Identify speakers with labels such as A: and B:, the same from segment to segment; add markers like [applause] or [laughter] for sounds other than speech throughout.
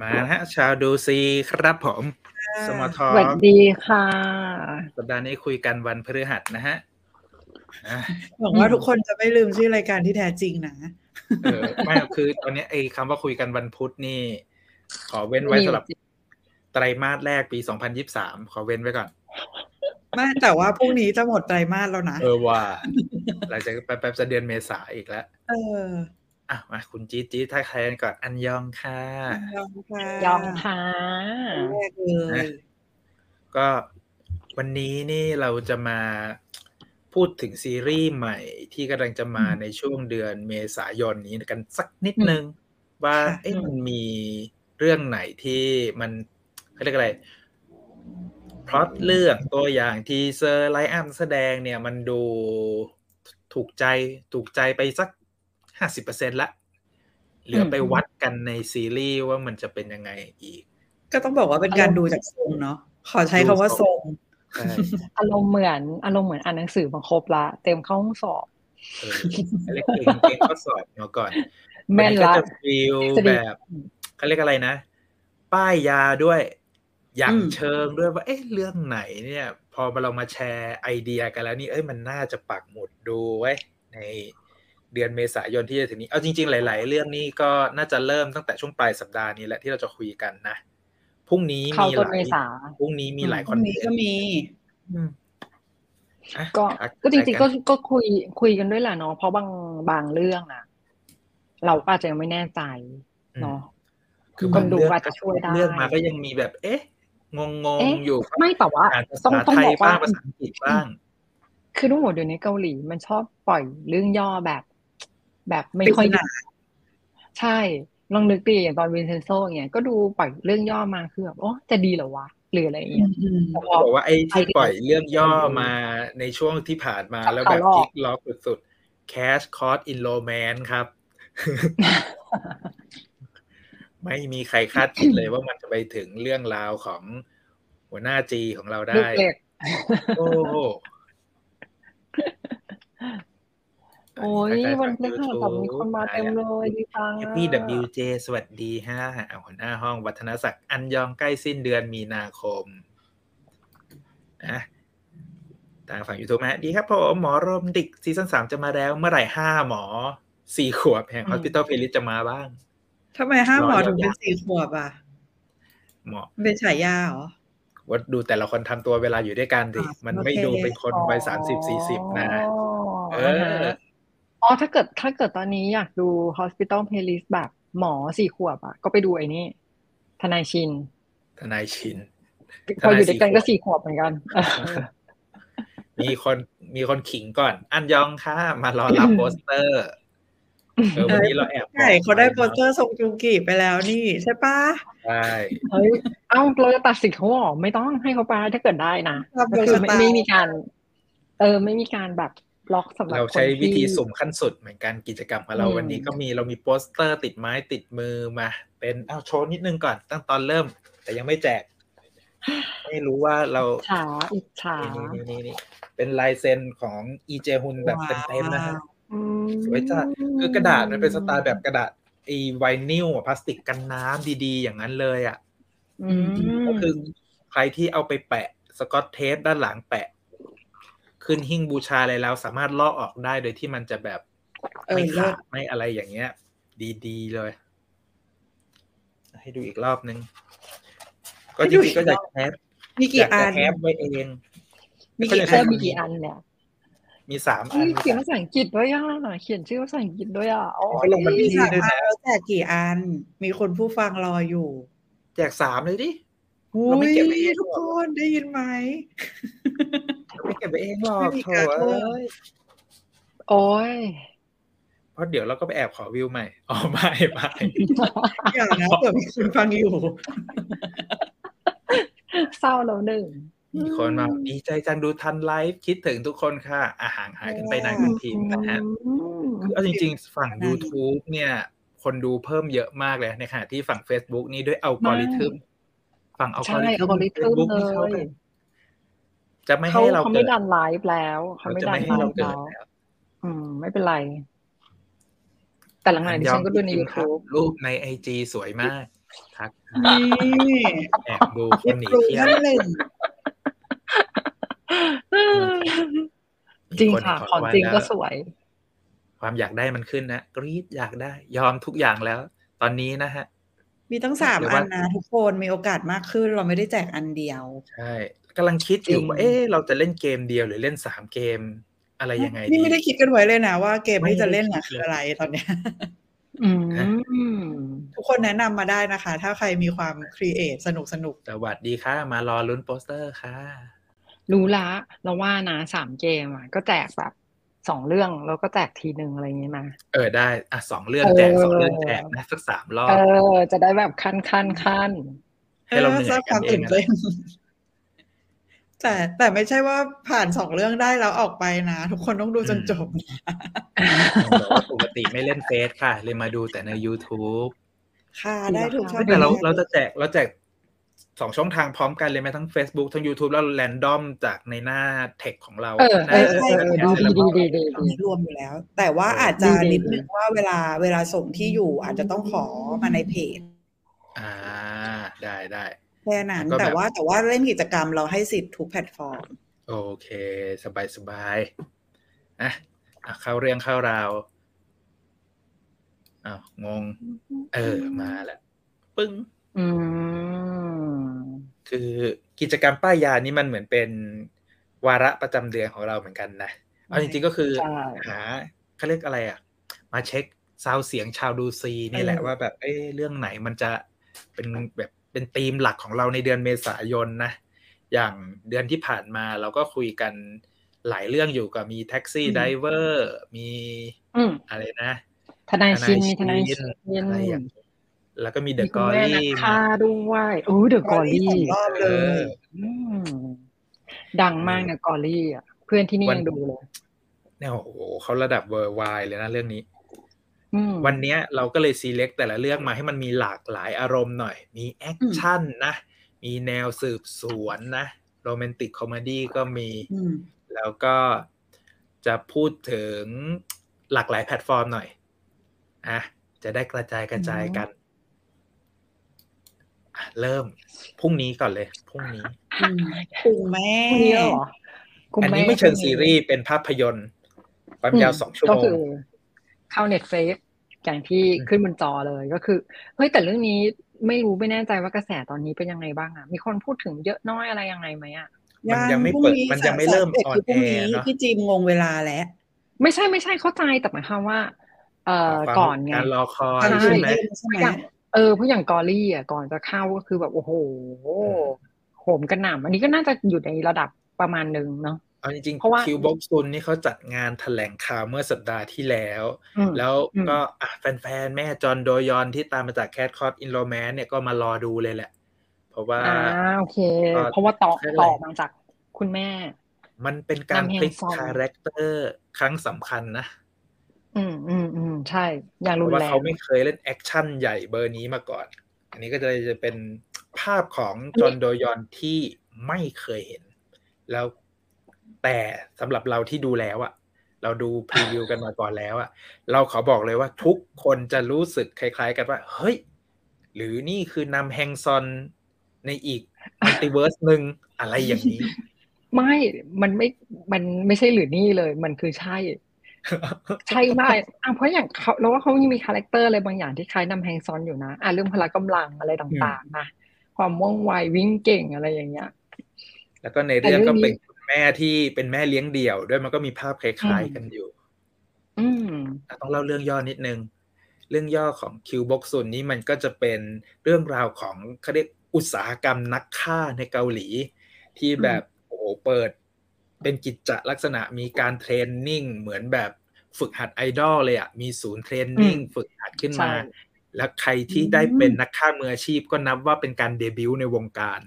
A: มานะฮะ ชาวดูซีครับผมสมท
B: สวัสดีค่ะ
A: สัปดาห์นี้คุยกันวันพฤหัสนะ
B: [laughs]
A: ฮะอ่ะ
C: หวังว่าทุกคนจะไม่ลืมชื่อรายการที่แท้จริงนะ
A: เออไม่คือตอนเนี้ยไอ้คำว่าคุยกันวันพุธนี่ ขอเว้นไว้สำหรับไตรมาสแรกปี 2023 ขอเว้นไว้ก่อน
C: ไม่แต่ว่าพรุ่งนี้จะหมดไตรมาสแล้วนะ
A: เออว่า หลังจากแป๊บๆจะเดือนเมษาอีกแล้ว
C: เออ
A: อ่ะมาคุณจี๊ดจี๊ดถ้าใครกันก่อนอันยองค่ะ
C: ยองค่ะ
B: ยองค่ะ
C: แรกเลย
A: ก็วันนี้นี่เราจะมาพูดถึงซีรีส์ใหม่ที่กำลังจะมาในช่วงเดือนเมษายนนี้กันสักนิดนึง ว่าเอ๊ะมันมีเรื่องไหนที่มันเขาเรียกอะไรพล็อตเรื่องตัวอย่างทีเซอร์ไลอ้ามแสดงเนี่ยมันดูถูกใจถูกใจไปสักห้าสิบเปอร์เซ็นละเหลือไปวัดกันในซีรีส์ว่ามันจะเป็นยังไงอีก
C: ก็ต้องบอกว่าเป็นการดูจากทรงเนาะขอใช้คำว่าทรง
A: ใช่
B: อารมณ์เหมือนอารมณ์เหมือนอ่านหนังสือมาครบละ เต็มเข้าห้องส
A: [laughs]
B: อบ
A: เออเล็กเก่งเก่งข้อสอบมาก่อน
B: แม่น
A: ก็
B: ละ
A: จะฟิลแบบเขาเรียกอะไรนะ ป้ายยาด้วย อย่าง
C: อืม
A: เชิงด้วยว่าเอ๊ะเรื่องไหนเนี่ย พอเรามาแชร์ไอเดียกันแล้วนี่เอ้ยมันน่าจะปักหมุดดูไว้ในเดือนเมษายนที่จะถึงนี้เอาจริง ๆ หลาย ๆ เรื่องนี่ก็น่าจะเริ่มตั้งแต่ช่วงปลายสัปดาห์นี้แหละที่เราจะคุยกันนะพรุ่งนี้
B: เข้า
A: มี
B: ต้
A: ห
B: น
A: ลา
B: เม
A: ย
B: ษา
A: พรุ่งนี้มีหลาย
C: พ
A: ค
C: รุ่
A: น
C: ง
A: เท
C: นี้ก็
A: นต์
C: มี
A: อืมอ่ะ
B: ก็
A: ทั
B: ก็จริงๆก็
A: น
B: ก็คุยคุยกันด้วยแหละเนาะเพราะบางบางเรื่องอะเราอาจจะยังไม่แน่ใจเนาะ
A: คือ
B: คนดู
A: บงเรื่ง
B: อาจจะช่วยได้
A: เรื่องมาก็ยังมีแบบ เอ๊ะ งงงง
B: เอ๊ะ
A: อยู่
B: ไม่แต่ว่า
A: อ่านภา
B: ต้อง
A: ษา
B: ต้อง
A: ไทย
B: บอก
A: บ้า
B: ว่า
A: งภาษาอังกฤษบ้าง
B: คือทุกหมดเดี๋ยวนี้เกาหลีมันชอบปล่อยเรื่องย่อแบบ แบบไม่ค่อย
C: ปริศนา
B: ใช่ลองนึกดิอย่างตอนวินเซนโซอย่างเงี้ยก็ดูปล่อยเรื่องย่อมาคือแบบโอ้จะดีเหรอวะหรืออะไรอย่างเงี้ย
C: อืม
B: แต่พ
A: เขา
B: อ
A: บอกว่าไอ้ที่
B: ไอเดีย
A: ปล่อยเรื่องย่อมาในช่วงที่ผ่านมา
B: จับ
A: แล้วแบบ
B: ตลอด
A: พลิกล็อกสุดๆ Cash Cost in Romance ครับ
B: [laughs]
A: ไม่มีใครคาดคิดเลยว่ามันจะไปถึงเรื่องราวของหัวหน้าจีของเรา
B: ลู
A: ได้
B: กเหล็ก
A: โอ้โห
B: โอ้ย
A: ใครๆ
B: วัน
A: ฟัง
B: พ
A: YouTube
B: ฤหัสมีคนมาเต็มเลยดีจังอะ
A: FPWJ สวัสดีฮะหัวหน้าห้องวัฒนศักดิ์อันยองใกล้สิ้นเดือนมีนาคมนะทางฝั่งยูทูบฮะดีครับผมหมอโรมดิกซีซั่นสามจะมาแล้ว เมื่อไหร่ห้าหมอสี่ขวบแห่ง
B: อืม
A: Hospital Playlist จะมาบ้าง
C: ทำไมห้ามหมอถึงเป็น
A: รอ
C: สี่ขวบอ่ะ
A: หมอ
C: เป็นฉายาเหรอ
A: ว่าดูแต่ละคนทำตัวเวลาอยู่ด้วยกันดิ
C: อ่ะ
A: มัน
C: โอเค
A: ไม่ดูเป็นคนวัยสามสิบสี่สิบนะ เอ
B: เอ
A: อ
B: ออ๋อถ้าเกิดถ้าเกิดตอนนี้อยากดู Hospital Playlist แบบหมอสี่ขวบอะก็ไปดูไอ้นี่ทนายชิน
A: ทนายชิน
B: พออยู่ด้วยกันก็
A: สี่
B: สี่
A: ข
B: ข
A: ว
B: ว
A: บ
B: บเหมือนกัน [laughs]
A: มีคนมีคนขิงก่อน อันยองค่ะมารอรับโปสเตอร์เออวันนี้เราแอบบอก
C: ใช่เขาได้โปสเตอร์ทรงจุงกีไปแล้วนี่ใช่ปะ
A: ใช่
B: เฮ้ย เอ้าเราจะตัดสิทธิ์เขาเหรอไม่ต้องให้เขาไปถ้าเกิดได้นะ
C: รับ
B: ก็
C: ดวง
B: คือ
C: ชะ
B: ไม่
C: ตา
B: ไม่มีการ เออ ไม่มีการแบบล็อกสำหรับ
A: เรา
B: คน
A: ใช้วิธี
B: ที่
A: สุ่มขั้นสุดเหมือนกันกิจกรรมของเรา
B: อืม
A: วันนี้ก็มีเรามีโปสเตอร์ติดไม้ติดมือมา เป็นเอาโชว์นิดนึงก่อนตั้งตอนเริ่ม แต่ยังไม่แจก ไม่รู้ว่าเรา
B: ช้าอิจฉา
A: นี่นี่นี่นี่เป็นลายเซ็นของอีเจฮุนแบบเต็มๆนะฮะ
B: อืม
A: สวยจัด คือกระดาษมันเป็นสไตล์แบบกระดาษไอ้ไวนิลอะพลาสติกกันน้ำดีๆ อย่างนั้นเลยอ่ะ
B: อืม
A: ก็คือใครที่เอาไปแปะสกอตเทปด้านหลังแปะ ขึ้นหิ้งบูชาอะไรแล้ว สามารถลอกออกได้โดยที่มันจะแบบ
C: เอ
A: ไม่
C: อเลิ
A: ขา
C: ศ
A: ดไม่อะไรอย่างเงี้ย ดีๆเลย ให้ดูอีกรอบนึง ก็จริงๆก็อยากแฮป
C: มี
A: อ
C: กี่
A: ยาก
C: อั
A: จะ
C: น
A: แฮปไว้เอง
C: มีกี่
B: เอ
C: อั
B: อน มีกี่อันเนี่ย
A: มีสามอั
B: เฮ้
A: น
B: ยเขียนภาษาอังกฤษด้วยอ่ะเขียนชื่อภาษาอังกฤษด้วยอ่ะโอ้
A: เขา
B: ย
A: ลงบัน
C: มี
A: ที่
C: สาม
A: ด้วย
C: อัน
A: นะ
C: แล้วแจกกี่อัน มีคนผู้ฟังรออยู่
A: แจกสามเลยดิ
C: อุ้
A: เราไม่
C: ย
A: เก็บไว้เองหรอก
C: ทุกคนได้ยินไหม
A: ไม่เก็บไปเองหรอ
C: ไม่
A: ก
C: มี
A: โถ
C: การ์ด
A: เอ้
C: เลย ย
B: โอ้ย
A: เพราะเดี๋ยวเราก็ไปแอบขอวิวใหม่ [laughs] อ๋อไม่ไม่
C: อย่างนะเผื่อมีคนฟังอยู่
B: เศร้าแล้วหนึ่ง
A: มีคนมาดีใจจังดูทันไลฟ์คิดถึงทุกคนค่ะ อาหารหายกันไปนานคุณทีมนะฮะ คือเอาจริงๆ ฝั่ง YouTube เนี่ย คนดูเพิ่มเยอะมากเลยในขณะที่ฝั่ง Facebook นี่ด้วยอัลกอริทึมฝั่งอัลกอริทึม
B: algorithm
A: Facebook นี่เขา
B: เลย
A: จะไม่
B: เขา
A: ให้เรา
B: เขา
A: เกิ
B: ไม่
A: ด
B: ดันไลฟ์แล้วเขา
A: เขา
B: ไม่
A: จะ
B: ดั
A: ไม่
B: น
A: ให้
B: ไล
A: เรา
B: ฟ์
A: เกิ
B: แล้
A: ด
B: ว
A: แล้ว
B: อืม ไม่เป็นไร แต่หลังๆดิฉันก็ดูใน YouTube
A: รูปในไอจีสวยมาก ทัก
C: นี่
A: แอบดูคนหนี
C: รู้
A: เที่ยว
C: ท่านหนึ่ง
B: [gasps] จริงค่ะ
A: มีน
B: ของจริง
A: ว่า
B: ก็สวย
A: ความอยากได้มันขึ้นนะกรีดอยากได้ ยอมทุกอย่างแล้ว ตอนนี้นะฮะ
C: มีตั้งสามอันนะทุกคนมีโอกาสมากขึ้น เราไม่ได้แจกอันเดียว
A: ใช่กำลังคิดอยู่
B: จริง
A: ว่า เอ๊ะเราจะเล่นเกมเดียวหรือเล่นสามเกมอะไรยังไงดี
C: นี่ไม่ได้คิดกันไว้เลยนะว่าเกมที่จะเล่นน่ะ
A: ไม่ได้คิด
C: คืออะไรตอนเนี้ย
B: อืม
C: ทุกคนแนะนำมาได้นะคะ ถ้าใครมีความครีเอทสนุกสนุก
A: สวัสดีค่ะ มารอลุ้นโปสเตอร์ค่ะ
B: รู้ละเราว่านะสามเกมอ่ะก็แจกแบบสองเรื่องแล้วก็แจกทีหนึ่งอะไรอย่างงี้มา
A: เออได้อ่ะสองเรื่อง
B: เออ
A: แจกสองเรื่องแจกนะสักสามรอบ
B: เออ จะได้แบบขั้นขั้นขั้น
A: [laughs] ให้เราเหนื่อ
C: ส
A: ย
C: ร้างความ
A: กันเอง
C: ตื่นเต้
A: นะ
C: นแต่แต่ไม่ใช่ว่าผ่านสองเรื่องได้แล้วออกไปนะ ทุกคนต้องดูจนจบ
A: บอกว่าปกติไม่เล่นเฟซค่ะ เลยมาดูแต่ใน YouTube
C: ค่ะ
B: จริงเหรอ
C: ได้ทุกช่อ
A: เฮ้
C: ง
A: ยแต่เรา
C: ทง
A: เราจะแจกเราแจกสองช่องทางพร้อมกันเลยไหมทั้ง Facebook ทั้ง YouTube แล้วแรนดอมจากในหน้าเทคของเรา
B: เออ
A: ห
B: เอ
A: น้า
B: อเออเออ
A: แช
B: ดี
A: ร์แล้วก็
B: ดีดีดีดี
C: เรา
B: ดี
C: ไม่รวมอยู่แล้ว แต่ว่าอาจจะ
B: ดีๆ
C: นิดนึงว่าเวลาเวลาส่งที่อยู่อาจจะต้องขอมาในเพจ
A: อ่า ได้ได้
C: แค่นั้น
A: แล้วก็แบบ
C: แต่ว่าแต่ว่าเล่นกิจกรรมเราให้สิทธิ์ทุกแพลตฟอร์ม
A: โอเค สบายสบายอ่ะอ่ะเข้าเรื่องเข้าราวอ้าวงง เออ มาแล้วปึ้ง
B: อืม
A: คือกิจกรรมป้ายยานี่มันเหมือนเป็นวาระประจำเดือนของเราเหมือนกันนะ เอาจริงๆก็คือ
B: ใช่
A: หาเขาเรียกอะไรอ่ะ มาเช็คซาวเสียงชาวดูซีนี่แหละ
C: เออ
A: ว่าแบบเอ้เรื่องไหนมันจะเป็นแบบเป็นธีมหลักของเราในเดือนเมษายนนะ อย่างเดือนที่ผ่านมาเราก็คุยกันหลายเรื่องอยู่กับมีแท็กซี่ไดเวอร์มี
B: อืม
A: อะไรนะ
B: ทนายชินมีทนาย
A: ท
B: ชิน
A: นายชินอะไรอย่างแล้วก็มีเดอะก
B: มี
A: อ
B: คุณแม่นั
A: รี่
B: กฆ่าด้วยโอ้เดอะกอรี่
C: สองรอบ
A: เอ
C: เลย
A: อ
B: อืมดังมากนะกอรี่อ่ะเพื่อนที่นี่ยังดูเลย
A: เนี่ยโอ้โหเขาระดับเวอร์ไวเลยนะเรื่องนี้
B: อืม
A: วันเนี้ยเราก็เลย select แต่ละเรื่องมาให้มันมีหลากหลายอารมณ์หน่อย มีแอคชั่นนะ มีแนวสืบสวนนะโรแมนติกคอมดี้ก็มี
C: อืม
A: แล้วก็จะพูดถึงหลากหลายแพลตฟอร์มหน่อยอ่ะจะได้กระจายกระจายกันอ่ะเริ่มพรุ่งนี้ก่อนเลยพรุ่งนี้
C: อืมคุณแม่
B: พรุ่งนี้เหรอ
A: อันนี้ไม่เชิงซีรีส์เป็นภาพยนตร์ความยาวสองชั่ว
B: ก็
A: โม
B: คื
A: ง
B: อเข้าเน็ตเฟซอย่างที่ขึ้นบนจอเลยก็คือ เฮ้ยแต่เรื่องนี้ไม่รู้ไม่แน่ใจว่ากระแสตอนนี้เป็นยังไงบ้างอะมีคนพูดถึงเยอะน้อยอะไรยังไงไหมอะ
A: มันยังไม่เปิดมันยังไม่เริ่ม
C: 31
A: on
C: คือพรุ่งนี้
A: air เนอะ
C: พี่จีมงงเวลาแล้ว
B: ไม่ใช่ไม่ใช่เข้าใจแต่หมายความว่า เอ่อ
A: ความ
B: ก่อนไง
A: การรอคอย
B: ใช่
A: ใช่ไหม
C: ใช่ไหม
B: อย่างเออเพราะอย่างกอรี่อ่ะก่อนจะเข้าก็คือแบบโอ้โห
A: ม
B: โหมกระหน่ำอันนี้ก็น่าจะอยู่ในระดับประมาณหนึ่งเนาะ
A: เอาจริง
B: เพราะว่า
A: ๆคิวบ็อกซุนนี่เขาจัดงานแถลงข่าวเมื่อสัปดาห์ที่แล้ว
B: อืม
A: แล้ว
B: อืม
A: ก็อ่ะแฟนๆ แม่จอนโดยอนที่ตามมาจากแคทคอร์ i อินโ m แมนเนี่ยก็มารอดูเลยแหละ เพราะว่า
B: อ่าโอเค
A: ก็
B: เพราะว่าต่อ
A: ไม่เป็นไร
B: ต่อมาจากคุณแม่
A: มันเป็นการ
B: นำแห่ง
A: พลิก
B: ซอง
A: คาแรคเตอร์ครั้งสำคัญนะ
B: อืมอืมอืมใช่ อย่าง
A: เพ
B: รุน
A: ราะว่า
B: แรง
A: เขาไม่เคยเล่นแอคชั่นใหญ่เบอร์นี้มาก่อน อันนี้ก็เลยจะเป็นภาพของจอห์นโดยอนที่ไม่เคยเห็น แล้วแต่สำหรับเราที่ดูแล้วอะเราดูพรีวิวกันมาก่อนแล้วอะเราขอบอกเลยว่าทุกคนจะรู้สึกคล้ายๆกันว่า เฮ้ย หรือนี่คือนำแฮงซอนในอีกมัลติเวิร์สหนึ่งอะไรอย่างนี้ [laughs]
B: ไม่ มันไม่ มันไม่ใช่หรือนี่เลย มันคือใช่ ใช่มากอ่ะเพราะอย่างเขาเราว่าเขายังมีคาแรคเตอร์อะไรบางอย่างที่คล้ายนำแฮงซอนอยู่นะ อ่ะเรื่องพละกำลังอะไรต่างๆนะ ความว่องไววิ่งเก่งอะไรอย่างเงี้ย
A: แล้วก็ในเรื่อง
B: แต่เรื่
A: ก็
B: องนี้
A: เป็นคุณแม่ที่เป็นแม่เลี้ยงเดี่ยวด้วยมันก็มีภาพคล้ายๆกันอยู่
B: อืม
A: อ่ะต้องเล่าเรื่องย่อนิดนึง เรื่องย่อของคิวบกซุนนี้มันก็จะเป็นเรื่องราวของเขาเรียกอุตสาหกรรมนักฆ่าในเกาหลี ที่แบบโอ้โหเปิด เป็นกิจจลักษณะมีการเทรนนิ่ง เหมือนแบบฝึกหัดไอดอลเลยอ่ะมีศูนย์เทรนนิ่ง
B: อืม
A: ฝึกหัดขึ้น
B: ใช่
A: มา แล้วใครที่ได้เป็นนักฆ่ามืออาชีพก็นับว่าเป็นการเดบิวต์ในวงการ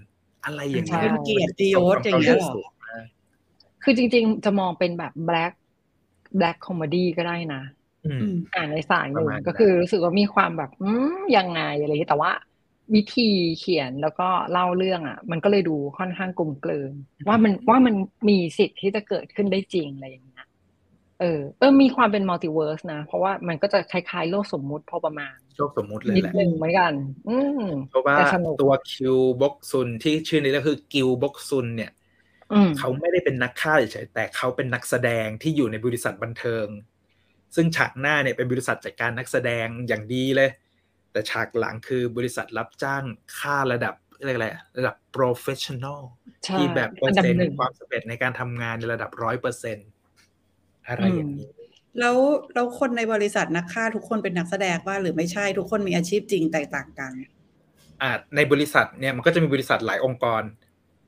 A: อะไรอย่าง
C: เป็
A: เงี้ย
C: นเกียรติยศอย่างเงี้ยเหรอ
B: คือจริงๆ จะมองเป็นแบบแบล็ k แบล็ k คอมดี้ก็ได้นะ
A: อืม
C: อืม
B: อ่านในสาย
A: ป
B: หนึ่
A: ระ
B: ง
A: มาณนั้น
B: ก็คือรู้สึกว่ามีความแบบอืมยังไงอะไรอย่างเงี้ยแต่ว่า วิธีเขียนแล้วก็เล่าเรื่องอ่ะ มันก็เลยดูค่อนข้างกลมกลืนว่ามันว่ามันมีสิทธิ์ที่จะเกิดขึ้นได้จริงอะไรอย่างเงี้ย เออเออมีความเป็นมัลติเวิร์สนะ เพราะว่ามันก็จะคล้ายๆ โลกสมมุติพอประมาณ
A: โชคสมมุติเลย
B: นิด
A: แหละ
B: นึงเหมือนกัน อืม
A: เพราะว่า
B: แต่สนุก
A: ตัวคิวบ็อกซุนที่ชื่อนี้ก็คือกิวบ็อกซุนเนี่ย
B: อืม
A: เขาไม่ได้เป็นนักฆ่าเฉยๆแต่เขาเป็นนักแสดงที่อยู่ในบริษัทบันเทิง ซึ่งฉากหน้าเนี่ยเป็นบริษัทจัดการนักแสดงอย่างดีเลย แต่ฉากหลังคือบริษัทรับจ้างค่าระดับเรียกอะไรอะระดับ professional
B: ใช่
A: ที่แบบเปอ
B: อั
A: ร์
B: นดับ
A: เซ็นต์
B: หนึ่ง
A: ความสำเร็จในการทำงานในระดับร้อยเปอร์เซ็นอะไรอย่างนี้
C: แล้วแล้วคนในบริษัทนักฆ่าทุกคนเป็นนักแสดงว่าหรือไม่ใช่ทุกคนมีอาชีพจริงแตกต่างกัน
A: อ่าในบริษัทเนี่ยมันก็จะมีบริษัทหลายองค์กร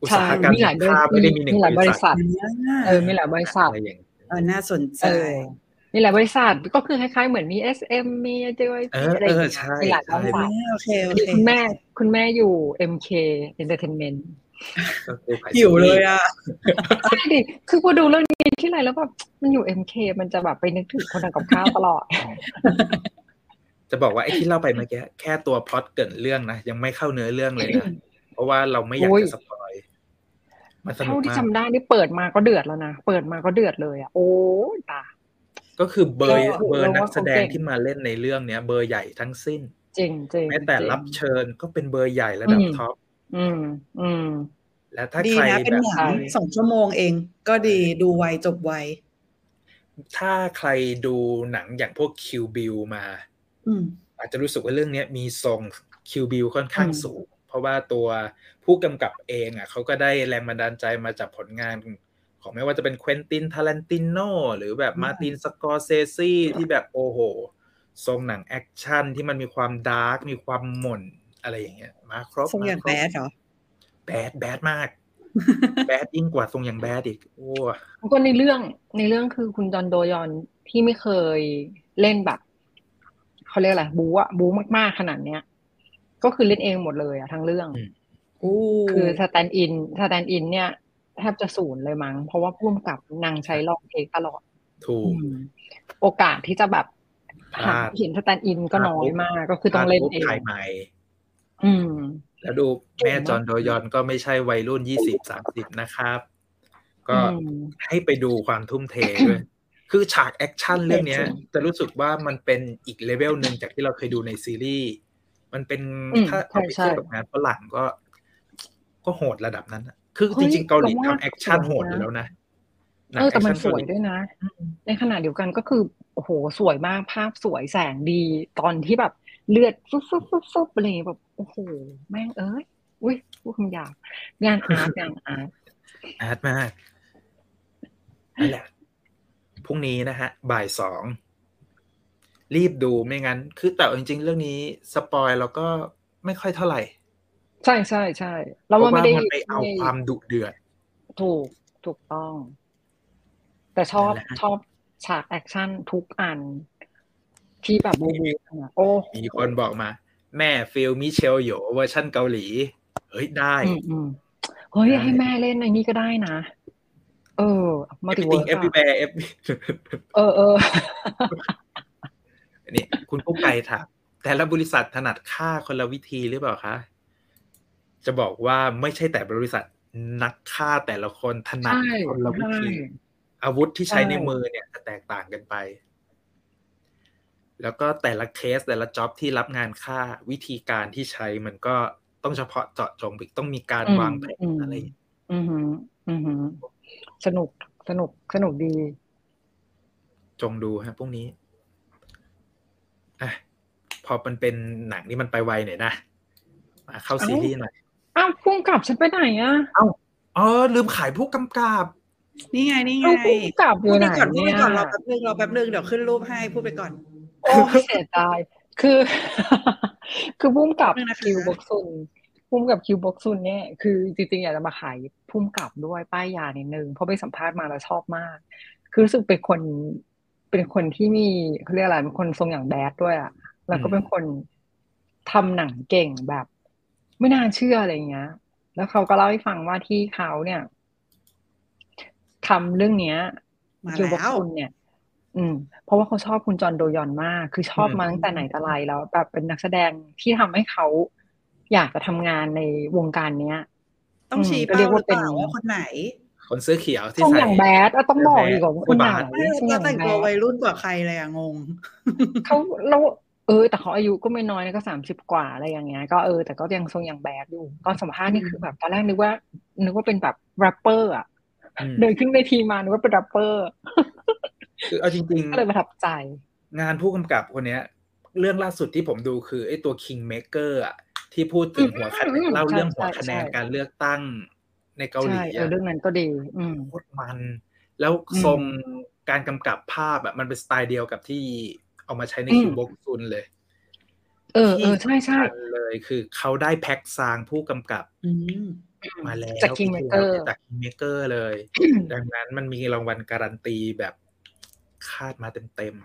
A: อุตสาหกรรม
B: มีหลายบริ
A: ค้าไม่ได้มีหนึ่ง
B: มีหลาย
A: บบริ
B: ริ
A: ษั
B: ษั
A: ท
B: ท เออมีหลายบริษัท
A: อะไรอย่างนี้
C: เออน่าสนใจ
B: เออ มีหลายบริษัทก็คือคล้ายๆเหมือนมี SM มี JYP
A: เออ
B: อะไรอย่าง
A: เอ
B: เงี้
A: อใช่
B: ยมีหลายบริษัท
C: โอเคโอ
B: มี
C: เค
B: คุณแม่คุณแม่อยู่ MK Entertainment
A: ก็คือขาย
C: หิวเลยอ่ะ
B: ใช่ดิคือกูดูเรื่องนี้ที่ไรแล้วแบบมันอยู่ MK มันจะแบบไปนึกถึงคนทำกับข้าวตลอด
A: จะบอกว่าไอ้ที่เล่าไปเมื่อกี้แค่ตัวพล็อตเกรินเรื่องนะยังไม่เข้าเนื้อเรื่องเลยนะ เพราะว่าเราไม่อยาก
B: โอ้ย
A: จะสปอยมันสนุ
B: เท่าก ที่
A: มาก
B: จำได้นี่เปิดมาก็เดือดแล้วนะ เปิดมาก็เดือดเลยอ่ะ โอ้ยตาย
A: ก็คือเบอร์
B: เรา
A: เบอร์
B: เราว่า
A: นักแสดง
B: เขาเก่ง
A: ที่มาเล่นในเรื่องเนี้ย เบอร์ใหญ่ทั้งสิ้น
B: จริงจริง
A: แม้แต่
B: จง
A: รับเชิญก็เป็นเบอร์ใหญ่ระดับ
B: อืม
A: ท็อป
B: อืม อืม
A: และถ้า
C: ดี
A: ใคร
C: นะเป็น
A: แบบ
C: หนั
B: ใค
C: ง
B: ร
C: สองชั่วโมงเอง ก็ดีดูไวจบไว
A: ถ้าใครดูหนังอย่างพวกคิวบิลมา
C: อืม
A: อาจจะรู้สึกว่าเรื่องเนี้ยมีทรงคิวบิลค่อนข้าง
B: อืม
A: สูง เพราะว่าตัวผู้กำกับเองอ่ะเขาก็ได้แรงบันดาลใจมาจากผลงาน ของไม่ว่าจะเป็นเควินตินทารันติโนหรือแบบ
C: อืม
A: มาร์ตินสกอร์เซซีที่แบบโอ้โห ทรงหนังแอคชั่นที่มันมีความดาร์กมีความหม่นอะไรอย่างเงี้ยมาครบ
C: ทรงอย่างแบดเหรอ
A: แบดแบดมาก แบดยิ่งกว่าทรงอย่างแบดอีกโอ้
B: แล้วก็ในเรื่องในเรื่องคือคุณจอนโดยอนที่ไม่เคยเล่นแบบเขาเรียกอะไรบูอะบูมากๆขนาดเนี้ย ก็คือเล่นเองหมดเลยอะทั้งเรื่อง
C: อู้
B: คือสแตนด์อินสแตนด์อิน เนี่ยแทบจะศูนย์เลยมั้ง เพราะว่าพุ่มกับนางใช้ลองเทคตลอด
A: ถูก
B: โอกาสที่จะแบบ
A: พลาด
B: เห็นสแตนด์อินก็น้อยมาก ก็คือต้องเล่นเอง
A: ถ่ายใหม่
B: อืม
A: แล้วดูแม่จอนโดยอนก็ไม่ใช่วัยรุ่นยี่สิบสามสิบนะครับ ก็
B: อืม
A: ให้ไปดูความทุ่มเทด้วย [coughs] คือฉากแอคชั่นเรื่องเนี้ย จะรู้สึกว่ามันเป็นอีกเลเวลหนึ่งจากที่เราเคยดูในซีรีส์มันเป็น
B: อืม
A: ถ้า
B: ใช่
A: เอาไปเทียบ
B: ใช่
A: กับงานฝรั่งก็ ก็โหดระดับนั้นอะคือ
B: เฮ้
A: จ
B: ย
A: ริงๆเกาหลี
B: แต่ว่า
A: ทำแอคชั่น
B: สวย
A: โหดอ
B: นะ
A: ยู่แล้วนะหง
B: เออแต่มัน
A: ค
B: ส
A: ชั่เกา
B: วย
A: หลี
B: ด้วยนะ
A: อืม
B: ในขณะเดียวกันก็คือโอ้โหสวยมากภาพสวยแสงดี ตอนที่แบบเลือดฟึบฟึบฟึบฟึบอะไรอย่างเงี้ยแบบโอ้โหแม่งเอ้ยอุ้ยพูดคำหยาบงานอาร์ต งานอาร์ต
A: อาร์ตมากนั่นแหละพรุ่งนี้นะฮะ บ่ายสอง รีบดูไม่งั้น คือแต่เอาจริง ๆ เรื่องนี้สปอยแล้วก็ไม่ค่อยเท่าไหร่
B: ใช่ใช่ใช่
A: เพ
B: แล้ว
A: ราะ
B: ว่าไม่
A: ว่า
B: ได้
A: มันไปเอา
B: ไม่ได้
A: ความดุเดือด
B: ถูกถูกต้อง แต่ชอบ
A: นั่นแหละ
B: ชอบฉากแอคชั่นทุกอัน ที่แบบบูบูอะโอ้
A: มีคนบอกมา แม่ฟิลมิเชลโยเวอร์ชั่นเกาหลี เฮ้ย ได้
B: อืมอืมเฮ้ย
A: ได้
B: ให้แม่เล่นในนี้ก็ได้นะ เออมาถึ
A: เอฟติ
B: งเวิ
A: ง
B: ร์
A: เอฟบีแบเอฟ
B: เออเออ
A: [laughs] นี่คุณกุ๊กไก่ถามแต่ละบริษัทถนัดฆ่าคนละวิธีหรือเปล่าคะ จะบอกว่าไม่ใช่แต่บริษัทนักฆ่าแต่ละคนถนัด
B: ใช่
A: คนละวิ
B: ใช่
A: ธี อาวุธที่ใช้
B: ใช่
A: ในมือเนี่ยจะแตกต่างกันไป แล้วก็แต่ละเคสแต่ละจ็อบที่รับงานค่าวิธีการที่ใช้มันก็ต้องเฉพาะเจาะจงอีกต้องมีการวางแผนอะไรอย่างเงี้ย
B: อือหือ อือหือ สนุกสนุกสนุกดี
A: จงดูฮะพวกนี้อ่ะพอมันเป็นหนังนี่มันไปไวหน่อยนะมาเข้า
B: เอ้า
A: ซีรีส์หน่อย
B: อ้าวพุ่งกลับฉันไปไหนอ่ะ
A: อ๋อลืมขายผู้กำกับ
C: นี่ไงนี่ไง
B: เอาพุ่งกลับอ
C: พู
B: ยู่
C: ด
B: ไห
C: ไป
B: น
C: ก่อนพูดไป
B: เนี่ย
C: ก่อนรอแป๊บนึงรอแป๊บนึงเดี๋ยวขึ้นรูปให้พูดไปก่อน
B: โอ้ยเสียดายคือ [laughs] คือพุ่งกลับ
C: นึงนะคะ
B: คิวบกซุนพุ่งกับคิวบกซุนเนี่ยคือจริงๆอยากจะมาขายพุ่งกลับด้วยป้ายยานิดนึงเพราะไปสัมภาษณ์มาแล้วชอบมาก คือรู้สึกเป็นคนเป็นคนที่มีเขาเรียกอะไรเป็นคนทรงอย่างแบดด้วยอ่ะ แล้วก็
A: อืม
B: เป็นคนทำหนังเก่งแบบ ไม่น่าเชื่ออะไรอย่างเงี้ย แล้วเขาก็เล่าให้ฟังว่าที่เขาเนี่ยทำเรื่องเนี้ย
C: มา
B: คิวบอก
C: แล้ว
B: คุณเนี่ย อืม เพราะว่าเขาชอบคุณจอห์นโดยอนมาก คือชอบมาตั้งแต่ไหนแต่ไรแล้ว แบบเป็นนักแสดงที่ทำให้เขาอยากจะทำงานในวงการเนี้ย
C: ต้องชี้
B: อืมก็เรี
C: เป้าย
B: ก
C: ห
B: ว่า
C: รือเปล่า
B: เป็น
C: ว่าคนไหน
A: คนเสื้อเขียวที่
B: ทรง
A: ใส่
B: อย่างแบดอะต้องบอกอีกว่า
A: ผู้บาท
B: หนาว
C: ไม่
B: ทรงอ
C: เรา
B: ย่าง
C: แต่ง
B: แบ
C: ตัววั
B: ด
C: ยรุ่นกว่าใครเลยอะงง
B: เขาเราเออ แต่เขาอายุก็ไม่น้อยนะก็สามสิบกว่าอะไรอย่างเงี้ยก็เออแต่ก็ยังทรงอย่างแบดอยู่ตอนสัมภาษณ์นี่
C: อืม
B: คือแบบตอนแรกนึกว่า นึกว่าเป็นแบบแรปเปอร์อะ
A: อืม
B: เดินขึ้นเวทีมานึกว่าเป็นแรปเปอร์
A: คือเอาจริง
B: ก็เลยประทับใจ
A: ๆ งานผู้กำกับคนเนี้ย เรื่องล่าสุดที่ผมดูคือไอ้ตัว Kingmaker อะที่พูดถึงหัวคะแน
B: อื
A: น
B: มอืม
A: เล่าเรื่อง
B: ใช่
A: หัวคะแนน
B: ใช่
A: การเลือกตั้งในเกาหลี
B: ใช่เอ
A: อะ
B: อเรื่องนั้นก็ดี อืม
A: โคตรมัน แล้ว
B: อืม
A: ทรงการกำกับภาพอะมันเป็นสไตล์เดียวกับที่เอามาใช้ใน
B: อืม
A: คิวบกซุนเลย
B: เออเออใช่ใช่
A: ที่สำคัญเลยคือเขาได้แพ็กซางผู้กำกับ
C: อืม
A: มาแล้ว
B: จากคิงเมเกอร์
A: จากคิงเมเกอร์เลย ดังนั้นมันมีรางวัลการันตีแบบคาดมาเต็ม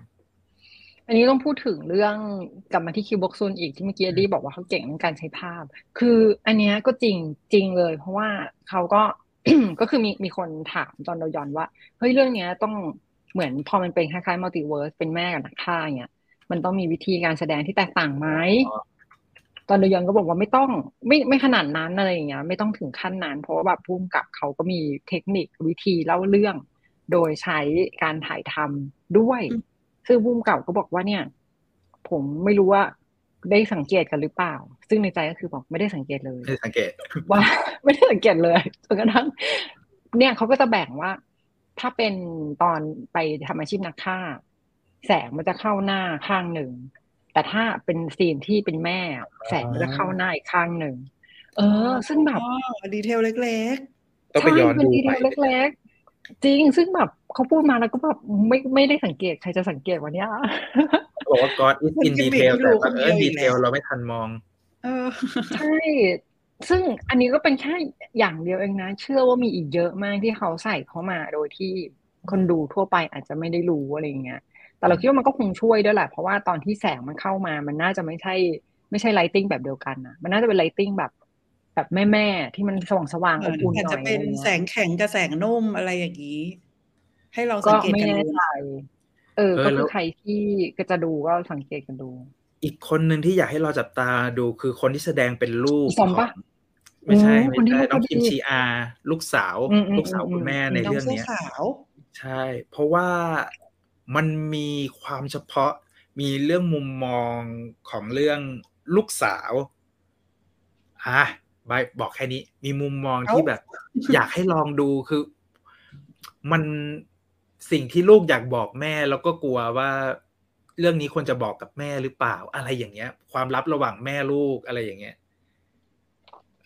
B: อันนี้ต้องพูดถึงเรื่องกลับมาที่คิวบ็อกซูนอีกที่เมื่อกี้
A: อืม
B: ดีบอกว่าเขาเก่งเรื่องการใช้ภาพ คืออันเนี้ยก็จริงจริงเลย เพราะว่าเขาก็ [coughs] ก็คือมีมีคนถามตอนเราย้อนว่าเฮ้ยเรื่องเนี้ยต้องเหมือนพอมันเป็นคล้ายๆมัลติเวิร์สเป็นแม่กับนักฆ่าอย่างเงี้ยมันต้องมีวิธีการแสดงที่แตกต่างไหม ตอนเดยอนก็บอกว่าไม่ต้องไม่ไม่ขนาดนั้นอะไรอย่างเงี้ยไม่ต้องถึงขั้นนั้น เพราะว่าแบบภูมิกับเขาก็มีเทคนิควิธีเล่าเรื่อง โดยใช้การถ่ายทำด้วย ซึ่งภูมิกับก็บอกว่าเนี่ย ผมไม่รู้ว่าได้สังเกตกันหรือเปล่า ซึ่งในใจก็คือบอกไม่ได้สังเกต
A: [laughs]
B: เลย
A: ๆ ให้สังเกต
B: ว่า ไม่ได้สังเกตเลยจนกระทั่งเนี่ยเขาก็จะแบ่งว่า ถ้าเป็นตอนไปทำอาชีพนักฆ่า แสงมันจะเข้าหน้าข้างหนึ่ง แต่ถ้าเป็นซีนที่เป็นแม่อะแสงมันจะเข้าหน้าอีกข้างหนึ่ง เออ ซึ่งแบบ
C: อ๋อดีเทลเล็ก
A: ต้องไป
B: ใช่
A: ย้อน
B: เป็น
A: ดู
B: ดี
A: ไป
B: เทลเล็กๆ จริงซึ่งแบบเขาพูดมาแล้วก็แบบไม่ไม่ได้สังเกตใครจะสังเกตวันเนี้ย
A: เขาบอกว่า God is
C: มัน
A: in
C: จะมี
A: detail
C: ดู
A: แต่
C: ค
A: บั
C: น
A: ง
C: เดียว
A: เอิญ
C: อี
A: ดี
C: ก
A: เท
C: แหละ
A: ลเราไม่ทันมอง
C: ๆ เออ
B: ใช่ ซึ่งอันนี้ก็เป็นแค่อย่างเดียวเองนะ เชื่อว่ามีอีกเยอะมากที่เขาใส่เข้ามาโดยที่คนดูทั่วไปอาจจะไม่ได้รู้อะไรอย่างเงี้ย แต่เราคิดว่ามันก็คงช่วยด้วยแหละ เพราะว่าตอนที่แสงมันเข้ามา มันน่าจะไม่ใช่ ไม่ใช่ไลติ้งแบบเดียวกันนะมันน่าจะเป็นไลติ้งแบบ แบบแม่แม่ๆที่มันสว่างสว่าง
C: เห
B: อ
C: มือบ น
B: อุ่น
C: อาจ
B: หน่
C: จะ
B: อย
C: เป็น
B: อะไรเงี้ย
C: แสงแข็งกับแสงนุ่มอะไรอย่างนี้ ให้ลองสั
B: ก็
C: งเกต
B: ไม่
C: กัน
B: แน่
C: ดู
B: ใจ เออ
A: เออ
B: ก็
A: แล้
B: คือ
A: ว
B: ใครที่ก็จะดูก็สังเกตกันดู
A: อีกคนหนึ่งที่อยากให้เราจับตาดูคือคนที่แสดงเป็นลูก
B: อีสอม
A: ขอ
B: ปะ
A: งไม่ใช่
B: อืมคน
A: ไม่
B: ที่
A: ใช่น้อง
B: ลูกก็ดี
A: คิมชีอา ลูกสาว
B: อืมอืม
A: ลูกสาว
B: อืม
A: คุณแม่
B: อืม
A: ใน
C: น้อง
A: เรื่อง
C: เสื้อ
A: เนี้ย
C: ขาว
A: ใช่ เพราะว่ามันมีความเฉพาะมีเรื่องมุมมองของเรื่องลูกสาวอ่ะบายบอกแค่นี้ มีมุมมองที่
B: [laughs]
A: แบบ อยากให้ลองดูคือ มันสิ่งที่ลูกอยากบอกแม่แล้วก็กลัวว่า เรื่องนี้ควรจะบอกกับแม่หรือเปล่า อะไรอย่างเงี้ย ความลับระหว่างแม่ลูกอะไรอย่างเงี้ย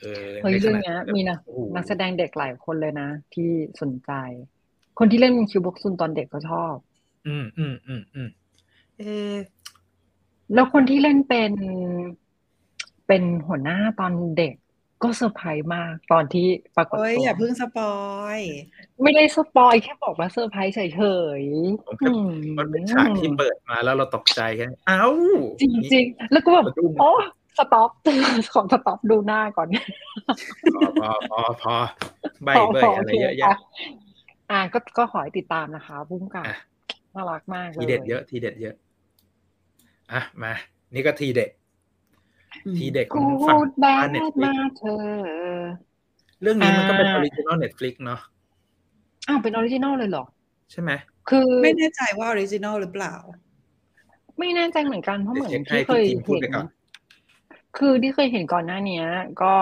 A: เออ
B: เฮ้ย
A: ในข
B: เรื่อง
A: ณะ
B: เนี้ย
A: ที่แบบ
B: มีนะ
A: โอ้โห
B: นักแสดงเด็กหลายคนเลยนะ ที่สนใจ คนที่เล่นเป็นคิวบ็อกซุนตอนเด็กก็ชอบ
A: อืมอืมอืมอืมเออ
B: แล้วคนที่เล่นเป็น เป็นหัวหน้าตอนเด็กก็เซอร์ไพรส์มากตอนที่ปรากฏ
C: เอ้ย
B: ตั
C: อย่าว เพิ่งสปอ
A: [laughs]
C: ย
B: ไม่ได้สปอยแค่บอกว่าเซอร์ไพรส์เฉย
A: ผม
B: ๆ
A: ก็
B: อื
A: มันเป็นฉากที่เปิดมาแล้วเราตกใจกันอ้าว
B: จริงจริงๆ แล้วก็แบบ
A: สะดุ้ง
B: โอ้สต็อป [laughs] ขอสต็อปดูหน้าก่อน
A: พอพอพอพอใบเบยอะไรเยอะแยะ
B: อ่ะก็ก็ขอให้ติดตามนะคะพุ่มกับ
A: อ่ะ
B: น่ารักมากเล
A: ทีเด็ดเย
B: ย
A: อะทีเด็ดเยอะ อ่ะมา นี่ก็ทีเด็ด
C: อืม
A: ทีเด็ดของฝั่ง
B: Good
A: บ้าน
B: bad
A: เน็ตฟลิก
B: มากเธอ
A: เรื่องนี้มันก็เป็นอ
B: อ่า
A: อริจินอลเน็ตฟลิกเนาะ
B: อ้าวเป็นออริจินอลเลยเหรอ
A: ใช่ไหม
B: คือ
C: ไม่แน่ใจว่าออริจินอลหรือเปล่า
B: ไม่แน่ใจเหมือนกันเพราะเหมือน
A: เดี๋ยวเช็คให้
B: ที่เคย
A: พี่ทีมพูด
B: เห็
A: ไป
B: น
A: ก่อน
B: คือที่เคยเห็นก่อนหน้าเนี้ย ก็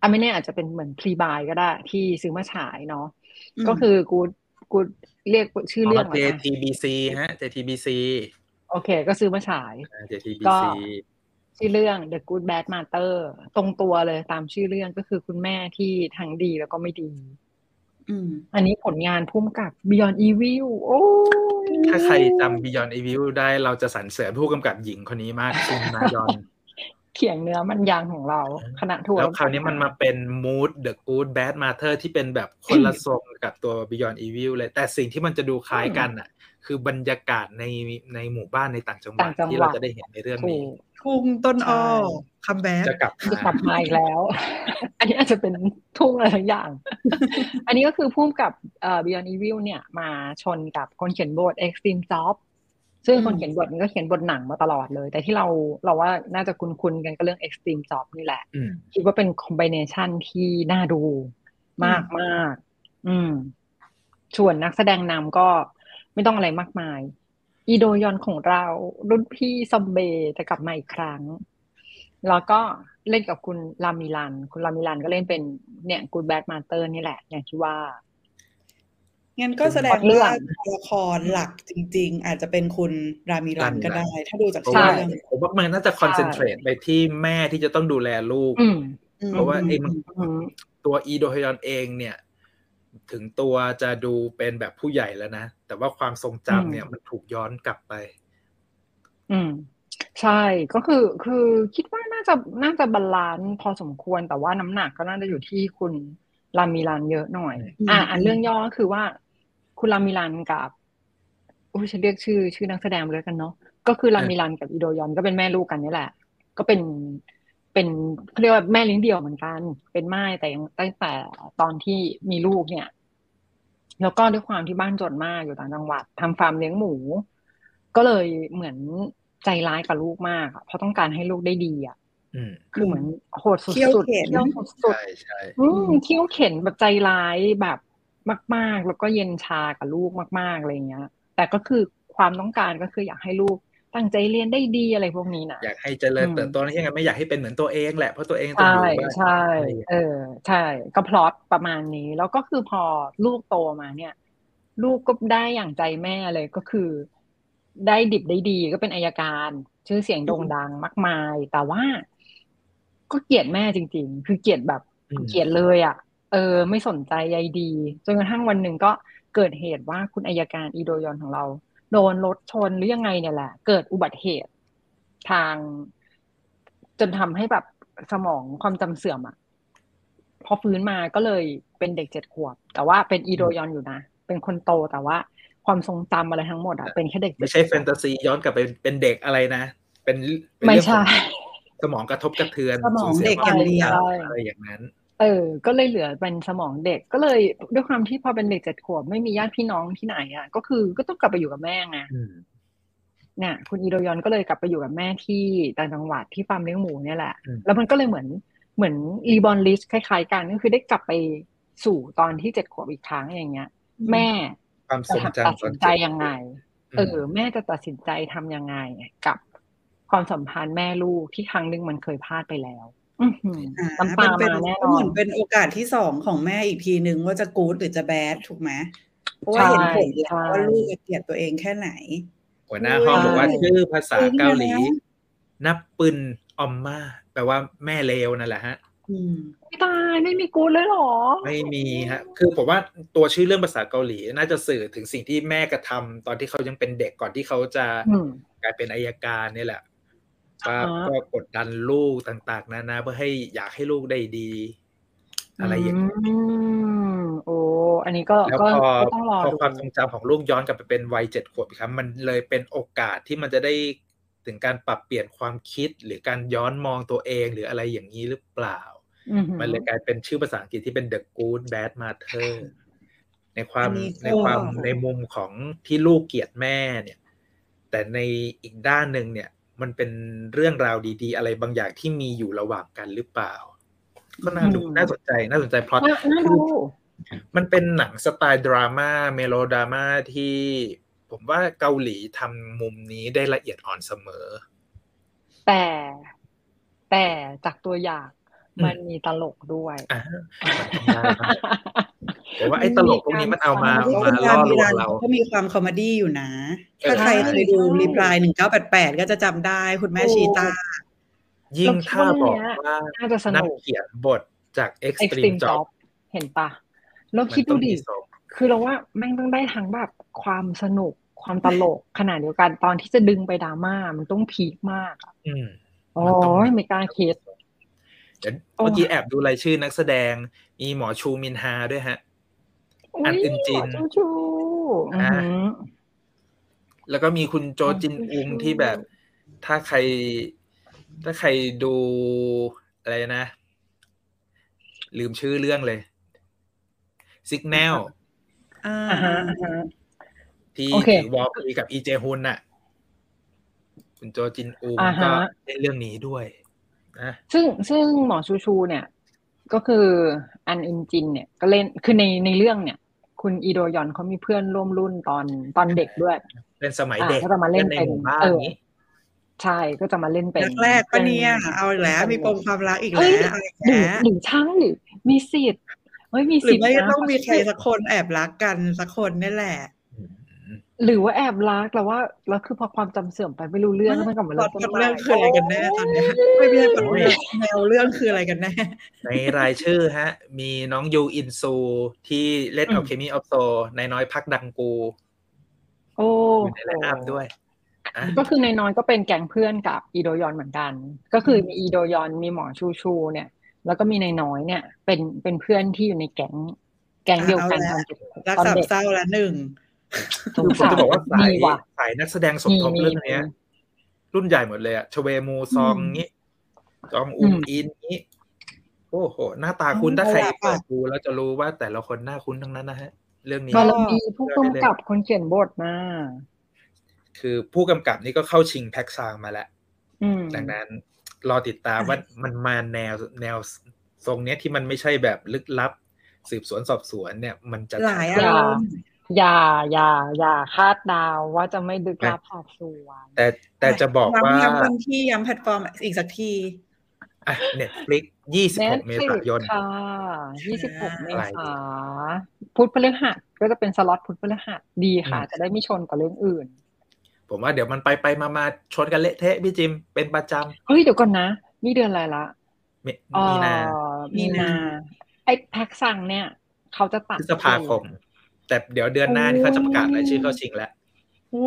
B: อ่ะไม่แน่อาจจะเป็นเหมือนพรีบายก็ได้ ที่ซื้อมาฉายเนาะ
C: อืม
B: ก็คือกูกูเรียกชื่อ
A: อ๋
B: เรื่
A: อ
B: องก่อนนะ
A: JTBC ฮะ JTBC
B: โอเค ก็ซื้อมาฉาย
A: อ่า
B: ก็
A: JTBC
B: ชื่อเรื่อง The Good Bad Mother ตรงตัวเลยตามชื่อเรื่องก็คือคุณแม่ที่ทั้งดีแล้วก็ไม่ดี
C: อืม
B: อันนี้ผลงานพุ่มกับ Beyond Evil โอ้
A: ถ้าใครจำ Beyond Evil ได้เราจะสรรเสริญผู้กำกับหญิงคนนี้มากคิมนายอน
B: เขียงเนื้อมันยางของเราคณะทัวร์
A: แล้วคราวนี้มันมาเป็น Mood The Good Bad Mother ที่เป็นแบบคนละทรงกับตัว Beyond Evil เลย แต่สิ่งที่มันจะดูคล้ายกันอ่ะ คือบรรยากาศในในหมู่บ้านในต่างจังหวัด
B: ต่างจัง
A: ที่
B: ห
A: เรา
B: วัด
A: จะได้เห็นในเรื่อง
B: ถู
A: นี้
B: ก
C: ทุ่งต้นอ้อ
B: ใช่
C: คัมแบ็ก
A: จะกลับ
B: จะ
A: มาก
B: ลับมาอีกแล้ว [laughs] อันนี้อาจจะเป็นทุ่งอะไรทั้งอย่าง [laughs] อันนี้ก็คือพุ่มกับเอ่อ Beyond Evil เนี่ย มาชนกับคนเขียนบท Extreme Job ซึ่งคนเขียนบทมันก็เขียนบทหนังมาตลอดเลย แต่ที่เราเราว่าน่าจะคุ้นๆกันก็เรื่อง Extreme Job นี่แหละ
A: อืม
B: คิดว่าเป็นคอมบิเนชันที่น่าดูมากมาก อืมส่วนนักแสดงนำก็ไม่ต้องอะไรมากมาย อีโดยอนของเรารุ่นพี่ซอมเบย์จะกลับมาอีกครั้ง แล้วก็เล่นกับคุณรามิลัน คุณรามิลันก็เล่นเป็นเนี่ยกูดแบดมาเตอร์นี่แหละ อย่างที่ว่า
C: งั้นก็แสดง
B: เรื่อ
C: ว่าง ตัวละครหลักจริง ๆ อาจจะเป็นคุณรามิรันก็ได้ ถ้าดูจาก
A: เพราะ
C: ชื่อ
A: ว่า
B: ใช่
C: เรื่อง
A: ผมว่ามันน่าจะคอนเซนเทรตไปที่แม่ที่จะต้องดูแลลูก
B: อืม
C: อืม
A: เพราะว่าไอ้มัน
B: อืม
A: ตัวอีโดฮยอนเองเนี่ย ถึงตัวจะดูเป็นแบบผู้ใหญ่แล้วนะ แต่ว่าความทรงจำเนี่ยมันถูกย้อนกลับไป
B: อืม ใช่ก็คือคือคิดว่าน่าจะน่าจะบาลานซ์พอสมควรแต่ว่าน้ำหนักก็น่าจะอยู่ที่คุณรามีรันเยอะหน่อย อ่ะอันเรื่องย่อก็คือว่า คุณรามีรันกับอุ้ยฉันเรียกชื่อ ชื่อนักแสดงเลยกันเนาะก็คือรามีรันกับอีโดยอนก็เป็นแม่ลูกกันนี่แหละ ก็เป็นเป็นเขาเรียกว่าแม่เลี้ยงเดี่ยวเหมือนกัน เป็นม่ายแต่ยังตั้งแต่ตอนที่มีลูกเนี่ย แล้วก็ด้วยความที่บ้านจนมากอยู่ต่างจังหวัดทำฟาร์มเลี้ยงหมู ก็เลยเหมือนใจร้ายกับลูกมากอะเพราะต้องการให้ลูกได้ดีอ่ะ
A: อืม
B: คือเหมือนโหดสุดๆ
C: เที่ยวเข็น
B: เที่ยวสุด
A: ใช่ใช่
B: ๆอืมเที่ยวเข็นแบบใจร้ายแบบมาก ๆ แล้วก็เย็นชากับลูกมากๆอะไรเงี้ย แต่ก็คือความต้องการก็คืออยากให้ลูกตั้งใจเรียนได้ดีอะไรพวกนี้นะ
A: อยากให้เจริญ
B: อืม
A: เติบโตนะที่ไงไม่อยากให้เป็นเหมือนตัวเองแหละ เพราะตัวเองต้อง
B: ใช่
A: อยู่บ้าน
B: ใช่ เออ ใช่ ก็พล็อตประมาณนี้ แล้วก็คือพอลูกโตมาเนี่ย ลูกก็ได้อย่างใจแม่เลยก็คือ ได้ดิบได้ดีก็เป็นอายการ ชื่อเสียงโด่งดังมากมาย แต่ว่า ก็เกลียดแม่จริง ๆ คือเกลียดแบบ
A: อืม
B: เกลียดเลยอ่ะ เออ ไม่สนใจใยดี จนกระทั่งวันหนึ่งก็เกิดเหตุว่าคุณอายการอีโดยอนของเรา โดนรถชนหรือยังไงเนี่ยแหละ เกิดอุบัติเหตุ ทาง จนทำให้แบบสมองความจำเสื่อมอ่ะ พอฟื้นมาก็เลยเป็นเด็กเจ็ดขวบ แต่ว่าเป็นอีโดยอนอยู่นะ เป็นคนโตแต่ว่าความทรงจำอะไรทั้งหมดอ่ะเป็นแค่เด็กเจ็
A: ไม่
B: ด
A: ใช่
B: ข
A: แฟ
B: วบ
A: นตาซีย้อนกลับไปเป็นเด็กอะไรนะ เป็นเป็น
B: ไม่
A: เรื่อง
B: ใช่
A: ของสมองกระทบกระเทือน
B: สมอง
A: สูญสี
C: เด็กอย่างเดียว
A: ควมทรงจำอะไรอย่างนั้น
B: เออ ก็เลยเหลือเป็นสมองเด็ก ก็เลยด้วยความที่พอเป็นเด็กเจ็ดขวบไม่มีญาติพี่น้องที่ไหนอ่ะ ก็คือก็ต้องกลับไปอยู่กับแม่ไง
A: อืม
B: เนี่ยคุณอีโดยอนก็เลยกลับไปอยู่กับแม่ที่ต่างจังหวัดที่ฟาร์มเลี้ยงหมูเนี่ยแหละ
A: อืม
B: แล้วมันก็เลยเหมือนเหมือนรีบอ l ลิสคล้ายๆ กันก็คือได้กลับไปสู่ตอนที่เจ็ดขวบอีกครั้งอย่างเงี้ย แม่
A: ความท
B: จะ
A: รง
B: ตัด
A: จำ
B: สิ
A: น
B: นใจยังไง เออ
A: ม
B: แม่จะตัดสินใจทำยังไงกับความสัมพันธ์แม่ลูกที่ครั้งหนึ่งมันเคยพลาดไปแล้ว อื้อหือ
C: อ่า
B: น้ำตา
C: เป็น
B: มาแน่
C: ก็
B: น
C: เห
B: อ
C: มื
B: น
C: อนเป็นโอกาสที่สองของแม่อีกทีนึงว่าจะกู๊ดหรือจะแบดถูกไหมเพราะว่าเห็นผลแล้ว
B: ใช่
C: ว่าลูกจะเกลียดตัวเองแค่ไหน
A: หัวหน้าห้องบอกว่า
B: ใช่
A: ชื่อภาษาเกาหลี
C: เออนี่นะ
A: นับปืนออมมาแปลว่าแม่เลวนั่นแหละฮะ
C: อืม
B: ไม่ตายไม่มีกูดเลยเหรอ
A: ไม่มีฮะ คือผมว่าตัวชื่อเรื่องภาษาเกาหลีน่าจะสื่อถึงสิ่งที่แม่กระทำตอนที่เขายังเป็นเด็กก่อนที่เขาจะ
B: อืม
A: กลายเป็นอายการเนี่ยแหละป้า
B: อ่าฮะ
A: ก็กดดันลูกต่างๆ นานาเพื่อให้อยากให้ลูกได้ดี อะไรอย่างนี้
B: อืมโอ้อันนี้ก็
A: แล้ว
B: ก็
A: พอ
B: ก็ต้องรอ
A: พอ
B: ดู
A: ความทรงจำของลูกย้อนกลับไปเป็นวัยเจ็ดขวบอีกครับ มันเลยเป็นโอกาสที่มันจะได้ถึงการปรับเปลี่ยนความคิดหรือการย้อนมองตัวเองหรืออะไรอย่างนี้หรือเปล่า
B: อือหือ
A: มันเลยกลายเป็นชื่อภาษาอังกฤษที่เป็น the good bad mother ในความ
C: อันนี้ก็
A: ในความในมุมของที่ลูกเกลียดแม่เนี่ย แต่ในอีกด้านหนึ่งเนี่ย มันเป็นเรื่องราวดีๆ อะไรบางอย่างที่มีอยู่ระหว่างกันหรือเปล่า ก็น่าดู
B: อืม
A: น่าสนใจน่าสนใจพล็อต
B: น่าน่าดู
A: มันเป็นหนังสไตล์ดราม่าเมโลดราม่าที่ผมว่าเกาหลีทำมุมนี้ได้ละเอียดอ่อนเสมอ
B: แต่แต่จากตัวอย่าง
A: อืม
B: มันมีตลกด้วย
A: อ่ะมันต้องได้บ้าง ผมว่าไอ้ตลกพวกนี้มันเอามา
B: รซ้ำ
A: มาล่อลวงเรา
C: ก็มีความคอมเมดี้อยู่นะ ถ้า
A: เออ
C: ใครเคยดู
B: ใช่
C: รีプラายหนึ่งเก้าแปดแปดก็จะจำได้คุณแม่
B: โอ้
C: ชีตา
A: ยิ่งถ้าบอกว่า
B: น่าจะส
A: นัก
B: นุก
A: เขียนบทจาก Extreme
B: Extreme
A: Job
B: Job เห็นปะแล้ว
A: มัน
B: คิด
A: ต้
B: ดู
A: อง
B: ดิ
A: มีสอง
B: คือเราว่าแม่งต้องได้ทั้งแบบความสนุกความตลกขนาดเดียวกันตอนที่จะดึงไปดราม่ามันต้องพีคมากอะ
A: อืม
B: โอ้
A: มันต้องมี
B: ยไม่กล้าคิด
A: เดี๋ยว
B: โอ้
A: เมื่อกี้แอบดูรายชื่อนักแสดง มีหมอชูมินฮาด้วยฮะ อัน
B: ย
A: อึนจิน
B: หมอจูจู
A: อ่า
B: อือหือ
A: แล้วก็มีคุณโจจินอุงที่แบบ ถ้าใคร ถ้าใครดูอะไรนะ ลืมชื่อเรื่องเลย Signal
C: อ่า
B: อ่าฮะอ่าฮะ
A: ที่
B: โอเค
A: ถือวอลคุยกับอีเจฮุนน่ะ คุณโจจินอุง
B: อ่าฮะ
A: ก็ได้เรื่องนี้ด้วยนะ
B: ซึ่งซึ่งหมอชูชูเนี่ย ก็คือ อันอินจินเนี่ยก็เล่นคือในในเรื่องเนี่ย คุณอีโดยอนเขามีเพื่อนร่วมรุ่นตอนตอนเด็กด้วย
A: เป็นสมัยเด็ก
B: อ่ะก็จะมาเล่น
A: ใน
B: เป็น
A: หมู่บ้าน
B: เอออ
A: นี้
B: ใช่ก็จะมาเล่นเป็น
C: รักแรกปะเนี่ย
B: ป็
C: เอาอีกแล้วมีปมความรักอีก
B: เอ้
C: แล้
B: ย
C: วเอาอีก
B: หรือ
C: แล้ว
B: หรือช่างหรือมีสิทธิ์เฮ้ยมี
C: หรื
B: สิท
C: อ
B: ธิ์
C: ไม่ก็
B: นะ
C: ต้องมีใครสักคนแอบรักกันสักคนนี่แหละ
B: หรือว่าแอบรักแล้วว่าแล้วคือพอความจำเสื่อมไปไม่รู้เรื่องแล้วมันกลับมา
C: พล็
B: เริ่
C: อต
B: มต้น
C: เรื่องคืออะไรกันแน่ตอนเนี้ยไม่ใช่พล็อตเรื่องแนวเรื่องคืออะไรกันแน่
A: ในรายชื่อฮะ มีน้องยูอินซูที่เล่น
C: อืม
A: เอาเคมีออฟโซนายน้อยพักดังกู
B: โอ้
A: อ
B: โห
A: ยู่ในไลน์อัพด้วยอ่ะ
B: ก็คือนายน้อยก็เป็นแก๊งเพื่อนกับอีโดยอนเหมือนกัน ก็คือมีอีโดยอนมีหมอชูชูเนี่ย แล้วก็มีนายน้อยเนี่ย เป็นเป็นเพื่อนที่อยู่ในแก๊งแก๊งเดียวกันตอนเด็ก
C: รัก
B: ตอน
C: สาม
B: เด็ก
C: เศร้าละหนึ่ง
B: สง
A: คือผม
B: สาร
A: จะบอกว่าสาย
B: ดีว่ะ
A: สายนักแสดงสมทบ
B: มีมี
A: เรื่องเนี้ย
B: มี
A: รุ่นใหญ่หมดเลยอะชเวมูซอง
B: อืม
A: งี้จองอุม
B: อืม
A: อินงี้ โอ้โห หน้าตาคุณถ้า
C: อืม
A: ใคร
C: น่ารักอะ
A: เปิดดูแล้วจะรู้ว่าแต่ละคนหน้าคุ้นทั้งนั้นนะฮะ เรื่องนี้
B: บารมีผู้กำกับคนเขียนบทนะ
A: คือผู้กำกับนี่ก็เข้าชิงแพ็กซางมาแล้ว
B: อืม
A: ดังนั้นรอติดตามว่ามันมาแนวแนวทรงเนี้ยที่มันไม่ใช่แบบลึกลับ สืบสวนสอบสวนเนี่ย มันจะ
C: หลายอารมณ์
B: อย่าอย่าอย่าคาดเดาวว่าจะไม่ดึกลับสอบสวน
A: แต่แต่จะบอกว่า
C: ย้ำย้ำวันที่ย้ำแพลตฟอร์มอีกสักที
A: เน็ตฟลิกยี่สิบ
B: แน่
A: หกเมษายน
B: ค่ะ26เม
A: อะไร
B: ษาพุธพฤหัสก็จะเป็นสล็อตพุธพฤหัสดีค่ะ จะได้ไม่ชนกับเรื่องอื่น
A: ผมว่าเดี๋ยวมันไปไปมามาชนกันเละเทะพี่จิมเป็นประจ
B: เฮ้ยเดี๋ยวก่อนนะ นี่เดือนอะไรละ
A: ำเมมีนา
B: เอ่อ
C: มี
B: มี
C: นา
B: นา ไอ้แพ็กสั่งเนี่ย เขาจะตัด
A: พฤษภาคม แต่เดี๋ยวเดือนหน้านี่เขาจะประกาศรายชื่อเข้าชิงแล้ว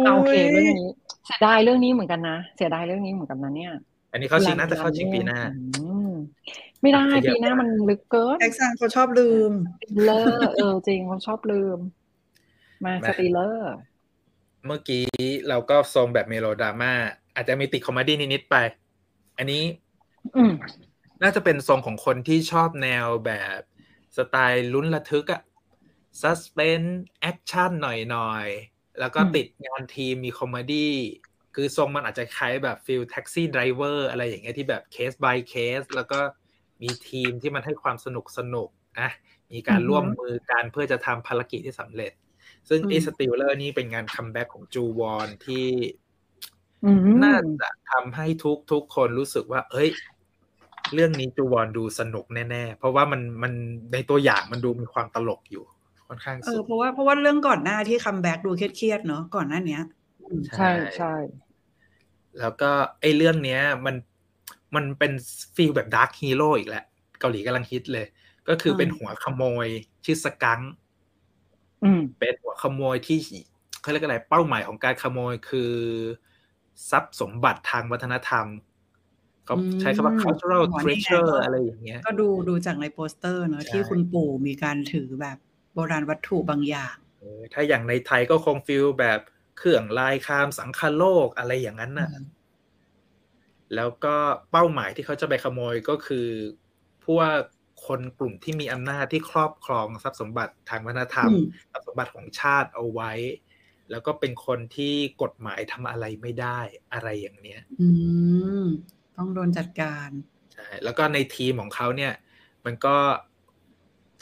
B: เอาโอเคเรื่องนี้เสียดายเรื่องนี้เหมือนกันนะ เสียดายเรื่องนี้เหมือนกันนะเนี่ย
A: อันนี้เข้าชิงน่าจะเข้าชิงปีหน้า
B: อืมไม่ได้
A: ขยับ
B: ปีหน้ามันลึกเกิน
C: แท็กซังเขาชอบลืม
B: เลอร์ [laughs] เออจริงเขาชอบลืม มาสตีเลอร์
A: เมื่อกี้เราก็ทรงแบบเมโลดราม่าอาจจะมีติดคอมเมดี้นิดๆไป อันนี้
B: อืม
A: น่าจะเป็นทรงของคนที่ชอบแนวแบบสไตล์ลุ้นระทึกอะซัสเพนแอคชั่นหน่อยๆ แล้วก็ติดงานทีมมีคอมเมดี้ คือทรงมันอาจจะคล้ายแบบฟิลแท็กซี่ไดรเวอร์อะไรอย่างเงี้ยที่แบบเคส by เคส แล้วก็มีทีมที่มันให้ความสนุกสนุกๆอะมีการร่วมมือกันเพื่อจะทำภารกิจที่สำเร็จ ซึ่งอีสติลเลอร์นี่เป็นงานคัมแบ็กของจูวอนที่
B: อืม
A: น่าจะทำให้ทุกทุกคนรู้สึกว่า เอ้ย เรื่องนี้จูวอนดูสนุกแน่ ๆ เพราะว่ามันมันในตัวอย่างมันดูมีความตลกอยู่ ค่อนข้าง
C: เอ
A: สู
C: อ
A: ง
C: เพราะว่าเพราะว่าเรื่องก่อนหน้าที่คัมแบ็กดูเครียดๆเนาะก่อนหน้าเนี้ย
A: ใช่
B: ใช่ใช่
A: แล้วก็ไอ้เรื่องเนี้ย มันมันเป็นฟีลแบบดาร์คฮีโร่อีกแล้วเกาหลีกำลังฮิตเลย ก็คือเป็น
C: อืม
A: หัวขโมย ชื่อสกังค์
B: อืม
A: เป็นหัวขโมยที่เขาเรียกอะไรเป้าหมายของการขโมยคือ ทรัพย์สมบัติทางวัฒนธรรมเขาใช้คำว่า
C: อืม
A: cultural
C: หมอนี่ไง
A: treasure อะไรอย่างเงี้ย
C: ก็ดูดูจากในโปสเตอร์เนาะ
A: ใช่
C: ที่คุณปู่มีการถือแบบโบราณวัตถุบางอย่าง
A: เออถ้าอย่างในไทยก็คงฟิลแบบเครื่องลายคามสังคโลกอะไรอย่างนั้นน่ะ แล้วก็เป้าหมายที่เขาจะไปขโมยก็คือ พวกคนกลุ่มที่มีอำนาจที่ครอบครองทรัพย์สมบัติทางวัฒนธรรม
C: อืม
A: ทรัพย์สมบัติของชาติเอาไว้ แล้วก็เป็นคนที่กฎหมายทำอะไรไม่ได้อะไรอย่างเนี้ย
C: อืม ต้องโดนจัดการ
A: ใช่แล้วก็ในทีมของเขาเนี่ย มันก็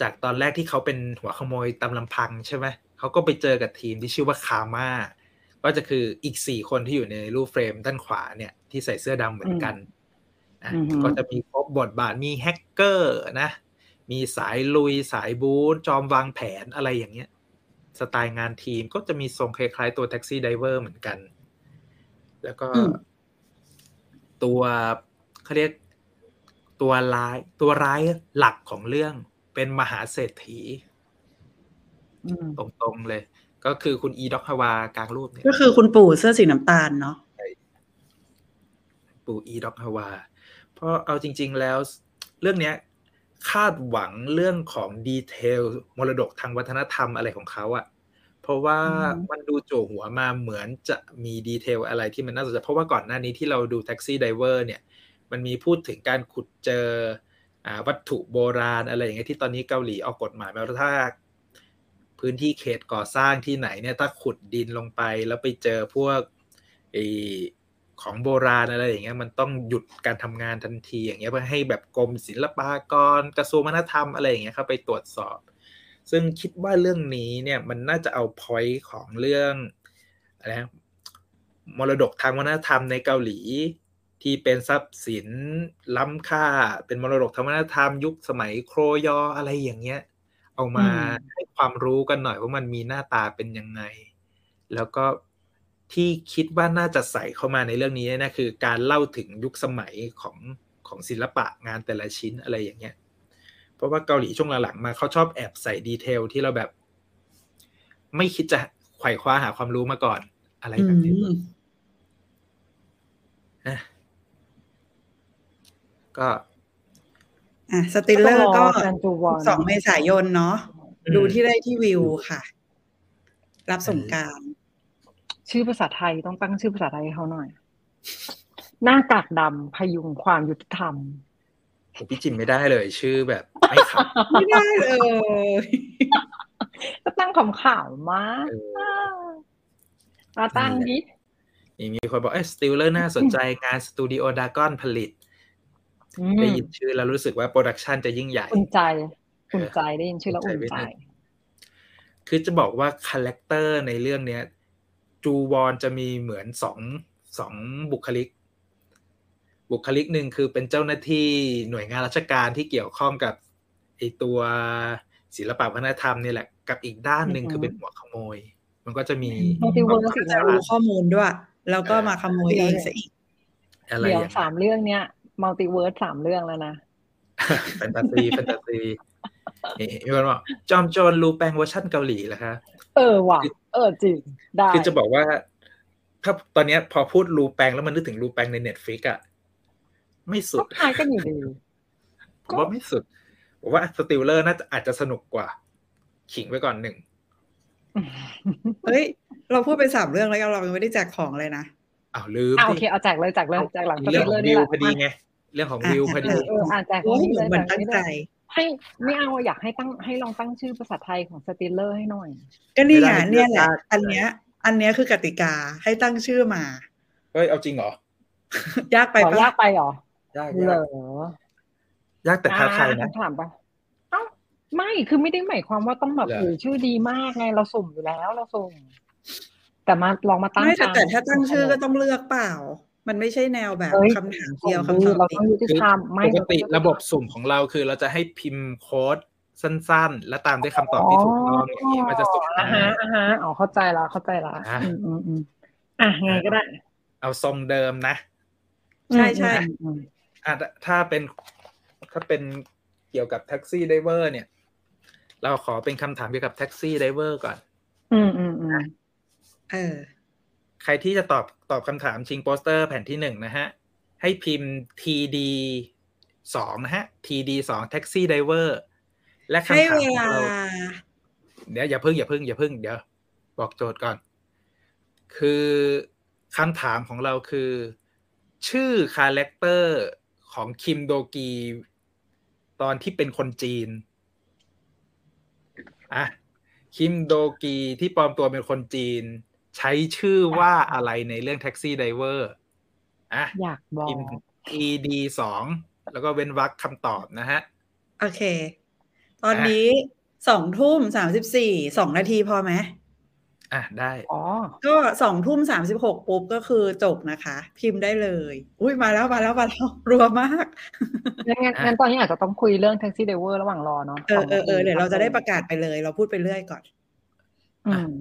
A: จากตอนแรกที่เขาเป็นหัวขโมยตามลำพังใช่ไหมเขาก็ไปเจอกับทีมที่ชื่อว่าคาม่าก็จะคืออีกสี่คนที่อยู่ในรูปเฟรมด้านขวาเนี่ย ที่ใส่เสื้อดำเหมือนกันอ่ะ
B: อือฮึ
A: ก็จะมีครบบทบาทมีแฮกเกอร์นะ มีสายลุยสายบูธจอมวางแผนอะไรอย่างเงี้ย สไตล์งานทีมก็จะมีทรงคล้ายๆตัวแท็กซี่ไดเวอร์เหมือนกัน แล้วก็
C: อืม
A: ตัวเขาเรียกตัวร้าย ตัวร้ายหลักของเรื่องเป็นมหาเศรษฐี
B: อืม
A: ตรงๆเลย ก็คือคุณอีด็อกฮาวากลางรูปเนี่ย
C: ก็คือคุณปู่เสื้อสีน้ำตาลเนาะ
A: ปู่อีด็อกฮาวา เพราะเอาจริง ๆแล้วเรื่องเนี้ยคาดหวังเรื่องของดีเทลมรดกทางวัฒนธรรมอะไรของเขาอะเพราะว่า
C: อืม
A: มันดูโจหัวมาเหมือนจะมีดีเทลอะไรที่มันน่าสนใจเพราะว่าก่อนหน้านี้ที่เราดูแท็กซี่ไดเวอร์เนี่ย มันมีพูดถึงการขุดเจออ่าวัตถุโบราณอะไรอย่างเงี้ยที่ตอนนี้เกาหลีออกกฎหมายมาแล้วถ้า พื้นที่เขตก่อสร้างที่ไหนเนี่ยถ้าขุดดินลงไปแล้วไปเจอพวกไอ้ ของโบราณอะไรอย่างเงี้ยมันต้องหยุดการทำงานทันทีอย่างเงี้ยเพื่อให้แบบกรมศิลปากรกระทรวงวัฒนธรรมอะไรอย่างเงี้ยเข้าไปตรวจสอบ ซึ่งคิดว่าเรื่องนี้เนี่ยมันน่าจะเอา point ของเรื่องอะไรนะมรดกทางวัฒนธรรมในเกาหลี ที่เป็นทรัพย์สินล้ำค่า เป็นมรดกทางวัฒนธรรม ยุคสมัยโครยออะไรอย่างเงี้ย เอามา
B: อืม
A: ให้ความรู้กันหน่อยว่ามันมีหน้าตาเป็นยังไง แล้วก็ที่คิดว่าน่าจะใส่เข้ามาในเรื่องนี้นะคือ การเล่าถึงยุคสมัยของของศิลปะงานแต่ละชิ้นอะไรอย่างเงี้ย เพราะว่าเกาหลีช่วงหลังๆมาเขาชอบแอบใส่ดีเทลที่เราแบบ ไม่คิดจะไขว่คว้าหาความรู้มาก่อนอะไร
C: อื
A: แบบนี้
C: ม
A: นะก็
C: อ่ะสติลเลอร์ก็
B: งจันจูวอน
C: สองเมษายนเนาะ
A: อืม
C: ดูที่ได้ที่วิวค่ะ รับสงกราร
B: ชื่อภาษาไทยต้องตั้งชื่อภาษาไทยให้เขาหน่อย หน้ากากดำพยุงความยุติธรรม
A: ผมพี่จิมไม่ได้เลย ชื่อแบบ [laughs] ไม่ขับ
C: ไม่ได้เลย
B: ก็ตั้งขำขาวมาก
A: เอ
B: เอาตั้งดิ
A: นี่มีคนบอกเอ้สติลเลอร์น่าสนใจงานสตูดิโอดากอนผลิต
B: อื
A: ได้
B: ม
A: ยินชื่อแล้วรู้สึกว่าโปรดักชันจะยิ่งใหญ่
B: อุ่นใจอุ่นใจได้ยินชื่อแล้วอุ่นใจ
A: คือจะบอกว่าคาแรคเตอร์ในเรื่องเนี้ย จูวอนจะมีเหมือนสองสองบุคลิก บุคลิกหนึ่งคือเป็นเจ้าหน้าที่หน่วยงานราชการที่เกี่ยวข้องกับไอตัวศิลปะวัฒนธรรมเนี่ยแหละ กับอีกด้านหนึ่ง
B: อือฮึ
A: คือเป็นหัวขโมย มันก็จะมี
B: มัลติเวิร์ส
C: ก็
B: อีก
C: จะ
B: แล้ว
C: รู้
B: อะ
C: ข้อมูลด้วย แล้วก็
A: เออ
C: มาขโมย
B: เดี๋
C: เอ
B: ยว
C: งซะอีก
A: อะไรอ
B: เดี๋ย
A: ย่าว งนั้น
B: สามเรื่องเนี้ยมัลติเวิร์สสามเรื่องแล้วนะ
A: [laughs] แฟนตาซีแฟนตาซีเอ๊ะมีคนบอกจอมโจรรูแปลงเวอร์ชั่นเกาหลีเหรอคะ
B: เออว่ะ เออจริงได้
A: คือจะบอกว่า ถ้าตอนเนี้ยพอพูดรูแปลงแล้วมันนึกถึงรูแปลงในเน็ตฟลิกอะไม่สุ
B: ก็
A: ด
B: คล้ายกันอยู่ดี
A: ผมว่าไม่สุดผมว่าสติลเลอร์น่าจะอาจจะสนุกกว่า ขิงไว้ก่อนหนึ่ง
C: เฮ้ย เราพูดไปสามเรื่องแล้วยังเรายังไม่ได้แจกของเลยนะ
A: อ้าวลืม
B: อ่ะโอ
A: สิ
B: เคเอาแจกเลยแจกเลยแจกหลัง
A: เรื่องของ
B: นี่
A: วิว
B: แหละ
A: พอดีไง เรื่องของวิวพอ
B: เอ
A: ดี
B: อเอออ่ะแจก
C: โอ้ย
B: นี่
C: เหมือน
B: เลย
C: เหมือนตั้งใจ
B: ให้ไม่เอาอะอยากให้ตั้งให้ลองตั้งชื่อภาษาไทยของสติลเลอร์ให้หน่อย
C: ก็นี่ไง
A: เวลาเลือก
C: เนี่ยแหละ
A: ยาก
C: อันเนี้ย อันเนี้ยคือกติกาให้ตั้งชื่อมา
A: เฮ้ยเอาจริงเหรอย
C: ากไป
B: ขอ
C: ปะ
B: ยากไปเหรอย
A: าก
B: เหร
A: ยาก
B: อ
A: ยากแต่ท้าทายนะ
B: อ่คำถามปะเอ้าไม่คือไม่ได้หมายความว่าต้องแบบ
A: เหรอ
B: หรือชื่อดีมากไงเราสุ่มอยู่แล้วเราสุ่มแต่มาลองมาตั้ง
C: ไม่แต่
B: ต
C: แต่ถ้าตั้งชื่อก็
B: เ
C: ต้องเลือกเปล่า มันไม่ใช่แนวแบบ
B: เฮ้ย
C: คำถาม
B: ดี
C: เดียวคำต
B: ดี
C: อบ
B: เรา
C: เดีย
B: ต้อ
C: ว
B: งยุติธรรมไม่
A: ปกติระบบสุ่มของเราคือเราจะให้พิมพ์โค้ดสั้นๆ และตามด้วยคำตอบที่ถูกต้องอย่างนี้มันจะสุ่ม
B: อ่า
A: นะ
B: ฮะอ่าฮะอ๋อเข้าใจละเข้าใจละ
A: อ่ะ
B: อืมอืมอืมอ่ะไงก็ได้
A: เอาทรงเดิมนะ
C: ใช่ใช่
B: อืมอืม
A: อ่ะถ้าเป็นถ้าเป็นเกี่ยวกับแท็กซี่ไดเวอร์เนี่ย เราขอเป็นคำถามเกี่ยวกับแท็กซี่ไดเวอร์ก่อน
B: อืมอืมอืม
C: เออ
A: ใครที่จะตอบตอบคำถามชิงโปสเตอร์แผ่นที่หนึ่งนะฮะ ให้พิมพ์ TD สองนะฮะ TD สองแท็กซี่ไดเวอร์และ
C: ให้
A: คำถาม
C: เว
A: ขอ
C: ลา
A: งเรา เดี๋ยวอย่าเพิ่งอย่าเพิ่งอย่าเพิ่งเดี๋ยวบอกโจทย์ก่อน คือคำถามของเราคือ ชื่อคาแรคเตอร์ของคิมโดกี ตอนที่เป็นคนจีนอ่ะคิมโดกีที่ปลอมตัวเป็นคนจีน ใช้ชื่อว่าอะไรในเรื่องแท็กซี่ไดเวอร์อ่ะ
B: อยากบอก
A: พิมพ์ ed สองแล้วก็เว้นวรรคคำตอบนะฮะ
C: โอเค ตอนนี้สองทุ่มสามสิบสี่สองนาทีพอไหม
A: อ่ะได้
B: อ๋อ
C: ก็สองทุ่มสามสิบหกปุ๊บก็คือจบนะคะ พิมพ์ได้เลย อุ้ยมาแล้วมาแล้วมาแล้ว [laughs] รัวมาก
B: งั้นงั้นงั้นตอนนี้อาจจะต้องคุยเรื่องแท็กซี่ไดเวอร์ระหว่างรอเนาะ
C: เออเออเออเดี๋ยวเราจะได้ประกาศไปเลย เราพูดไปเรื่อยก่อน
B: อืม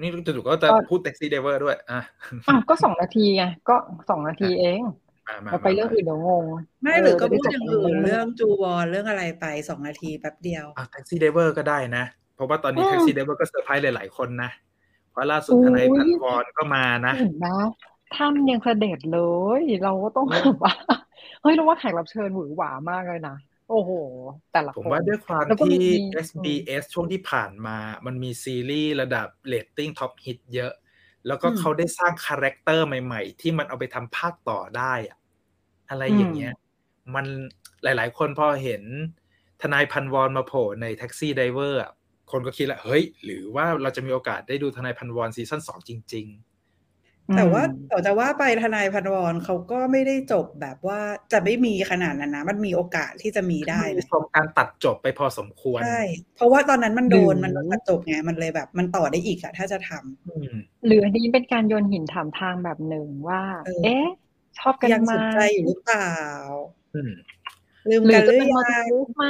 A: นี่จู่ๆก็จะ
B: ก็
A: พูดแท็กซี่ไดเวอร์ด้วยอ่ะ
B: อ้าวก็สองนาทีไงก็สองนาทีเอง
A: มามา
B: เราไปเรื่องอื่นเดี๋ยวงง
C: ไม่
B: เ
C: หรือก็พูด
B: จะ
C: อ
B: ไจ
C: ย่า
B: บ
C: งอื่นเรื่องจูวอนเรื่องอะไรไปสองนาทีแป๊บเดียว
A: แท็กซี่เดเวอร์ก็ได้นะ เพราะว่าตอนนี้แท็กซี่เดเวอร์ก็เซอร์ไพรส์หลาย ๆ คนนะ เพราะล่าสุดทนายพันวอนก็มานะ
B: เห็นนะท่านยังเสด็จเลย เราก็ต้องแบบ
A: [laughs]
B: ว่าเฮ้ยเราว่าแขกรับเชิญหวือหวามากเลยนะโอ้โห แต่ละ
A: ผม
B: คน
A: ว่าด้วยความ
B: แล้วก็มี
A: ที่
B: มี
A: SBS ช่วงที่ผ่านมา มันมีซีรีส์ระดับเรตติ้งท็อปฮิตเยอะ แล้วก็
C: อืม
A: เขาได้สร้างคาแรคเตอร์ใหม่ ๆ ที่มันเอาไปทำภาคต่อได้อะอะไรอย่างเงี้ย มันหลายๆ คนพอเห็นทนายพันวอนมาโผล่ในแท็กซี่ไดเวอร์อะคนก็คิดละเฮ้ย หรือว่าเราจะมีโอกาสได้ดูทนายพันวอนซีซั่นสองจริง ๆ
C: แต่ว่าแต่จะว่าไปทนายพันวรเขาก็ไม่ได้จบแบบว่าจะไม่มีขนาดนั้นนะมันมีโอกาสที่จะมีได้
A: มี
C: นะ
A: ชมการตัดจบไปพอสมควร
C: ใช่เพราะว่าตอนนั้นมันโดน
B: หรือ
C: มันโดนตัดจบไงมันเลยแบบ มันต่อได้อีกอะถ้าจะทำ
A: อืม
B: หรืออันนี้เป็นการโยนหินถามทางแบบหนึ่งว่า
C: เออ
B: เอ๊ะ ชอบกัน
C: ยัง
B: ไหม
C: สนใจอยู่หรือเปล่า
A: อืม
C: ลืม
B: หรื
C: กั
B: อน
C: ห
B: จะ
C: รือ
B: เป็นมัล
C: ยั
B: ติ
C: ง
B: เวิร์สไหม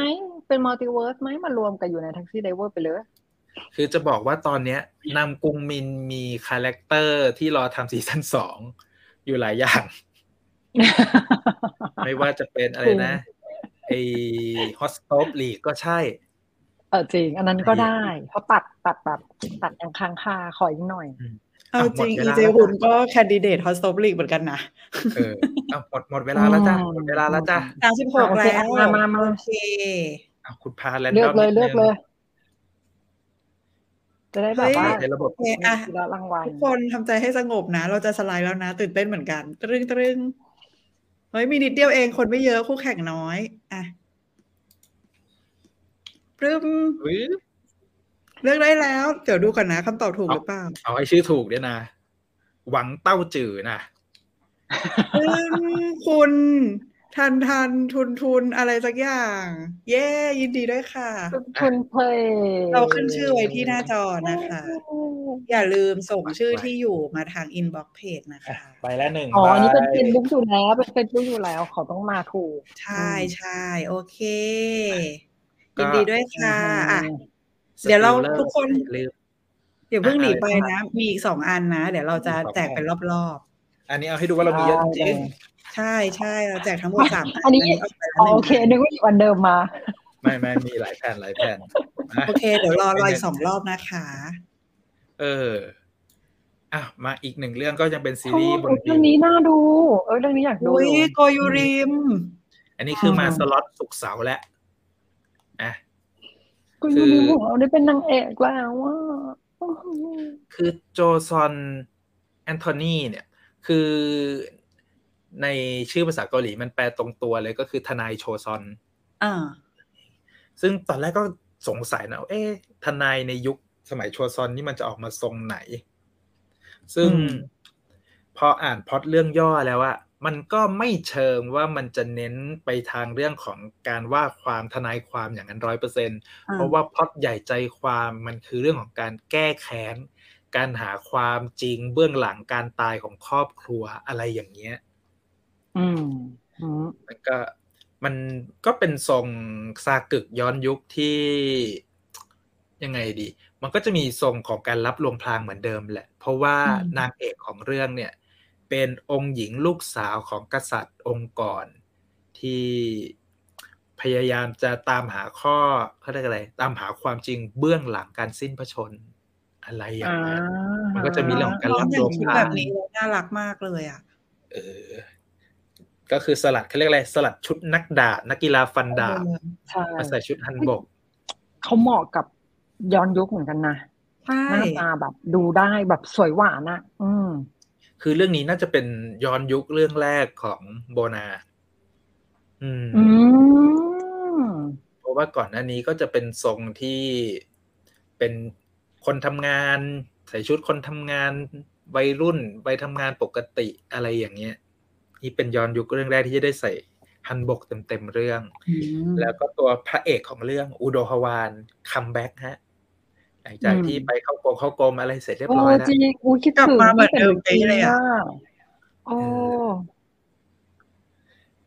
B: เป็นมัลติเวิร์สไหมมารวมกันอยู่ในแท็กซี่ไดเวอร์ไปเลย
A: คือจะบอกว่าตอนเนี้ยนำกรุงมินมีคาแรคเตอร์ที่รอทำซีซั่นสองอยู่หลายอย่าง
B: [laughs]
A: ไม่ว่าจะเป็นอะไรนะ ไอฮอสโตปลีกก็ใช่
B: เออจริง อันนั้นก็ได้เขาตัดตัดแบบตัดอย่างค้างคาขออีกหน่อย
C: เอาจริง
A: หม
C: อี
A: ดเวลา
C: เจ
A: แล้ว
C: ฮุน
A: ค่ะ
C: ก็แคนดิเดตฮอสโตปลีกเหมือนกันนะ
A: เออเอาหมดหมดเวลาแล้วจ้ะ
B: อ๋อ
A: หมดเวลาแล้วจ้ะ
C: สามสิบหก
B: โอเค
C: แล้ว
B: มามามา
C: โอเค
A: เอาคุณพาแลน
B: เลื
A: ด
B: อ
A: อก ม
B: เลย
A: นิด
B: เลือกเลย
A: นึง
B: จะได้แบบว่า
A: ในระบบ
C: โอเคอ่ะ
B: ทีละรางวัล
C: ทุกคนทำใจให้สงบนะ เราจะสไลด์แล้วนะ ตื่นเต้นเหมือนกันตรึงตรึงเฮ้ยมีนิดเดียวเองคนไม่เยอะคู่แข่งน้อย อ่ะปรึม
A: อุ๊ย
C: เลือกได้แล้ว เดี๋ยวดูก่อนนะคำตอบถูกหรือเปล่า
A: เอาให้ชื่อถูกด้วยนะ หวังเต้าจือนะ
C: ปรึมคุณทันทันทุนทุนอะไรสักอย่าง เย้ยินดีด้วยค่ะ
B: คุณคุณเพลย์
C: เราขึ้นชื่อไว้ที่หน้าจอนะคะ อย่าลืมส่งชื่อที่อยู่มาทางอินบ็อกเพจนะคะ
A: ไปแล้วหนึ่ง
B: อ๋ออันนี้เป็น
A: ใบ
B: เฟซบุ๊กอยู่แล้วเป็นเฟซบุ๊กอยู่แล้วขอต้องมาถูก
C: ใช่ใช่โอเค
A: ก็
C: ยินดีด้วยค่ะอ่ะ
A: สกิล
C: เดี๋ยวเรา
A: ลิศ
C: ทุกคน
A: อย่าลืม
C: เดี๋ยวเพิ่งหนีไป
A: อ่ะ
C: นะ มีอีกสองอันนะ เดี๋ยวเราจะแจกเป็นรอบ
A: อันนี้เอาให้ดูว่าเรามีเยอะจริง
C: ๆ ใช่ใช่เราแจกทั้งหมดสาม
B: อันนี้
C: เาไปแล้ว
B: อ๋อ
C: หนึ่ง
B: โอเคนึกว่าอยู่อันเดิมมา
A: ไม่ไม่มีหลายแผ่นหลายแผ่นนะ
C: โอเค เดี๋ยวรอรออีกสองรอบนะคะ
A: เอออ่ะมาอีกหนึ่งเรื่องก็ยังเป็นซีรีส์บน
B: โอ้ย
A: ดิ
B: เรื่อง
A: น
B: นี้น่าดู เออเรื่องนี้อยากดู
C: อุ้ย
B: อยู่
C: โกยูริม
A: อันนี้คือมา
B: อ่า
A: สล็อตสุกร์เสาร์แล้วนะ
B: กู
A: คือ
B: ยูริบอกเราได้เป็นนางเอกแล้วว่า
A: คือโจซอนแอนโทนีเนี่ย คือในชื่อภาษาเกาหลีมันแปลตรงตัวเลยก็คือทนายโชซอน
C: อ่า
A: ซึ่งตอนแรกก็สงสัยนะว่าเอ๊ะทนายในยุคสมัยโชัวซอนนี่มันจะออกมาทรงไหน ซึ่ง
C: อืม
A: พออ่านพล็อดเรื่องย่อแล้วอะมันก็ไม่เชิงว่ามันจะเน้นไปทางเรื่องของการว่าความทนายความอย่างนั้นร้อยเปอร์เซ็น
C: อ่
A: เพราะว่าพล็อดใหญ่ใจความมันคือเรื่องของการแก้แค้น การหาความจริงเบื้องหลังการตายของครอบครัวอะไรอย่างเงี้ย
B: อืมอืม
A: แล้วก็มันก็เป็นทรงซากึกย้อนยุคที่ยังไงดี มันก็จะมีทรงของการรับลวงพลางเหมือนเดิมแหละ เพราะว่า
B: อืม
A: นางเอกของเรื่องเนี่ย เป็นองค์หญิงลูกสาวของกษัตริย์องค์ก่อน ที่พยายามจะตามหาข้อเขาเรียกอะไร ตามหาความจริงเบื้องหลังการสิ้นพระชนม์อะไรอย่าง
B: อ่า
A: เงี้ย มั
B: มัน
A: ก็จะมีเรื่องของการรับ
C: อย่า
A: รู้
C: งคิดแบบนี้เลยน่ารักมากเลยอ่ะ
A: เออ ก็คือสลัดเขาเรียกอะไรสลัดชุดนักดาบนักกีฬาฟันดาบ
B: ใช่
A: มาใส่ชุดฮันบก
B: เขาเหมาะกับย้อนยุคเหมือนกันนะ
C: ใช่
B: หน้าตาแบบดูได้แบบสวยหวานอ่ะ อืม
A: คือเรื่องนี้น่าจะเป็นย้อนยุคเรื่องแรกของโบนา อืม
B: อืม
A: เพราะว่าก่อนหน้านี้ก็จะเป็นทรงที่เป็นคนทำงาน ใส่ชุดคนทำงานวัยรุ่นไปทำงานปกติอะไรอย่างเงี้ย นี่เป็นย้อนยุคเรื่องแรกที่จะได้ใส่ฮันบกเต็มๆเรื่อง
C: อืม
A: แล้วก็ตัวพระเอกของเรื่องอูโดฮาวานคัมแบ็กฮะหลังจากที่ไปเข้ากรมเข้ากรมอะไรเสร็จเรียบ
B: โอ้
A: ร้อยแล้ว
B: จริงอู้คิด
C: กลับ
B: ถึง
C: มาเหมือนเดิมเป๊ะเลยอะ
B: โอ้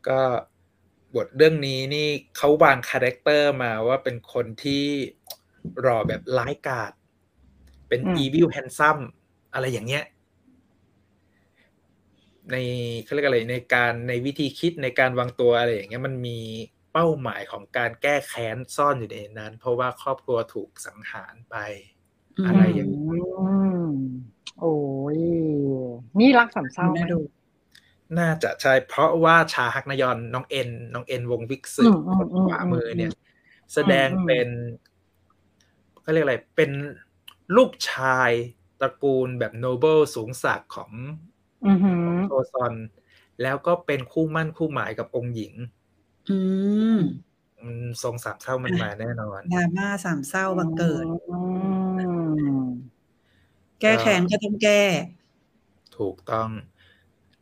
A: ก็บทเรื่องนี้นี่เขาวางคาแรคเตอร์มาว่าเป็นคนที่หล่อแบบร้ายกาจเป็น
B: อืม
A: อีวิลแฮนซัมอะไรอย่างเงี้ย ในเขาเรียกอะไรในการในวิธีคิดในการวางตัวอะไรอย่างเงี้ยมันมีเป้าหมายของการแก้แค้นซ่อนอยู่ในนั้น เพราะว่าครอบครัวถูกสังหารไป อะไรอย่างนี้
B: อืมโอ้ย นี่รักสามเศร้าไหม
C: น่าดู
A: น่าจะใช่เพราะว่าชาฮักนยอนน้องเอ็นน้องเอ็นวงวิกซึ
B: อื
A: ง
B: มอื
A: ค
B: ม
A: น
B: อื
A: ข
B: ม
A: วา
B: อืม
A: มือเนี่ย แสดง
B: อืม
A: เป็นเขาเรียกอะไร เป็นลูกชายตระกูลแบบโนเบิลสูงศักดิ์ของ
B: อือหือ
A: โอซอน แล้วก็เป็นคู่มั่นคู่หมายกับองค์หญิง
C: อืม
A: อืมทรงสามเศร้ามันมาแน่นอน
C: ดราม่าสามเศร้าบังเกิด
B: อืม
C: แก้แค้นก็ต้องแก้
A: ถ ถูกต้อง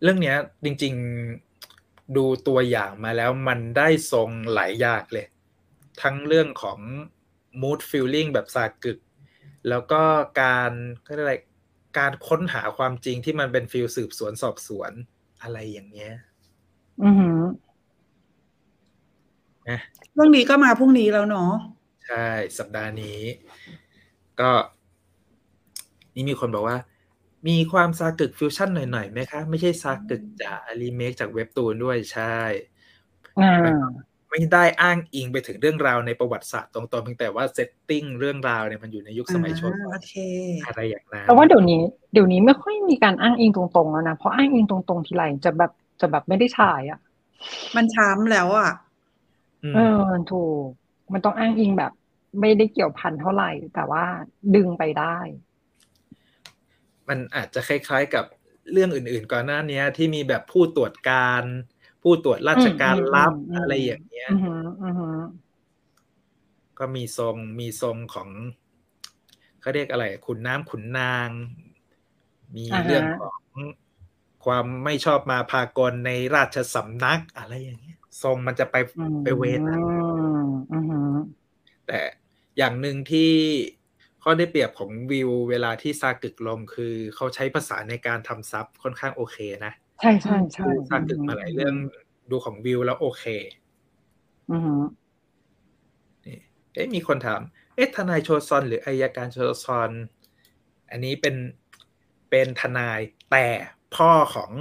A: เรื่องเนี้ย จริง ๆดูตัวอย่างมาแล้วมันได้ทรงหลายอย่างเลย ทั้งเรื่องของ mood feeling แบบสากึก แล้วก็การก็อะไรยกการค้นหาความจริงที่มันเป็นฟิลสืบสวนสอบสวนอะไรอย่างเงี้ย
B: อือหือ
C: เรื่องนี้ก็มาพรุ่งนี้แล้วเนาะ
A: ใช่ สัปดาห์นี้ ก็ นี่มีคนบอกว่า มีความซากึกฟิวชั่นหน่อยๆไหมคะ ไม่ใช่ซากึกจากรีเมคจากเว็บตูนด้วยใช่
B: อ่า
A: ไม่ได้อ้างอิงไปถึงเรื่องราวในประวัติศาสตร์ตรงๆเพียงแต่ว่าเซตติ้งเรื่องราวเนี่ยมันอยู่ในยุคสมัยโชน
C: อ่าโอเค
A: อะไรอย่างนั้น
B: แต่ว่าเดี๋ยวนี้ เดี๋ยวนี้ไม่ค่อยมีการอ้างอิงตรงๆแล้วนะ เพราะอ้างอิงตรงๆทีไรจะแบบจะแบบไม่ได้ฉายอ่ะ
C: มันช้ำแล้วอ่ะ
A: อืม
B: เออถูก มันต้องอ้างอิงแบบ ไม่ได้เกี่ยวพันเท่าไหร่ แต่ว่าดึงไปได้
A: มันอาจจะคล้ายๆกับเรื่องอื่นๆ ก่อนหน้านี้ที่มีแบบผู้ตรวจการ ผู้ตรวจราชการลับ
B: อืมอืมอืม
A: อะไรอย่างเงี้ย
B: อือหืออือหือ
A: ก็มีทรงมีทรงของเขาเรียกอะไรขุนน้ำขุนนาง มี
B: อ่าฮะ
A: เรื่องของความไม่ชอบมาพากลในราชสำนักอะไรอย่างเงี้ย ทรงมันจะไป
B: อืม
A: ไปเวทอะ
B: อือหือ
A: แต่อย่างหนึ่งที่ข้อได้เปรียบของวิวเวลาที่ซากึกลงคือเขาใช้ภาษาในการทำซับค่อนข้างโอเคนะ
B: ใช่ใช่ใช่
A: ดูซากึกมาหลายเรื่องดูของวิวแล้วโอเค
B: อือหือ
A: เอ๊ะมีคนถาม เอ๊ะทนายโชซอนหรืออายการโชซอน อันนี้เป็นเป็นทนายแต่พ่อของ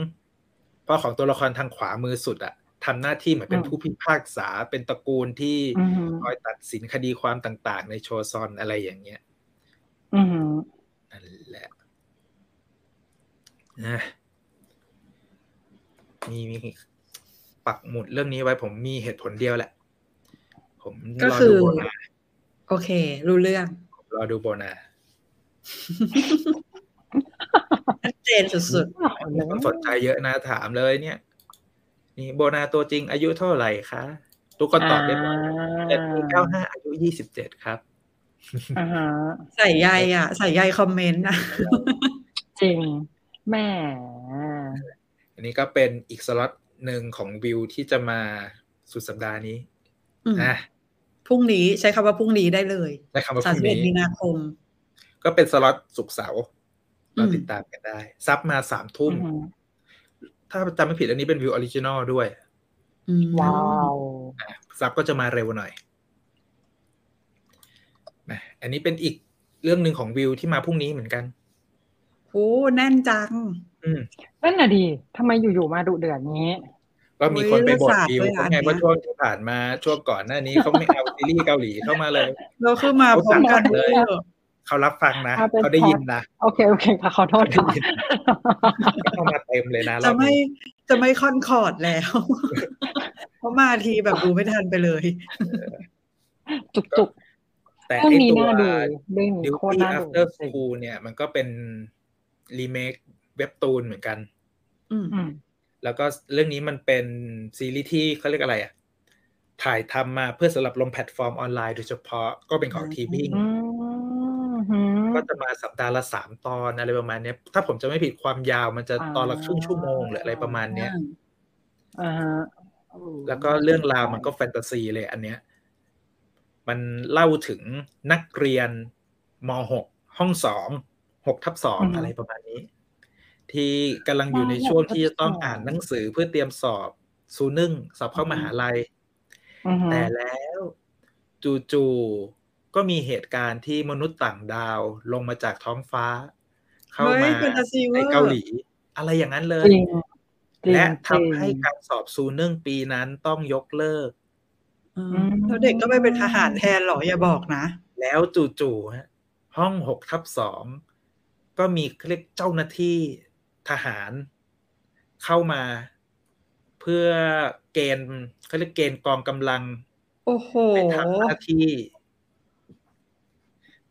A: พ่อของตัวละครทางขวามือสุดอะทำหน้าที่เหมือนเป็น
B: อืม
A: ผู้พิพากษาเป็นตระกูลที่
B: อือหือ
A: คอยตัดสินคดีความต่างๆ ในโชซอนอะไรอย่างเงี้ย
B: อือหือ
A: นั่นแหละนะมีมีปักหมุดเรื่องนี้ไว้ผมมีเหตุผลเดียวแหละ ผม
C: ก็
A: รอ
C: คื
A: ดู
C: อ
A: โบนา
C: โอเค รู้เรื่อง
A: ผมรอดูโบนา
C: ชัดเจนสุด
A: มีคนสนใจเยอะนะถามเลยเนี่ย นี่โบนาตัวจริงอายุเท่าไหร่คะ ทุกคนตอบได้หมดเจ็ดปีเก้าห้าอายุยี่สิบเจ็ดครับ
B: อ่าฮะ
C: ๆ ใส่ใยอ่ะ ใส่ใยคอมเมนต์นะ
B: จริงแหม่
A: อันนี้ก็เป็นอีกสล็อตหนึ่งของวิวที่จะมาสุดสัปดาห์นี้
C: อืม
A: นะ
C: พรุ่งนี้ใช้คำว่าพรุ่งนี้ได้เลย
A: ได้คำว่าพ
C: สามสิ
A: รุ่
C: บ
A: ง
C: เอ็ด
A: นี้
C: มีนาคม
A: ก็เป็นสล็อตสุกร์เสาร์เรา
C: อืม
A: ติดตามกันได้ ซับมาสามทุ่ม
B: อือหือ
A: ถ้าจำไม่ผิดอันนี้เป็นวิวออริจินอลด้วย
C: อืม
B: ว้าว
A: อ่ะซับก็จะมาเร็วหน่อยนะอันนี้เป็นอีกเรื่องหนึ่งของวิวที่มาพรุ่งนี้เหมือนกัน
C: โอ้แน่นจัง
A: อืม
B: นั่นน่ะดีทำไมอยู่ๆมาดุเดือดนี้
A: ก็มีคนไปบ่นดิว
C: เรื่อง
A: เขา
C: ศาสตร์
A: ไง
C: ด้วยนะ
A: ว่าช่วงที่ผ่านมาช่วงก่อนหน้านี้เขาไม่เอาซีรีส์เกาหลีเข้ามาเลย
C: เราคือมาพร้อมกันเลยเหรอ
A: เขารับฟังนะ
B: เอาเป็น
A: เขาได้ยินนะ
B: โอเคโอเคค่ะขอโทษ
A: [laughs]
B: ค่ะ
A: เข้ามาเต็มเลยนะ
C: จะ
A: เรา
C: ไม่จะไม่คอนคอร์ดแล้ว [laughs] เพราะมาทีแบบดูไม่ทันไปเลย
B: จุกจุก
A: แต่
B: ๆเรื่อง
A: ไอ
B: นี้
A: ตัว
B: น่าดูเรื่องนี้โคตร
A: Duty
B: น่าดู
A: After
B: จริง
A: School เนี่ย มันก็เป็นรีเมคเว็บตูนเหมือนกัน
C: อืม
B: อืม
A: แล้วก็เรื่องนี้มันเป็นซีรีส์ที่เขาเรียกอะไรอะถ่ายทำมาเพื่อสำหรับลงแพลตฟอร์มออนไลน์โดยเฉพาะก็เป็นของทีวิง
B: อืมหืม
A: ก็จะมาสัปดาห์ละสามตอนอะไรประมาณเนี้ย ถ้าผมจะไม่ผิดความยาวมันจะ
B: อ่า
A: ตอนละครึ่งชั่วโมงหรืออะไรประมาณเนี้ย
B: อ่าฮะ
A: แล้วก็เรื่องราวมันก็แฟนตาซีเลยอันเนี้ย มันเล่าถึงนักเรียนมหกห้องสองหกทับสองอะไรประมาณนี้ ที่กำลังอยู่ในช่วงที่จะต้องอ่านหนังสือเพื่อเตรียมสอบซูนึ่งสอบเข้ามหาลัย
B: อือหือ
A: แต่แล้วจู่ๆก็มีเหตุการณ์ที่มนุษย์ต่างดาวลงมาจากท้องฟ้า เข้า
C: เฮ้ย
A: มา
C: แฟนตาซีเว
A: ใน
C: อร์
A: เกาหลี อะไรอย่างนั้นเลย
B: จริงจริง
A: และทำ
B: จริง
A: ให้การสอบซูเนื่องปีนั้นต้องยกเลิก
C: อืม
B: อืม
C: แล้วเด็กก็ไปเป็นทหารแทนเหรออย่าบอกนะ
A: แล้วจู่ๆฮะห้องหกทับสองก็มีเรียกเจ้าหน้าที่ทหาร เข้ามา เพื่อเกณฑ์เขาเรียกเกณฑ์กองกำลัง
C: โอ้โห
A: ไปทำหน้าที่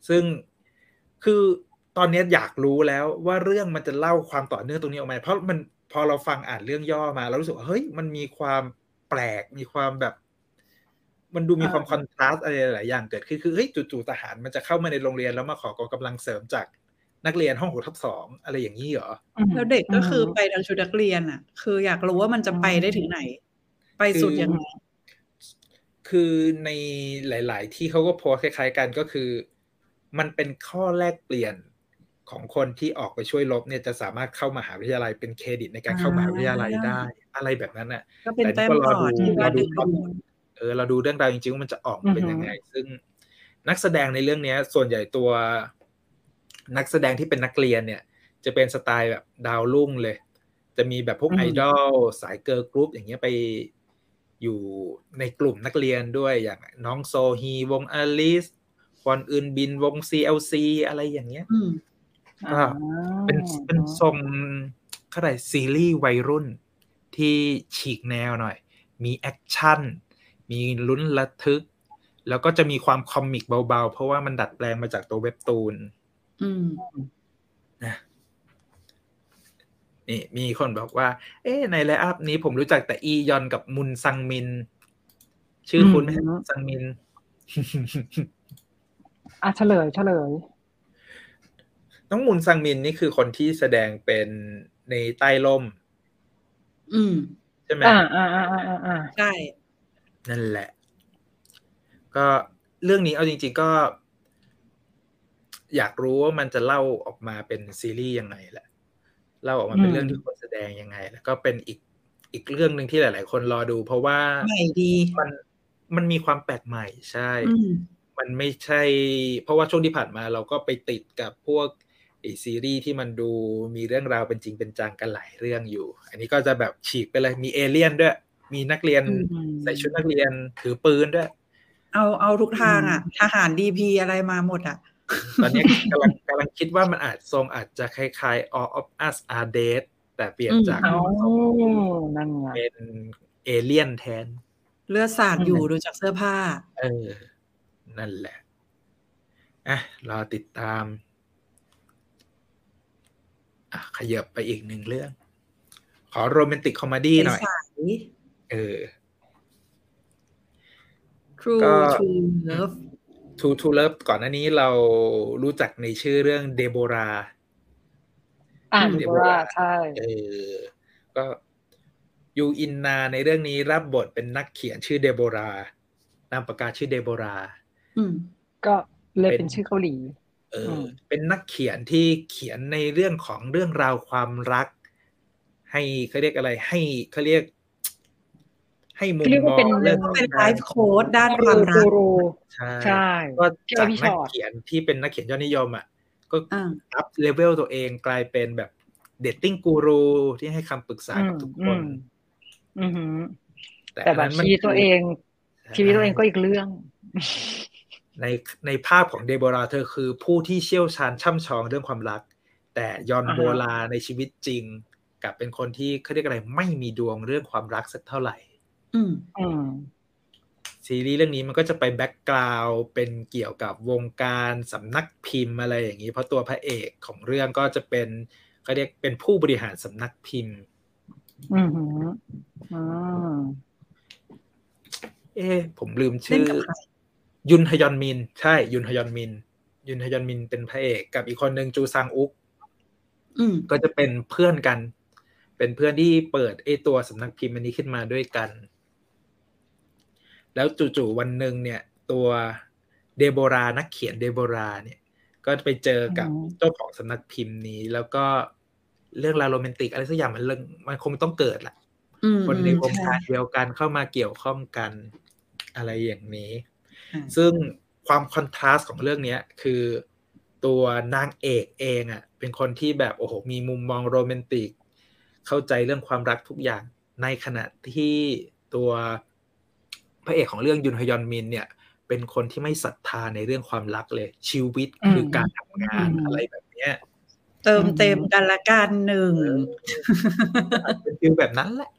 A: ซึ่งคือตอนเนี้ยอยากรู้แล้วว่าเรื่องมันจะเล่าความต่อเนื่องตรงนี้ออกมา เพราะมันพอเราฟังอ่านเรื่องย่อมา เรารู้สึกว่าเฮ้ยมันมีความแปลกมีความแบบ มันดูมีความคอนทราสต์อะไรหลายอย่างเกิดขึ้นคือเฮ้ยจู่ๆทหารมันจะเข้ามาในโรงเรียนแล้วมาขอกองกำลังเสริมจาก นักเรียนห้องหกทับสองอะไรอย่างนี้เหรอ
C: แล้วเด็กก็คือไปทางชุดนักเรียนอ่ะ คืออยากรู้ว่ามันจะไปได้ถึงไหน ไปสุดยังไง
A: คือในหลาย ๆ ที่เขาก็โพสต์คล้าย ๆ กันก็คือ มันเป็นข้อแลกเปลี่ยนของคนที่ออกไปช่วยลบเนี่ยจะสามารถเข้ามหาวิทยาลัยเป็นเครดิตในการเข้ามหาวิทยาลัยได้ อะไรแบบนั้นอ่ะ
C: ก็เป็นแต้มต่อที่ว่าดึงดูด
A: เออเราดูเรื่องราวจริงๆว่ามันจะออกมาเป็นยังไง ซึ่งนักแสดงในเรื่องเนี้ย ส่วนใหญ่ตัว นักแสดงที่เป็นนักเรียนเนี่ย จะเป็นสไตล์แบบดาวรุ่งเลย จะมีแบบพวก
B: อืม
A: ไอดอลสายเกิร์ลกรุ๊ปอย่างเงี้ยไปอยู่ในกลุ่มนักเรียนด้วยอย่างน้องโซฮีวงอลิสวอนอื่นบินวง CLC อะไรอย่างเงี้ย
C: อืม
A: อ่า เป็นเป็นทรงเท่าไหร่ซีรีส์วัยรุ่นที่ฉีกแนวหน่อย มีแอคชั่น มีลุ้นระทึก แล้วก็จะมีความคอมิกเบาๆ เพราะว่ามันดัดแปลงมาจากตัวเว็บตูน
C: อืม
A: นี่มีคนบอกว่า เอ๊ะในไลน์อัพนี้ผมรู้จักแต่อียอนกับมุนซังมิน ชื่อคุณไหม
B: อืม
A: ซังมิน
B: อ่ะเฉลยเฉลย
A: น้องมุนซังมินนี่คือคนที่แสดงเป็นในใต้ล่ม
C: อืม
A: ใช่ไหม
B: อ่าอ่าอ่าอ่าอ่า
C: ใช่
A: นั่นแหละ ก็เรื่องนี้เอาจริง ๆก็ อยากรู้ว่ามันจะเล่าออกมาเป็นซีรีส์ยังไงแหละ เล่าออกมาเป็น
B: อืม
A: เรื่องที่คนแสดงยังไง แล้วก็เป็นอีกอีกเรื่องหนึ่งที่หลาย ๆ คนรอดู เพราะว่า
C: ใหม่ดี
A: มันมันมีความแปลกใหม่ใช่
C: อืม
A: มันไม่ใช่ เพราะว่าช่วงที่ผ่านมาเราก็ไปติดกับพวกไอซีรีส์ที่มันดูมีเรื่องราวเป็นจริงเป็นจังกันหลายเรื่องอยู่ อันนี้ก็จะแบบฉีกไปเลยมีเอเลี่ยนด้วย มีนักเรียน
C: อืม
A: ใส่ชุดนักเรียนถือปืนด้วย
C: เอาเอาทุกทางอ่ะ ทหารดีพีอะไรมาหมดอ่ะ
A: ตอนนี้ [laughs] กำลังกำลังคิดว่ามันอาจทรงอาจจะคล้ายๆ All of Us Are Dead แต่เปลี่ยน
C: อืม
A: จาก
B: เอานั่นไง
A: เป็นเอเลี่ยนแทน
C: เลือดสาดอยู่ดูจากเสื้อผ้า
A: เออ นั่นแหละ อ่ะ รอติดตาม อ่ะ ขยับไปอีกหนึ่งเรื่อง ขอโรแมนติกคอมเมดี้หน่อย
C: ใสๆ
A: เออ
C: True
A: ก็
C: True Love
A: ทูทูเลิฟก่อนหน้านี้เรารู้จักในชื่อเรื่องเดโบรา
B: อ่า
A: เดี๋
B: ดี
A: ยว
B: กว่า
A: ว่า
B: ใช่
A: เออ ก็ยูอินนาในเรื่องนี้รับบทเป็นนักเขียนชื่อเดโบรา นามปากกาชื่อเดโบรา
C: อืม
B: ก็เลย
A: เป็
B: เป็น นชื่อเกาหลี
A: เอออ
B: ม
A: เป็นนักเขียนที่เขียนในเรื่องของเรื่องราวความรัก ให้เขาเรียกอะไร ให้เขาเรียก ให้มุม
B: เรียก
A: มอ
B: ว่าเป็น
A: งรื่องของ
C: เป็นไล
A: การ
C: ฟ์โค้ดด้านความรั
B: กู
C: ก
B: รู
A: ใช่
B: ใช่
A: ก็
B: ใช่
A: จาก
B: พี่
A: นั
B: ช
A: ก
B: อต
A: เขียนที่เป็นนักเขียนยอดนิยมอ่ะก็
C: อ่า
A: อัพเลเวลตัวเองกลายเป็นแบบเดตติ้งกูรูที่ให้คำปรึกษากับทุกคน
B: อืมอืมอืมแต่
A: อัน
B: แบบ
A: นั้นมัน
B: ชีวิตตัวเอง
A: คือ
B: ชีวิตตัวเองก็อีกเรื่อง
A: ในในภาพของเดโบราเธอคือผู้ที่เชี่ยวชาญช่ำชองเรื่องความรัก แต่ยอน
B: อ่าฮะ
A: โบราในชีวิตจริงกลับเป็นคนที่เขาเรียกอะไรไม่มีดวงเรื่องความรักสักเท่าไหร่
C: อืม
B: อืม
A: ซีรีส์เรื่องนี้มันก็จะไปแบ็กกราวด์เป็นเกี่ยวกับวงการสำนักพิมพ์อะไรอย่างนี้ เพราะตัวพระเอกของเรื่องก็จะเป็นเขาเรียกเป็นผู้บริหารสำนักพิมพ์
B: อืมอืมอืม
A: เอ๊ะผมลืม
C: เล่
A: ชื่
C: น
A: อ
C: กับใคร
A: ยุนฮยอนมิน ใช่ ยุนฮยอนมิน ยุนฮยอนมินเป็นพระเอกกับอีกคนหนึ่งจูซังอุก
C: อืม
A: ก็จะเป็นเพื่อนกัน เป็นเพื่อนที่เปิดไอตัวสำนักพิมพ์อันนี้ขึ้นมาด้วยกัน แล้วจู่ๆวันหนึ่งเนี่ย ตัวเดโบรานักเขียนเดโบราเนี่ย ก็ไปเจอกับเจ้าของสำนักพิมพ์นี้ แล้วก็เรื่องราวโรแมนติกอะไรสักอย่างมันเรื่องมันคงต้องเกิดแหละ
C: อืม
A: คนในวง
C: ช่
A: การเดียวกันเข้ามาเกี่ยวข้องกันอะไรอย่างนี้
C: อ่า
A: ซึ่งความคอนทราสต์ของเรื่องเนี้ยคือตัวนางเอกเองอะ่ะเป็นคนที่แบบโอ้โหมีมุมมองโรแมนติก เข้าใจเรื่องความรักทุกอย่างในขณะที่ตัวพระเอกของเรื่องยุนฮยอนมินเนี่ย เป็นคนที่ไม่ศรัทธาในเรื่องความรักเลย ชีวิตคือการทำงานอะไรแบบเนี้ย
C: เติมเต็มกันละกันหนึ่ง
A: เป็นฟิลแบบนั้นแหละ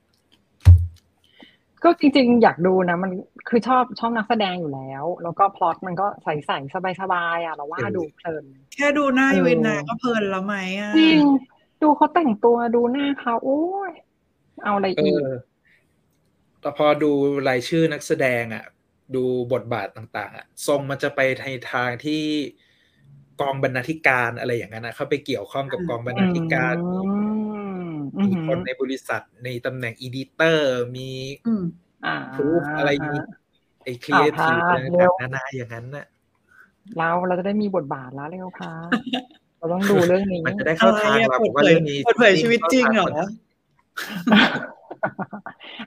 B: ก็จริงๆ อยากดูนะ มันคือชอบชอบนักแสดงอยู่แล้ว แล้วก็พล็อตมันก็ใสๆสบายๆอ่ะเราว่า
A: เออ
B: ดูเพลิน
C: แค่ดูหน้า
B: เออ
C: เวนนาก็เพลินแล้วไหมอ่ะ
B: จริงดูเขาแต่งตัวดูหน้าเขาโอ้ยเอาอะไร
A: เอ
B: อีก
A: อแต่พอดูรายชื่อนักแสดงอะดูบทบาทต่าง ๆอะทรงมันจะไปในทางที่ กองบรรณาธิการอะไรอย่างนั้นนะเข้าไปเกี่ยวข้องกับกองบรรณาธิการ
B: อืมอื
A: มี
B: ม
A: คนในบริษัทในตำแหน่งอีดิเตอร์ มี
C: อืม
B: อ่า
A: proof อะไรมีไอ้ครีเอ
B: อ่า
A: ทีฟ
B: พา
A: อะไร
B: เร็ว
A: ต่างๆนานาอย่างนั้นน่ะ
B: เราเราจะได้มีบทบาทแล้วเร็ว
A: [laughs]
B: พาเราต้องดูเรื่องนี้
A: มันจะได้เข้าทางเราผมว่าเรื่องนี้
C: เปิดเผยชีวิตจริงเหรอ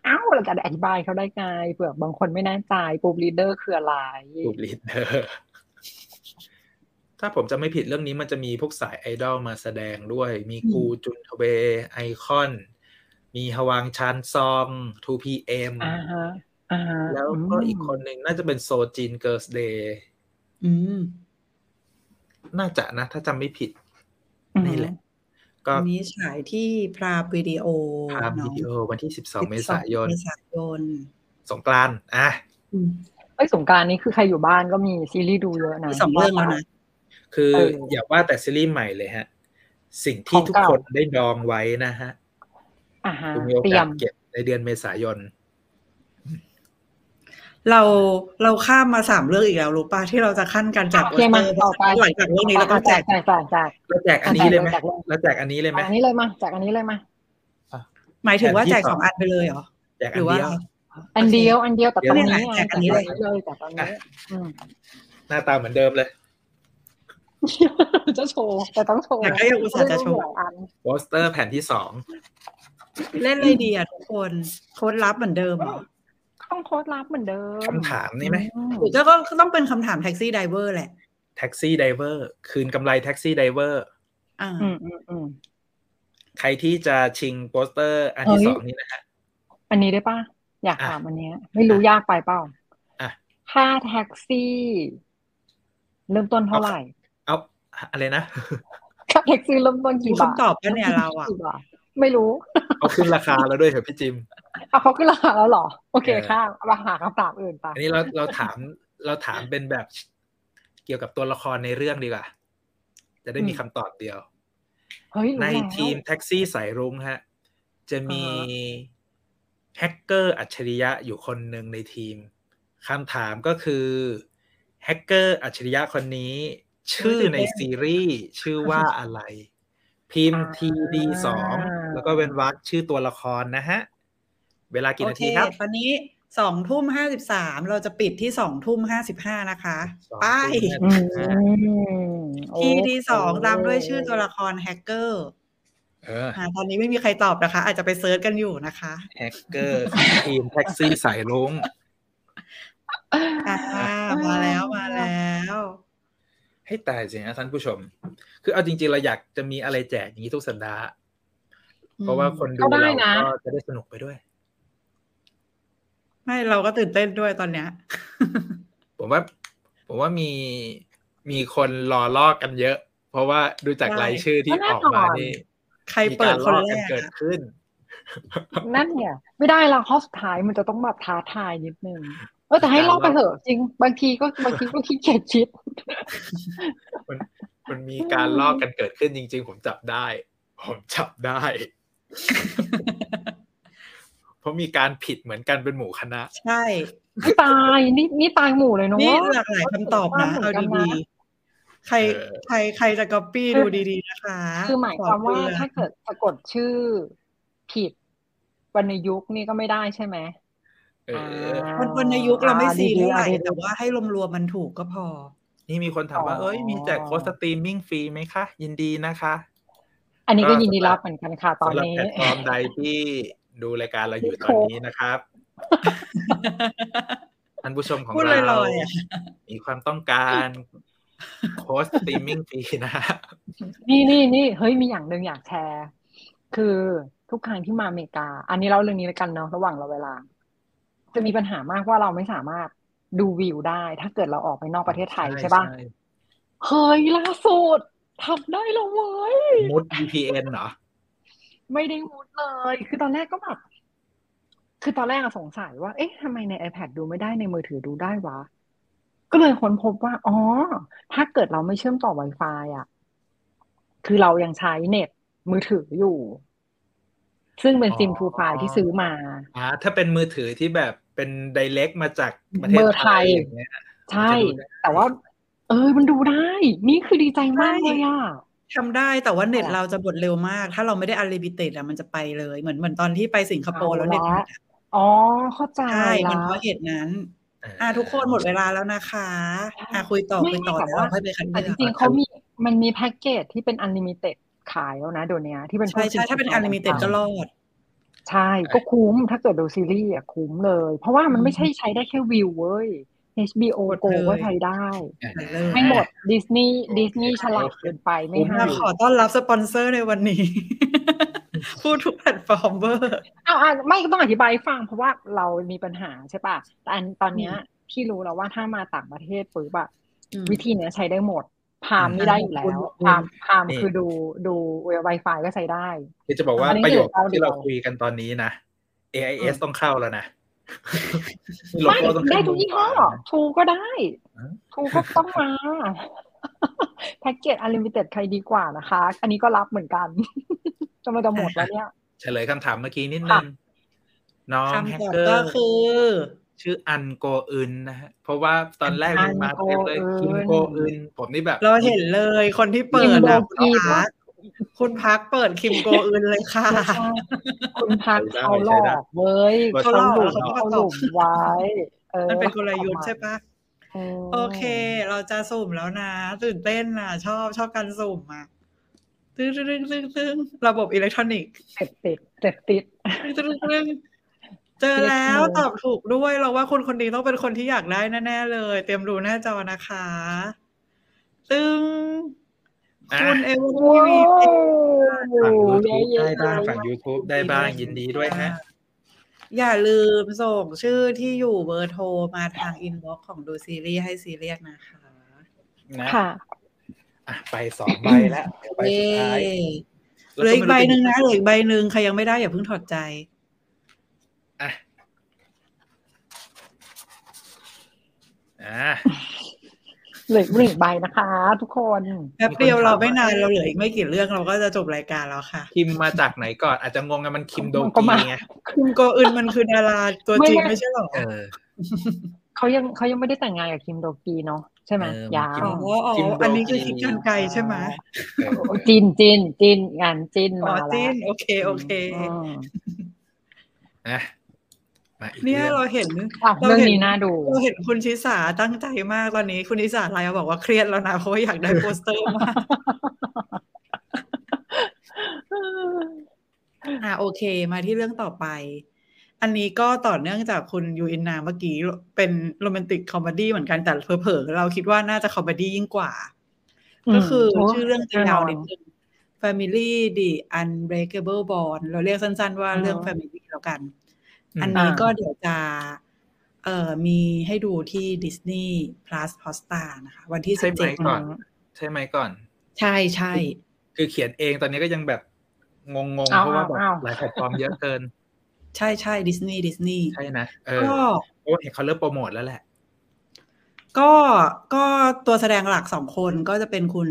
B: เอ้า [laughs] เราจะได้อธิบายเขาได้ไงเผื่อบางคนไม่แน่ใจปูบลีดเดอร์คืออะไร
A: ถูกลิดเดอร์ถ้าผมจะไม่ผิดเรื่องนี้มันจะมีพวกสายไอดอลมาแสดงด้วย มี
C: อืม
A: กูจุนทเวไอคอน มีฮวังชานซอง 2PM
B: อ่าฮะอ่าฮะ
A: แล้วก็อีกคนหนึ่งน่าจะเป็นโซจีนเกิร์สเดย์
C: อืม
A: น่าจะนะ ถ้าจำไม่ผิด
B: อืม
A: นี่แหละ ก็
C: อันนี้ฉายที่พรามวิดีโอ
A: พาม
C: เนอะ
A: วิดีโอวันที่ 12 เมษายน
C: เมษายน
A: สงกรานต์อ่ะ
C: อืม
B: เอ้ยสงกรารนี้คือใครอยู่บ้านก็มีซีรีส์ดูเยอะนะ
C: มีสองเรื่องแล้วนะ
A: คือ
B: เอออย่
A: อาว่าแต่ซีรีส์ใหม่เลยฮะ สิ่ง
B: ข
A: ที่
B: อง
A: ทุก
B: เก่า
A: คนได้ดองไว้นะฮะ
B: อ่าฮะ
A: คุณมีโอ
B: เตรี
A: กาย ส
B: ม
A: เก็บในเดือนเมษายน
C: เราเราข้ามมาสามเรื่องอีกแล้วรู้ป่ะที่เราจะขั้นการแจก
B: โอเคมาต่อไป
C: หลังจากเรื่องนี้เราต้องแจก
B: แจกแจกแจก
A: แล้วแจกอันนี้เลยไหม
B: แจกเลย
A: แล้วแจกอันนี้เลยไหม
B: อันนี้เลยมาจากอันนี้เลยมา
C: หมายถึงว่า
A: แจกที่
C: แจก
A: สอ
C: สอง
A: ง
C: อันไปเลยเหรอ
A: แจก
C: ห
A: อั
C: รื
A: น
C: อว่า
A: เดียว
C: อะไร
B: อันเดียวอันเดียวแต่ตรงนี้
C: เดี๋ยวแจกอันนี้เลย
B: แจกเลยแต่ตรงนี้
A: อ่ะ
B: อืม [laughs]
A: หน้าตาเหมือนเดิมเลย
B: จะโชว์แต่ต้องโชว์
C: แต่ก็ยังอุตส่าห์จะโชว์
B: หลายอัน
A: โปสเตอร์แผ่นที่สอง
C: เล่นอะไรดีอ่ะทุกคนโค้ดลับเหมือนเดิมเหรอ
B: ต้องโค้ดลับเหมือนเดิม
A: คำถามนี่ไหม
B: อืม
C: หรือจะก็ต้องเป็นคำถามแท็กซี่ไดเวอร์แหละ
A: แท็กซี่ไดเวอร์คืนกำไรแท็กซี่ไดเวอร์
C: อ่า
B: อืมอืมอืม
A: ใครที่จะชิงโปสเตอร์อันที่สองนี้นะฮะ
B: อันนี้ได้ป่ะ อยาก
A: อ่ะ
B: ถามอันเนี้ย ไม่รู้ยากไปเปล่า
A: อ่ะ
B: ค่าแท็กซี่ เริ่มต้นเท่าไหร่
A: เอาอะไรนะ [laughs]
B: ค่าแท็กซี่เริ่มต้นกี่
C: มี
B: บาท
C: คำตอบปะเนี่ยเราอ่ะ
B: กี่บทไม่รู้
A: เอาขึ้นราคาแล้วด้วยเหรอพี่จิม
B: เอาเขาขึ้นราคาแล้วเหรอ โอเค
A: เออ
B: ข้ามเอามาหาคำตอบอื่นไป
A: อันนี้เราเราถามเราถามเป็นแบบเกี่ยวกับตัวละครในเรื่องดีกว่า จะได้มีคำตอบเดียว
B: เฮ้ยรู้
A: ใน
B: แล้ว
A: ทีมแท็กซี่สายรุ้งฮะ จะมีแฮกเกอร์อัจฉริยะอยู่คนหนึ่งในทีมคำถามก็คือแฮกเกอร์อัจฉริยะคนนี้ ชื่อในซีรีส์ชื่อว่าอะไร พิมพ์ทีดีสองแล้วก็เว้นวรรคชื่อตัวละครนะฮะ เวลากี่
C: โอ
A: นา
C: เค
A: ทีครับ
C: ตอนนี้สองทุ่มห้าสิบสามเราจะปิดที่สองทุ่มห้าสิบห้านะคะ
A: สอง
C: ไป
A: ทุ่ม
B: อืมโ
C: ทีที่สองตามด้วยชื่อตัวละครแฮกเกอร์
A: เออ
C: อ่าตอนนี้ไม่มีใครตอบนะคะ อาจจะไปเซิร์ชกันอยู่นะคะ
A: แฮกเกอร์ของทีมแท็กซี่สายรุ้ง
C: อ่ามาแล้วมาแล้ว
A: ให้ตายสิฮะท่านผู้ชม คือเอาจริงๆเราอยากจะมีอะไรแจกอย่างนี้ทุกสัปดาห์ เพราะว่าคนดู
B: ก็ได้
A: เรา
B: นะ
A: ก็จะได้สนุกไปด้วย
C: ไม่เราก็ตื่นเต้นด้วยตอนเนี้ย
A: ผมว่า ผมว่ามีมีคนรอลอกกันเยอะ เพราะว่าดูจาก
C: ใช่
A: รายชื่อที่
B: ก็แน่
A: อน
B: อน
A: อกมานี่
C: ใคร
A: มี
C: เปิ
A: กา
C: ด
A: ร
C: ค
A: ล
C: น
A: อก
C: แร
A: กัน
C: ก
A: เกิด
C: อะ
A: ขึ้น
B: นั่นไงไม่ได้ละข้อสุดท้ายมันจะต้องแบบท้าทายนิดนึงเออแต่ให้
A: การ
B: เล่าไป
A: เล่า
B: เถอะจริง บางทีก็บางทีก็ขี้เกียจคิด
A: มันมีการลอกกันเกิดขึ้นจริง ๆ ผมจับได้ ผมจับได้ เพราะมีการผิดเหมือนกันเป็นหมู่คณะ
C: ใช่
B: ไม่ตายนี่นี่ตายหมู่เลยเนาะ
C: นี่หลากหลายคำตอบนะ
B: เหมื
C: เอา
B: อนกันนะ
C: ดีๆใคร
A: เออ
C: ใครใครจะก๊อปปี้ดูดีๆนะคะ
B: คือหมายความว่า
C: ขอเตือน
B: ถ้าเกิดสะกดชื่อ ผิดวรรณยุกต์นี่ก็ไม่ได้ใช่ไหม
A: เออ
B: า
C: คนคนในยุคเราไม่ซีเรียสอะไร
B: ดีๆ
C: แต่ว่าให้รวมๆมันถูกก็พอ
A: นี่มีคนถามว่า
B: อ๋อ
A: เอ้ย มีแจกโค้ดสตรีมมิ่งฟรีไหมคะ ยินดีนะคะ
B: อันนี้ก็ยินดีรับเหมือนกันค่ะตอน
A: สำหรับ
B: นี้
A: แพลตฟอร์มใดที่ดูรายการเราอยู่ตอนนี้นะครับ ท่านผู้ชมของ
C: พูด
A: เรา
C: ลอยๆอะ
A: มีความต้องการโค้ดสตรีมมิ่งฟรีนะ
B: นี่นี่นี่เฮ้ยมีอย่างหนึ่งอยากแชร์ คือทุกครั้งที่มาอเมริกา อันนี้เล่าเรื่องนี้แล้วกันเนาะระหว่างเราเวลา จะมีปัญหามากว่าเราไม่สามารถดูวิวได้ ถ้าเกิดเราออกไปนอกประเทศไทยใช่ปะเฮ้ยล่าสุดทำได้แล้วเว้ย
A: มุด VPN เหรอ
B: ไม่ได้มุดเลย คือตอนแรกก็แบบ คือตอนแรกอะสงสัยว่า เอ๊ะทำไมใน iPad ดูไม่ได้ ในมือถือดูได้วะ ก็เลยค้นพบว่า อ๋อ ถ้าเกิดเราไม่เชื่อมต่อ Wi-Fi อะ คือเรายังใช้เน็ตมือถืออยู่ ซึ่งเป็น
A: อ๋อ
B: ซิมทูไฟที่ซื้อมา
A: อ่าถ้าเป็นมือถือที่แบบเป็น i ดเ c t มาจากประเทศ
B: เบอร์ไทย
A: อย่างเงี้ย
B: ใช่
A: จะดูได้
B: แต่ว่า เอ เออ มันดูได้ นี่คือดีใจมากเลยอ่ะ
C: ทำได้แต่ว่าเน็ตเราจะบดเร็วมาก ถ้าเราไม่ได้อันลิมิเต็ดอะมันจะไปเลยเหมือนเหมือนตอนที่ไปสิงคโปร์แล้วเน็ตหมดอะ
B: อ๋อ เข้าใจ
C: ใช่มัน
B: ละ
C: เพราะเหตุนั้น อ่ะทุกคนหมดเวลาแล้วนะคะอ่ะคุยต่อ
B: ไม่
C: คุยต่อ
B: แต่
C: เดี๋ยว
B: ว่า
C: เราค่อยไปคัด
B: แต่
C: เลื
B: จ
C: อก
B: ริงๆเขามีมันมีแพ็กเกจที่เป็นอันลิมิเต็ดขายแล้วนะเดี๋ยวนี้ที่เป็นพว
C: ใช่
B: ก
C: ใช่ถ้าเป็นอันลิมิเต็ดก็รอด
B: ใช่ก็คุ้มถ้าเกิดดูซีรีส์อ่ะคุ้มเลย เพราะว่ามันไม่ใช่ใช้ได้แค่วิวเว้ย HBO
C: หมดเลย
B: Go ก็ใช้ได้
C: เลย
B: ไม่หมดดิสนีย์
A: โอเค
B: ดิสนีย์ฉลาดเกินไปไม่
A: คุ้ม
B: ให้
A: มา
C: อ่ะ
A: ก
C: ขอต้อนรับสปอนเซอร์ในวันนี้ [laughs] พูดทุกแพลตฟอร์มเวอร์
B: เอาอ่ะไม่ต้องอธิบายให้ฟัง เพราะว่าเรามีปัญหาใช่ป่ะแต่อันตอนเนี้ยที่รู้แล้วว่าถ้ามาต่างประเทศปุ๊บอะ วิธีเนี้ยใช้ได้หมด พามนี่ได้อยู่แล้
C: คุ
B: ว
C: ณ
B: พามพาม
A: นี่
B: คือดูดูไวไฟก็ใช้ได้
A: คือจะบอกว่า
B: อันนี้
A: ประโยค
B: อยู่
A: ที่เรา
B: เก้าเดียว
A: คุยกันตอนนี้นะ
C: อืม
A: AIS ต้องเข้าแล้วนะโล
B: ไม่
A: โก้ต้องขึ้น
B: ได้ทุกยี่ห้อ
A: บนขวานะ
B: ทูก็ได้
A: ฮะ
B: ทูก็ต้องมา แพ็กเกจอ n l ลิมิเต็ดใครดีกว่านะคะ อันนี้ก็รับเหมือนกันจะมาจะหมดแล้วเนี่ย
A: เฉลยคำถามเมื่อกี้นิดนึง น้องแฮ
C: คำ
A: ก
C: ตอบ
A: เกอ
C: ก็
A: ร์
C: คือ
A: ชื่ออันโกอึนนะฮะ เพราะว่าตอนแรก
B: อั
A: มัน นมาเต็มเลย
B: โกอึน
A: คิมโกอึนผมนี่แบบ
C: เราเห็นเลยคนที่เปิ
B: คิม
C: ด
B: โก
C: อะ
B: อี
C: คุณ
B: ฟ
C: พักคุณพักเปิดคิมโกอึนเลยค่ะ
B: ไม่ใช่คุณพัก
A: ใช้ได้
B: เขาหลอกเว้ย
A: ใช้
B: เขา
A: ได้
B: หลุม
C: เขาหลอก
B: เขาหลุมไว้ เออ
C: มันเป็นกลยุทธ์ใช่ปะ
B: เออ
C: โอเค เราจะสุ่มแล้วนะ ตื่นเต้นนะชอบชอบการสุ่มอะตึ้งตึ้งตึ้งตึ้งตึ้งระบบอิเล็กทรอนิกส์
B: เสพติดเสพติด
C: ตึ้งตึ้งตึ้งตึ้งเจอแล้วตอบถูกด้วยเราว่าคุณคนนี้ต้องเป็นคนที่อยากได้แน่ๆเลย เตรียมดูหน้าจอนะคะ ตึ้งคุณเอว
B: โอ้
C: นทีวี
A: ฝั่ง YouTube
B: เย้เย้
A: ได้บ้าง
B: เย้
A: ฝั่ง YouTube ได้บ้างยินดีด้วยฮะ
C: อย่าลืมส่งชื่อที่อยู่เบอร์โทรมาทางอินบ็อกซ์ของดูซีรีส์ให้ซีเรียสนะคะ
A: นะ
B: ค่ะ
A: อ่ะไปสองใบแล้วเดี๋ยวใบสุด
C: เย้เห
A: ท้ายแล้ว
C: ลืออีก
A: ไม่
C: ใบห
A: รู้จ
C: นึ่งนะเหลืออีกใบหนึ่งใครยังไม่ได้อย่าเพิ่งถอดใจ
A: อ่ะอ่ะ
B: เหลืออีกหนึ่งใบนะคะ ทุกคน
C: แป๊บเดียว
A: มีคนถาม
C: เราไม่นานเราเหลืออีกไม่กี่เรื่องเราก็จะจบรายการแล้วค่ะ
A: คิมมาจากไหนก่อน อาจจะงงกันมันคิมโด
B: นก็
A: กี
B: มา
A: ไง
C: คุณโกอึนมันคือดาราตัวจริง
B: ไม่ไม่
C: ไม่ใช่หรอ
A: เออ
B: เขายังเขายังไม่ได้แต่งงานกับคิมโดกีเนาะใช่ไหม
A: เออมัน
B: ยา
A: คิ
B: ว
A: ม
C: อ๋ออ๋อ
A: จิมโด
C: อันนี้คือคิดกันไกลใช่ไหม
A: เออ
B: โอ้ [laughs] จินจินจินงานจิน
C: อ๋อ
B: มาแล้
C: จิ้
B: วน
C: โอเคโอเค
B: อืม
A: นะมาอีก
C: เนี่ย
A: เร
C: เรา
A: อง
C: เห็น
B: อ่ะเรื่องนี้น่าดู
C: เราเห็นคุณชิสาตั้งใจมากตอนนี้ คุณชิสาไลน์มาบอกว่าเครียดแล้วนะ เพราะว่าอยากได้โปสเตอร์มาก อ่ะโอเค มาที่เรื่องต่อไป อันนี้ก็ต่อเนื่องจากคุณยูอินนาเมื่อกี้เป็นโรแมนติกคอมเมดี้เหมือนกันแต่เผลอๆเราคิดว่าน่าจะคอมเมดี้ยิ่งกว่า
B: อืม
C: ก็คือ
B: โอ้
C: ชื่อเรื่องจะ
B: แน่นอน
C: ยาวนิดนึง Family the Unbreakable Bond เราเรียกสั้นๆว่าเรื่อง
B: อือฮะ
C: Family แล้วกัน
A: ม
C: อันนี้
B: อ่า
C: ก็เดี๋ยวจะเอ่อมีให้ดูที่ Disney Plus Hotstar นะคะ วันที่สิ
A: ใช่
C: บ
A: ไหม
C: เจ็ด
A: ก่อน ใช่ไหมก่อน
C: ใช่ใช่
A: คือเขียนเองตอนนี้ก็ยังแบบงงๆ
B: เอา
A: เพราะว่าแบบ
B: เอา
A: หลายแพลตฟอร์มเยอะเกิน
C: ใช่ใช่ดิสนีย์ดิสนีย์
A: ใช่นะเออ
C: ก็
A: เพราะว่าเห็นเขาเริ่มโปรโมทแล้วแหละ
C: ก็ก็ตัวแสดงหลักสองคนก็จะเป็นคุณ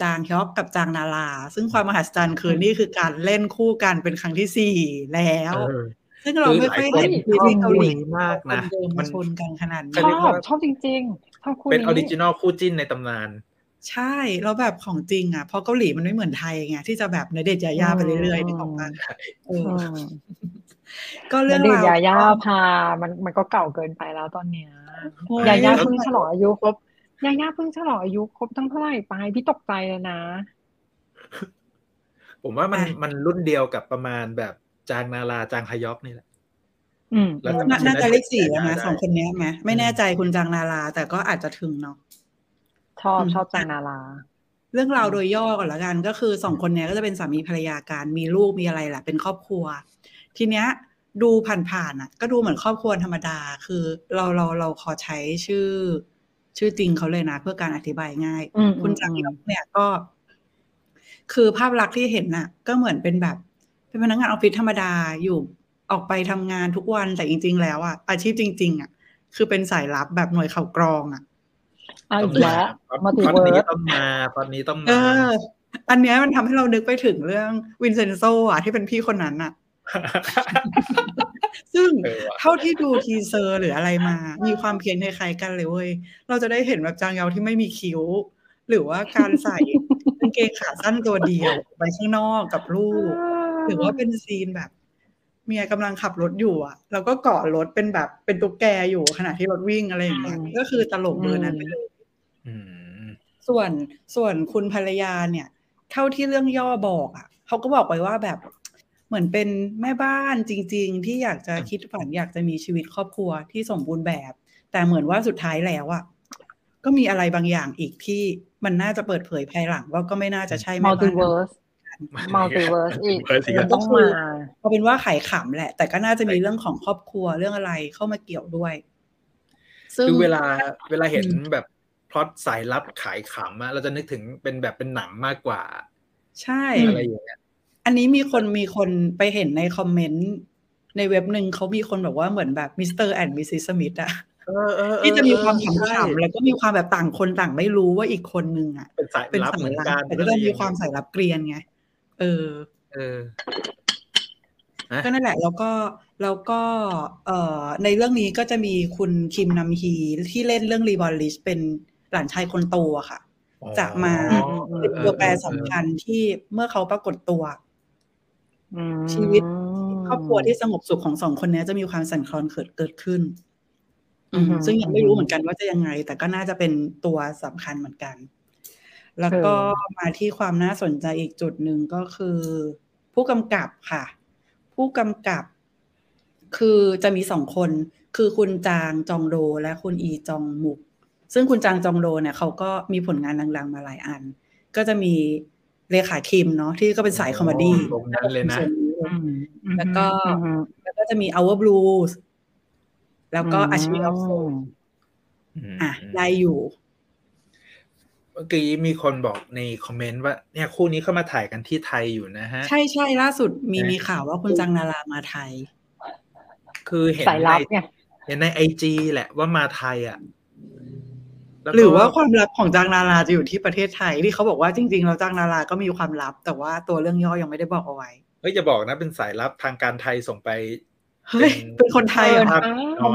C: จางฮยอกกับจางนารา ซึ่งความมหัศจรรย์คือนี่คือการเล่นคู่กันเป็นครั้งที่สี่แล้ว
A: เออ
C: ซึ่งเราไม่ค่อยเห็น
A: คือหลายคน
C: ที่เกาหลี
A: ชอบคู่นี้มากนะ
C: คเดิ
A: มั
C: มาน ชนกันขนาด
A: ใช่
B: ช
A: ไหม
C: นี้
B: อบชอบจริงๆชอบคู่
A: เป็นออริ
B: นี้
A: จินอลคู่จิ้นในตำนาน
C: ใช่แล้วแบบของจริงอ่ะเพราะเกาหลีมันไม่เหมือนไทยไงที่จะแบบเนเดทยายาไปเรื่อยๆนึกออกปะเออ
B: อืม
C: ก็เรื่
B: แล้
C: อ
B: ว
C: ง
B: เดือ
C: ราวย
B: ดายาพา มันมันก็เก่าเกินไปแล้วตอนเนี้ย
C: โอ้
B: ยาย่า
A: แล้ว
B: เพิ่งฉลองอายุครบยาย่าเพิ่งฉลองอายุครบตั้งเท่าไหร่ไปพี่ตกใจเลยนะ
A: ผมว่ามันมันรุ่นเดียวกับประมาณแบบจางนาราจางฮยอกนี่แหละ
B: อืม
A: แล้ว
C: น่าน่าจะเลขสี่แล้วนะสองคนเนี้ยไหมไม่แน่ใจคุณจางนารา แต่ก็อาจจะถึงเนาะ
B: ชอบ
C: อืม
B: ชอบจางนารา
C: เรื่องราวโดยย่อก่อนละกัน ก็คือสองคนเนี้ยก็จะเป็นสามีภรรยากันมีลูกมีอะไรแหละเป็นครอบครัว ทีเนี้ยดูผ่านๆอ่ะ ก็ดูเหมือนครอบครัวธรรมดา คือเราเราเราขอใช้ชื่อ ชื่อจริงเขาเลยนะ เพื่อการอธิบายง่าย
B: อืม
C: คุณ
B: อืม
C: จัง
B: อืม
C: ยอกเนี่ยก็ คือภาพลักษณ์ที่เห็นน่ะ ก็เหมือนเป็นแบบ เป็นพนักงานออฟฟิศธรรมดาอยู่ออกไปทำงานทุกวันแต่จริง ๆ แล้วอ่ะอาชีพจริง ๆ อ่ะ คือเป็นสายลับแบบหน่วยข่าวกรองอ่ะ
B: อ่ะ
A: ต้อง
B: อีกแล้
A: มาว
B: มัลติ
A: ตอน
B: เวิ
A: นี้
B: ร์ส
A: ต้องมาตอนนี้ต้อง
C: เอ
A: มา
C: อ อันเนี้ยมันทำให้เรานึกไปถึงเรื่องวินเซนโซอ่ะที่เป็นพี่คนนั้นอ่ะ ซึ่ง
A: เออว่ะ
C: เท่าที่ดูทีเซอร์หรืออะไรมา มีความเพี้ยนคล้ายๆกันเลยเว้ย เราจะได้เห็นแบบจางเยาที่ไม่มีคิ้ว หรือว่าการใส่ กางเกงขาสั้นตัวเดียวไปข้างนอกกับลูก หรือว่าเป็นซีนแบบ เมียกำลังขับรถอยู่อ่ะ แล้วก็เกาะรถเป็นแบบเป็นตุ๊กแกอยู่ขณะที่รถวิ่งอะไรอย่างเงี้ย
B: อืม
C: ก็คือตลกเบอร์นั้นไปเลย
A: อืม
C: ส่วนส่วนคุณภรรยาเนี่ย เท่าที่เรื่องย่อบอกอ่ะเขาก็บอกไว้ว่าแบบ เหมือนเป็นแม่บ้านจริง ๆ ที่อยากจะคิดฝันอยากจะมีชีวิตครอบครัวที่สมบูรณ์แบบ แต่เหมือนว่าสุดท้ายแล้วอ่ะก็มีอะไรบางอย่างอีกที่มันน่าจะเปิดเผยภายหลัง ว่าก็ไม่น่าจะใช่แม่
B: มั
C: บ้าน
B: ลติเวิร์ส มัลติเวิร์สอีก
A: Multiverse อีก
B: มั
A: แล้
B: น
A: ว
B: ต้องมา
C: เอาเป็นว่าขายขำแหละ แต่ก็น่าจะมีเรื่องของครอบครัวเรื่องอะไรเข้ามาเกี่ยวด้วย ซึ่ง
A: คือเวลาเวลาเห็น
C: อืม
A: แบบพล็อตสายลับขายขำอะเราจะนึกถึงเป็นแบบเป็นหนังมากกว่า
C: ใช่
B: อืม
A: อะไรอย่างเงี้ย
C: อันนี้มีคนมีคนไปเห็นในคอมเมนต์ ในเว็บหนึ่งเขามีคนแบบว่าเหมือนแบบมิสเตอร์แอนด์มิสซิสสมิธอะ
A: เออเออเออ
C: ที่จะมีความข
A: ใช่
C: ำๆแล้วก็มีความแบบต่างคนต่างไม่รู้ว่าอีกคนนึงอะ
A: เป็นสาย
C: เป็น
A: ลับ
C: สา
A: เหมื
C: ย
A: อน
C: ลั
A: กับ น
C: แต่ก็จะมีความสายลับเกรียนไง เออ
A: เออ
C: ก็นั่นแหละแล้วก็แล้วก็เอ่อในเรื่องนี้ก็จะมีคุณคิมนัมฮีที่เล่นเรื่องรีบอลลิชเป็นหลานชายคนโตอะค่ะ จะมา เป็นตัวแปรสำคัญที่เมื่อเขาปรากฏตัว
B: อืม
C: ชีวิต ครอบครัวที่สงบสุขของสองคนเนี้ยจะมีความสั่นคลอนเกิดเกิดขึ้น อืมซึ่งยังไม่รู้เหมือนกันว่าจะยังไง แต่ก็น่าจะเป็นตัวสำคัญเหมือนกัน แล้วก็มาที่ความน่าสนใจอีกจุดหนึ่งก็คือ ผู้กำกับค่ะ ผู้กำกับ คือจะมีสองคน คือคุณจางจองโดและคุณอีจองมุก ซึ่งคุณจางจองโดเนี่ยเขาก็มีผลงานดังๆมาหลายอัน ก็จะมีเลขาคิมเนาะที่ก็เป็นสายคอมเมดี้
A: ตรงนั้นเลยนะ
C: ส่ว
B: อืมอืม
C: แล้วก็
B: อืม
C: แล้วก็จะมี Our Blues แล้วก็ a r c h i v e of Soul อ่ะได้อยู่
A: เมื่อกี้มีคนบอกในคอมเมนต์ว่าเนี่ยคู่นี้เข้ามาถ่ายกันที่ไทยอยู่นะฮะ
C: ใช่ใช่ล่าสุดมี
A: นะ
C: มีข่าวว่าคุณจังนารามาไทย
A: คือเห็น
B: สาย
A: ใน
B: ลับไง
A: เห็นในไอจีแหละว่ามาไทยอ่ะแล้วก็
C: หรือว่าความลับของจังนาราจะอยู่ที่ประเทศไทย ที่เขาบอกว่าจริงๆเราจังนาราก็มีความลับ แต่ว่าตัวเรื่องย่อยังไม่ได้บอกเอาไว้
A: เฮ้ยจะบอกนะเป็นสายลับทางการไทยส่งไป
C: เฮ้ย เป็นคนไทยเหรอ
A: เออ
C: คะ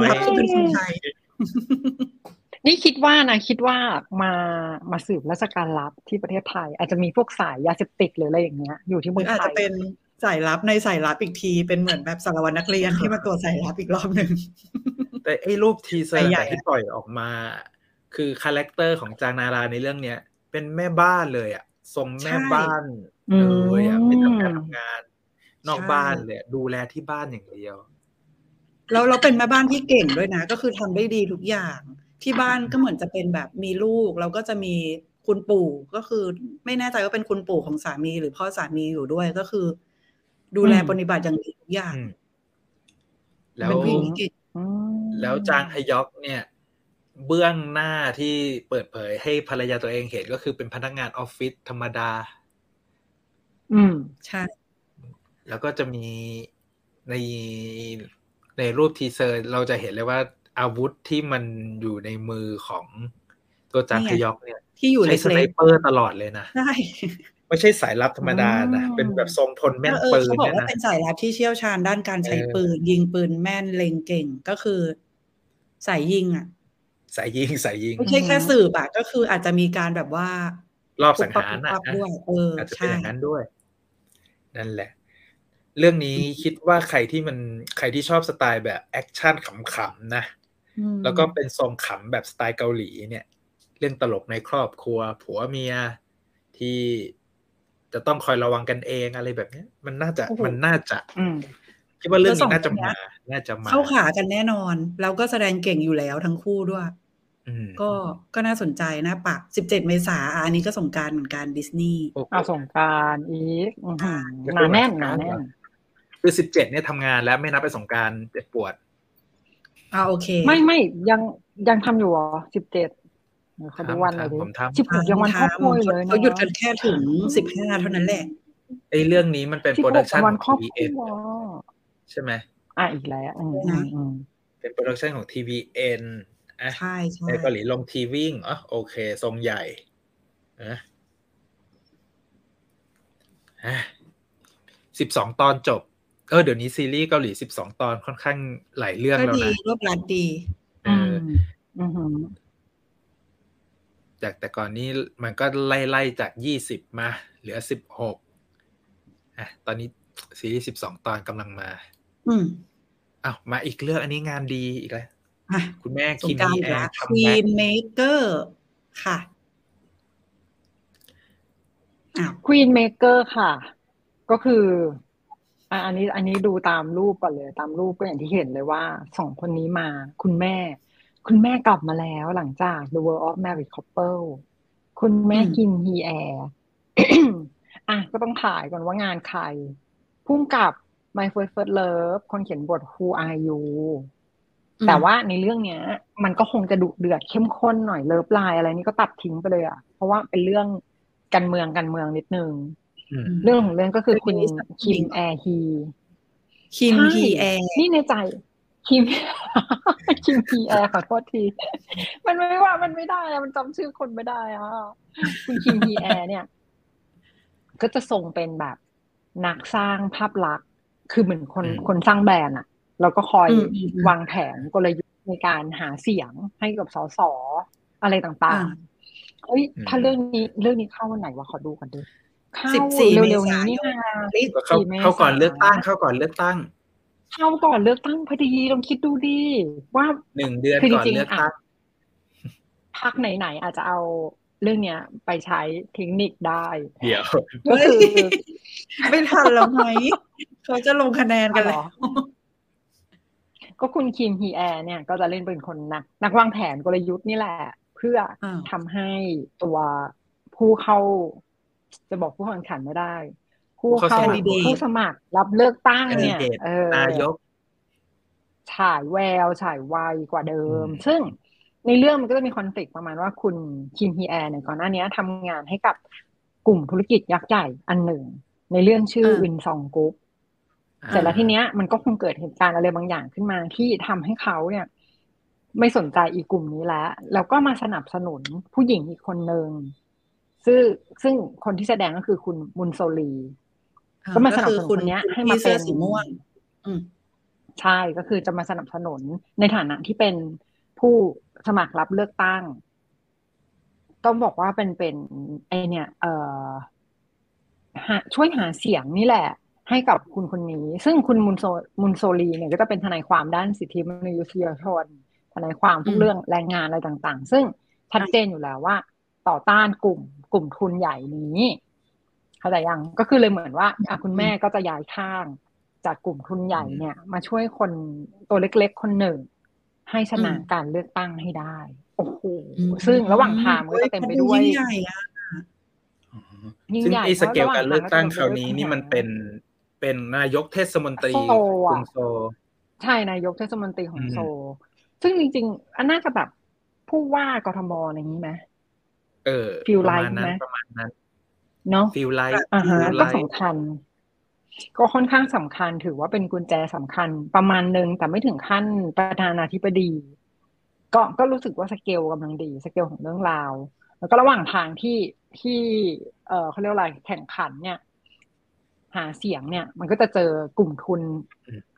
A: น้
C: ความลั
A: อย
C: บคือเป็นคนไทย
B: นี่คิดว่านะคิดว่ามามาสืบราชการลับที่ประเทศไทย อาจจะมีพวกสายยาเสพติดหรืออะไรอย่างเงี้ย อยู่ที่
C: ห
B: เมื
C: รือ อง อาจ
B: ไท
C: จะ
B: ย
C: เป็นสายลับในสายลับอีกที เป็นเหมือนแบบสารวัตรนักเรียนที่มาตัวจสายลับอีกรอบหนึ่ง
A: แต่ไอ้รูปทีเซอร์
C: ใหญ่ๆ
A: แต่ที่ปล่อยออกมา คือคาแรคเตอร์ของจางนาราในเรื่องเนี้ย เป็นแม่บ้านเลยอ่ะทรงแม่บ้าน
B: อืม
A: เลยอ่ะไม่ทำงานทำงาน นอกบ้านเลยอะดูแลที่บ้านอย่างเดียว
C: แล้วเราเป็นแม่บ้านที่เก่งด้วยนะ ก็คือทำได้ดีทุกอย่างที่บ้านก็เหมือนจะเป็นแบบมีลูก แล้วก็จะมีคุณปู่ก็คือ ไม่แน่ใจว่าเป็นคุณปู่ของสามีหรือพ่อสามีอยู่ด้วยก็คือ ดูแลปฏิบัติอย่างดีทุกอย่าง
A: อืม แล้
C: เป็น
A: ว
C: ผู้หญิงที่เก่ง
B: อืม
A: แล้วจางฮยอกเนี่ย เบื้องหน้าที่เปิดเผยให้ภรรยาตัวเองเห็นก็คือเป็นพนักงานออฟฟิศธรรมดา
B: อืม
C: ใช่
A: แล้วก็จะมีในในรูปทีเซอร์เราจะเห็นเลยว่าอาวุธที่มันอยู่ในมือของตัวจางฮยอกเนี่ย
C: ที่อยู่
A: ใช้สไน
C: เล็ก
A: เปอร์ตลอดเลยนะ
C: ๆใช่
A: ไม่ใช่สายลับธรรมดานะ
B: อืม
A: เป็นแบบทรงทนแม่น
C: เออ
A: ปืน
C: เขาบอก
A: เนี่ย
C: ว่า
A: นะ
C: เป็นสายลับที่เชี่ยวชาญด้านการใช้
A: เออ
C: ปืน ยิงปืนแม่นเล็งเก่งก็คือสายยิงอ่ะ
A: สายยิงสายยิง
C: ไม่ใช่แค่สืบอ่ะก็คืออาจจะมีการแบบว่า
A: รอบสังหาร
C: ปุ๊
A: นะ
C: บปั๊บปุ๊บปั๊บด้วยเอออ
A: อาจจะเป็นอย่างนั้นด้วย นั่นแหละ เรื่องนี้คิดว่าใครที่มันใครที่ชอบสไตล์แบบแอคชั่นขำๆนะ
C: อืม
A: แล้วก็เป็นทรงขำแบบสไตล์เกาหลีเนี่ย เรื่องตลกในครอบครัว ผัวเมียที่จะต้องคอยระวังกันเองอะไรแบบเนี้ย มันน่าจะ
C: โอ้โห
A: มันน่าจะ
B: อืม
A: คิดว่าเรื่อง
C: แล้วสอ
A: นี้
C: ง
A: น่า
C: ค
A: จะ
C: นเนี้
A: มาย น่าจะมา
C: เข้าขากันแน่นอน แล้วก็แสดงเก่งอยู่แล้วทั้งคู่ด้วย
A: อืม
C: ก็ก็น่าสนใจนะปัก 17 เมษาอันนี้ก็สงกรารเหมือนกันดิสนีย์
A: โอเค
B: อาสงกรารอีกอื้อหือ
A: จะ
B: ห
A: เป็
B: นาน แน่น
A: สงกราน
B: หาน
A: ต์
B: แน่
A: เหร
B: น
A: อ คือสิบเจ็ดเนี่ยทำงานแล้วไม่นับไปสงกรารเจ็บปวด
C: อ่าโอเค
B: ไม่ไม่ยังยังทำอยู่เหรอสิบเจ็ดขอดูวันหน่อยดิ
A: ทำผมทำ
B: สิบหกยังวันครอบครัวอยู่เลยนะ
C: เขาหยุดกันแค่ถึง 15 เท่านั้นแหละ
A: ไอ้เรื่องนี้มันเป็น
B: ที่
A: โปรดักชัน
B: บอกวัน
A: ข
B: ค
A: อ
B: รง อบครัว
A: TVN ใช่ไหม
B: อ่ะอีกแล้วอืม
C: นะ
B: อืม
A: เป็นโปรดักชันของ TVN อ่ะ
C: ใช่ใช่
A: ในเกาหลีลงทีวิ่งอ๋อโอเค ทรงใหญ่อะสิบสองตอนจบ เออเดี๋ยวนี้ซีรีส์เกาหลีสิบสองตอนค่อนข้างหลายเรื่อง
C: ก็
A: แล้ว
C: ดี
A: นะ
C: รวบรัดดี
A: เอออ
B: อือหือ
A: จากแต่ก่อนนี้มันก็ไล่ๆจากยี่สิบมา เหลือสิบหกอ่ะตอนนี้ซีรีส์สิบสองตอนกำลังมา
C: อืม
A: อ้าวมาอีกเรื่องอันนี้งานดีอีกแล้ว
C: อ่ะ
A: คุณแม่
C: สง
A: คิม
C: กราร
A: มีแอ
C: ละ
A: น
C: ค
A: ทำ
C: วี
A: แบ็คน
C: เมเกอร์ค่ะอ้าว
B: Queen Maker ค่ะ ก็คืออ่ะอันนี้อันนี้ดูตามรูปก่อนเลย ตามรูปก็อย่างที่เห็นเลยว่าสองคนนี้มาคุณแม่ คุณแม่กลับมาแล้วหลังจาก The World of Married Couple คุณแม่
C: อืม
B: กินฮีแอร์ อ่ะก็ต้องถ่ายก่อนว่างานใครพุ่งกับ My First First Love คนเขียนบท Who Are You
C: อืม
B: แต่ว่าในเรื่องเนี้ย มันก็คงจะดุเดือดเข้มข้นหน่อยเลิฟไลน์อะไรนี่ก็ตัดทิ้งไปเลยอ่ะ เพราะว่าเป็นเรื่องการเมืองการเมืองนิดนึง
A: อืม
B: เรื่องของเรื่องก็คือคุณ
C: เป็นนิสัย
B: คิ
C: จริ
B: ม
C: ง
B: แอร์ฮี
C: คิมพีแอร์
B: นี่ในใจคิม [laughs] คิมฮีแอร์ขอโทษที มันไม่ว่ามันไม่ได้อะมันจำชื่อคนไม่ได้อ่ะคุณคิมฮีแอร์เนี่ย ก็จะส่งเป็นแบบนักสร้างภาพลักษณ์ คือเหมือนคน
A: อืม
B: คนสร้างแบรนด์อ่ะ แล้วก็คอย
C: อืมอืมอืม
B: วางแผนกลยุทธ์ในการหาเสียงให้กับสสอะไรต่าง
C: อ่า
B: ๆเอ้ยถ้าเรื่องนี้เรื่องนี้เข้าวันไหนวะขอดูกันดิเข้า
C: สิบสี่เม
B: เร็วๆ
C: ษา
B: นี้
C: ย
B: นี่
C: น
B: นา
C: ลิ
A: ก็เข้า
B: สี่เมษา
A: เข้าก่อนเลือกตั้งเข้าก่อนเลือกตั้ง
B: เข้าก่อนเลือกตั้งพอดีลองคิดดูดิว่า
A: หนึ่งเดือน
B: คือจ
A: ก่อน
B: ริงๆ
A: เลือกตั้ง
B: อ่ะ พักไหนๆอาจจะเอาเรื่องเนี้ย ไปใช้เทคนิคได้
A: เดี๋ยว
B: ก็
C: เฮ้ย
B: คือ
C: ไม่ทันแล้วไหมเขาจะลงคะแนนกันแล้ว
B: ก็คุณคิมฮีแอร์เนี่ย ก็จะเล่นเป็นคนนักนักวางแผนกลยุทธ์นี่แหละ เพื่ออา ทำให้ตัวผู้เข้า จะบอกผู้แข่งขันไม่ได้ ผู้เข้า
A: ผู้เข้าสมัคร
B: ผู้สมัครรับเลือกตั้ง
A: แคนดิ
B: เนี่ย
A: เดต
B: เออ
A: นายก
B: ฉายแววฉายวัยกว่าเดิม
A: อืม
B: ซึ่งในเรื่องมันก็จะมีคอนฟ lict ประมาณว่าคุณคิมฮีแอร์เนี่ยก่อนหน้านี้ทำงานให้กับกลุ่มธุรกิจยักษ์ใหญ่อันหนึ่ง ในเรื่องชื่อ
C: ม
B: วินซองกรุ๊ป
A: อ่า
B: เสร็จแล้วทีเนี้ยมันก็คงเกิดเหตุการณ์อะไรบางอย่างขึ้นมาที่ทำให้เขาเนี่ย ไม่สนใจอีกกลุ่มนี้แล้ว แล้วก็มาสนับสนุนผู้หญิงอีกคนหนึ่งซึ่งซึ่งคนที่แสดงก็คือคุณมุนโซลี ก็มาสนับสนุนคนเนี้ยให้มา
C: พี่
B: เป็น
C: เสื้อสีม่วง อืม
B: ใช่ก็คือจะมาสนับสนุนในฐานะที่เป็นผู้สมัครรับเลือกตั้ง ต้องบอกว่าเป็นเป็นไอเนี่ย เอ่อหาช่วยหาเสียงนี่แหละ ให้กับคุณคนนี้ ซึ่งคุณมุนโซมุนโซลีเนี่ยก็จะเป็นทนายความด้านสิทธิมนุษยชนทนายความพว
C: อื
B: ก
C: ม
B: เรื่องแรงงานอะไรต่าง ๆ ซึ่งชัดเจนอยู่แล้วว่า ต่อต้านกลุ่ม กลุ่มทุนใหญ่นี้เข้าใจยังก็คือเลยเหมือนว่าอ่ะคุณแม่ก็จะย้ายข้าง จากกลุ่มทุนใหญ่เนี่ย มาช่วยคนตัวเล็กๆ คนหนึ่ง ให้ชนะ
C: อืม
B: การเลือกตั้งให้ได้ โอ้โหซึ่งระหว่างทางมันก็จะเต็มไปด้วย
C: ฮ้คดียิ่งใหญ่อะ
A: อ๋อ
B: ยิ่ง
A: ซึ่ง
B: ใหญ่
A: ไอ้สเกล
B: เพราะ
A: การเลือกตั้งคราวนี้
B: ระหว่างทาง
A: นี่มันเป็นเป็นนายกเทศมนตรี
B: โซ
A: ก
B: อะ
A: รุงโซ
B: ใช่นายกเทศมนตรีของ
A: อืม
B: โซลซึ่งจริงๆอันน่าจะแบบผู้ว่ากทมอะไรอย่างนี้ไหม
A: เออ
B: ฟิล
A: ป
B: ไล
A: ระ
B: ท์
A: มาณนั้น
B: ไหม
A: ประมาณนั้น
B: เนาะ
A: ฟิลไลท์
B: อ่าฮะ
A: ไลฟ์
B: ก็สำคัญ ก็ค่อนข้างสำคัญถือว่าเป็นกุญแจสำคัญ ประมาณหนึ่งแต่ไม่ถึงขั้นประธานาธิบดี ก็ก็รู้สึกว่าสเกลกำลังดี สเกลของเรื่องราว แล้วก็ระหว่างทางที่ที่ เออเขาเรียกว่าอะไรแข่งขันเนี่ย หาเสียงเนี่ย มันก็จะเจอกลุ่มทุน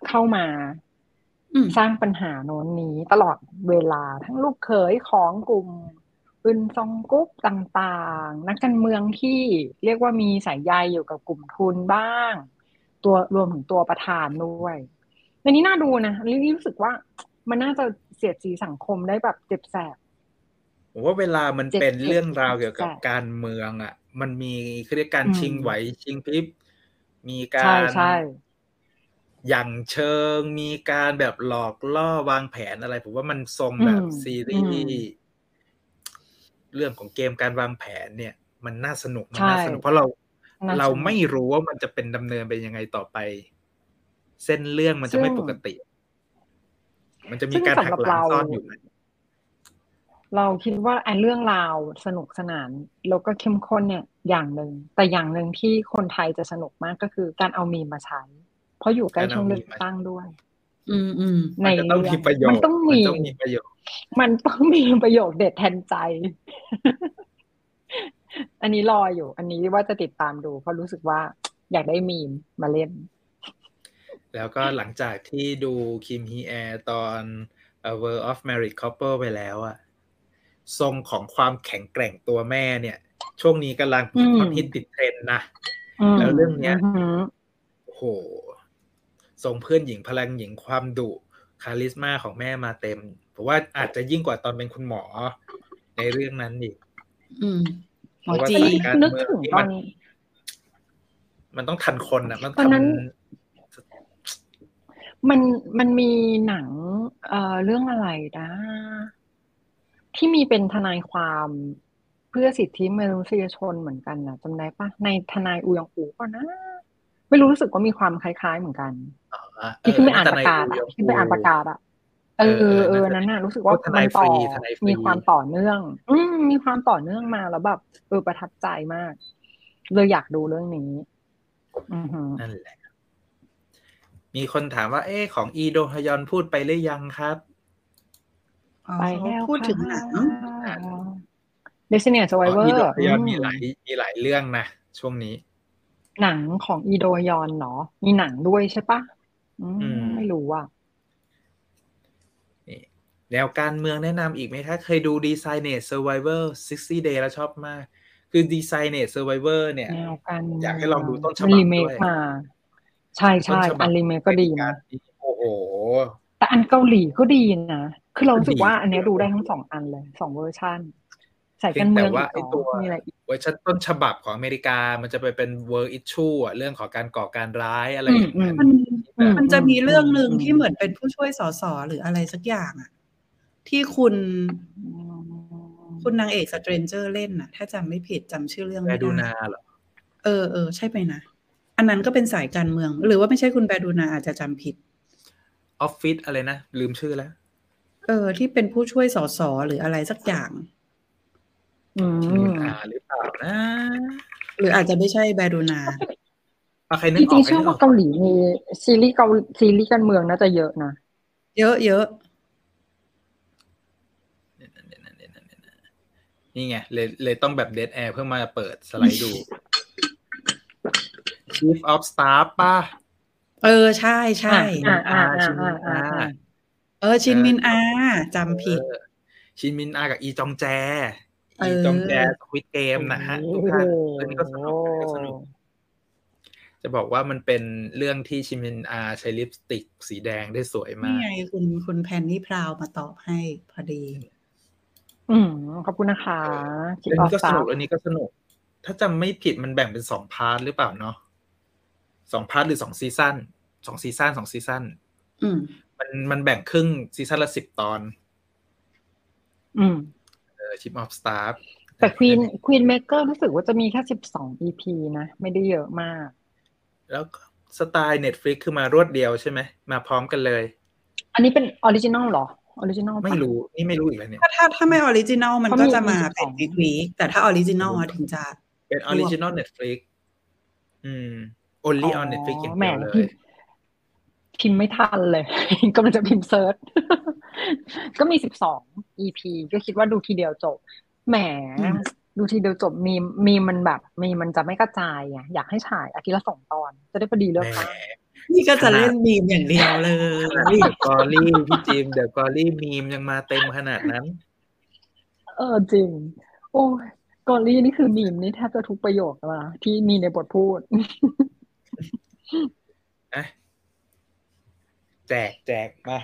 B: เข้ามา
C: อืม
B: [coughs] สร้างปัญหาโน้นนี้ตลอดเวลาทั้งลูกเขยของกลุ่มอึนซองกุ๊กต่างๆ นักการเมืองที่เรียกว่ามีสายใยอยู่กับกลุ่มทุนบ้าง ตัวรวมถึงตัวประธานด้วยอันนี้น่าดูนะอันนี้รู้สึกว่ามันน่าจะเสียดสีสังคมได้แบบเจ็บแสบ
A: ผมว่าเวลามันเป็น
B: เจ็ดสิบ
A: เรื่องราวเกี่ยวกับ
B: เจ็ดสิบ
A: การเมืองอ่ะ มันมีเขาเรียกการ
B: อืม
A: ชิงไหวชิงพริบ มีกา
B: ใช่
A: ร
B: ใช่
A: อย่างเชิง มีการแบบหลอกล่อวางแผนอะไร ผมว่ามันทรงแบบซีรีส์เรื่องของเกมการวางแผนเนี่ย มันน่าสนุกมันน่าสนุกเพราะเรา
B: น่สน
A: เรา
B: ก
A: ไม่รู้ว่ามันจะเป็นดำเนินไปยังไงต่อไป เส้นเรื่องมันจะไม่ป
B: ซึ่ง
A: กติ มันจะมี
B: ซึ่ง
A: การหัก
B: สำหรั
A: หลั
B: บ
A: ง
B: เรา
A: ซ่อนอยู่ไหม
B: เราคิดว่าไอ้เรื่องราวสนุกสนานแล้วก็เข้มข้นเนี่ย อย่างหนึ่งแต่อย่างหนึ่งที่คนไทยจะสนุกมากก็คือการเอามีมมาใช้ เพราะอยู่ใกล้ช่วงเลือกตั้งด้วย
C: อืมอืม
B: ใน
A: มันจะต้องมีประโยชน์
B: มันต้องมี
A: นต้องมีประโยชน์
B: มันต้องมีประโยคเด็ดแทนใจ [laughs] อันนี้รออยู่ อันนี้ว่าจะติดตามดู เพราะรู้สึกว่าอยากได้มีมมาเล่น
A: แล้วก็หลังจากที่ดูคิมฮีแอร์ตอน A World of Married Couple ไปแล้วอะทรงของความแข็งแกร่งตัวแม่เนี่ย ช่วงนี้กำลัง
B: อืม
A: ฮอตฮิตติดเทรนด์นะ
B: อืม
A: แล้วเรื่องเนี้ย
B: อหือ
A: โอ้โหทรงเพื่อนหญิงพลังหญิงความดุคาลิสมาของแม่มาเต็มผมว่าอาจจะยิ่งกว่าตอนเป็นคุณหมอ ในเรื่องนั้นอีก
C: อืมหมอ
A: เพราะว่า
C: จี
A: สถนการณ์
B: นึกถึง
A: เมืองที่
B: ต
A: มั
B: อน น
A: มันต้องทันคนนะมัน
B: ตอนนั้น
A: ทำ
B: มันมันมีหนังเอ่อเรื่องอะไรนะ ที่มีเป็นทนายความเพื่อสิทธิมนุษยชนเหมือนกันนะจำได้ปะในทนายอูยองอูก็นะ ไม่รู้รู้สึกว่ามีความคล้าย ๆ เหมือนกัน
A: ะ
B: ที่ขึ้นไปอ่านประกาศ
A: เทนย
B: อะ
A: โ
B: ที่ไปอ่านประกาศอะเอ
A: เออ
B: อ
A: เอ
B: เอ
A: อ
B: อ
A: น่าจะ
B: นั้นน่ะรู้สึกว่า
A: โอ้ทนาย
B: มัต่อ
A: ฟรีทนายฟรี
B: มีความต่อเนื่อง อืมมีความต่อเนื่องมาแล้วแบบเออประทับใจมาก เลยอยากดูเรื่องนี้ อือหือ
A: นั่นแหละ มีคนถามว่า เอ๊ะของอีโดฮยอนพูดไปหรือยังครับ
B: ไปแล้ว
C: พูดถึงหนัง
B: เดซิเนียสไวเวอ
A: อีโด
B: ร์
A: ฮยอนมีหลายมีหลายเรื่องนะ ช่วงนี้
B: หนังของอีโดยอนเนาะมีหนังด้วยใช่ปะอืม
A: อืม
B: ไม่รู้อ่ะ
A: แนวการเมืองแนะนำอีกไหมคะเคยดู Designated Survivor 60 Day แล้วชอบมาก คือ Designated Survivor เนี่ย
B: แนวกัน
A: อยากให้ลองดูต้นฉบับ
B: รีเมค
A: ด้วย
B: มา ใช่
A: ต้
B: ใช่
A: นฉบับ
B: อันรีเมคก็ดี
A: เป็
B: นะ
A: นารโอ้โห
B: แต่อันเกาหลีก็ดีนะ คือเรารู้สึกว่า
A: ก็ดี
B: อันเนี้ยดูได้ทั้งสองอันเลยสองเวอร์ชันใส่
A: เพี
B: กั
A: ย
B: น
A: งแต่
B: เมือง
A: ว่า
B: อีก
A: ไอ้
B: เห
A: ตั
B: ร
A: ว
B: อมีอะไรอีก
A: เวอร์ชันต้นฉบับของอเมริกา มันจะไปเป็น world issue อะเรื่องของการก่อการร้ายอะไรอย่างเงี้ย
B: อื
C: มัน
B: อืม
C: มันจะมีเรื่องหนึ่ง
B: อืม
C: ที่เหมือนเป็นผู้ช่วยสสหรืออะไรสักอย่างอะที่คุณคุณนางเอกสเตรนเจอร์เล่นน่ะ ถ้าจำไม่ผิดจำชื่อเรื่อง
A: แบ
C: ไม่
A: ดู
C: ได้
A: นาเหรอ
C: เออเออใช่ไหมนะ อันนั้นก็เป็นสายการเมือง หรือว่าไม่ใช่คุณแบดูนาอาจจะจำผิด
A: ออฟฟิศอะไรนะ ลืมชื่อแล้ว
C: เออ ที่เป็นผู้ช่วยสสหรืออะไรสักอย่าง
B: อืม
A: ดูนาหรือเปล่านะ
C: หรืออาจจะไม่ใช่แบดูนา
A: เอาใครนึ
B: จ
A: กออง ก
B: ริๆ
A: ใคร
B: เชื่อ
A: นึกอ
B: ว่า
A: อก
B: เกาหลีมีซีรีส์เกาซีรีส์การเมืองน่าจะเยอะนะ
C: เยอะเยอะ
A: นี่ไงเลยเลยต้องแบบเดดแอร์เพื่อมาเปิดสไลด์ดู Chief of Staff ป่ะ
C: เออใช่ใช่
B: อ่ะ
A: ชินมินอา
B: อ่า
C: เออชินมินอาจำผิด
A: เออชินมินอากับอีจองแจ
C: เออ
A: อี
C: อี
A: จองแจสควิดเกมนะฮะทุกท่านเรื่องนี้ก็สนุกเรื่องนี้ก็สนุก จะบอกว่ามันเป็นเรื่องที่ชินมินอาใช้ลิปสติกสีแดงได้สวยมา
C: นี่
A: ก
C: ไงคุณคุณแพนนี่พราวมาตอบให้พอดี
B: อืมขอบคุณนะคะคิด
A: เรื่อง
B: ออ
A: นี้
B: ฟ
A: ก็ส
B: ซา
A: นุกเรื่องนี้ก็สนุก ถ้าจำไม่ผิดมันแบ่งเป็นสองพาร์ทหรือเปล่าเนาะสองพาร์ทหรือสองซีซั่นสองซีซั่นสองซีซั่น
C: อืม
A: มันมันแบ่งครึ่งซีซั่นละสิบตอน
B: อืม
A: เออชิปออฟสตาร์
B: แต่ควีนควีนเมกเกอร์รู้สึกว่าจะมีแค่สิบสอง EP นะ ไม่ได้เยอะมาก
A: แล้วก็สไตล์ Netflix คือมารวดเดียวใช่ไหม มาพร้อมกันเลย
B: อันนี้เป็นออริจินอลเหรอออริจินอลปะ
A: ไม่รู้ นี่ไม่รู้อีกแล้วเนี่ย
C: ถ้าถ้าถ้าไม่ออริจินอลมัน
B: เขามี
C: ก็จะมาเป็น
B: 22
C: วีควีคแต่ถ้าออริจินอลถึงจะ
A: เป็นออริจินอล Netflix อืม only on Netflix อย่างเดียวเล
B: แหมพิ
A: ย
B: มพ์พิมพ์ไม่ทันเลย [laughs] กำลังจะพิมพ์เซิร์ช [laughs] ก็มี 12 EP ก็คิดว่าดูทีเดียวจบ แหม
C: อืม
B: ดูทีเดียวจบมีมมีมันแบบ มีมันจะไม่กระจายอ่ะอยากให้ฉายอาทิตย์ละสองตอน จะได้พอดีเลือก
A: แหม
B: บ้าง
C: นี่ก็จะเล่นมีมอย่างเดียวเลย
A: กอรี่พี่จิมเดอะกอรี่มีมยังมาเต็มขนาดนั้น
B: เออจริง โอ้ยกอรี่นี่คือมีมนี่แทบจะทุกประโยคละที่มีในบทพูด
A: อะแจกแจกมา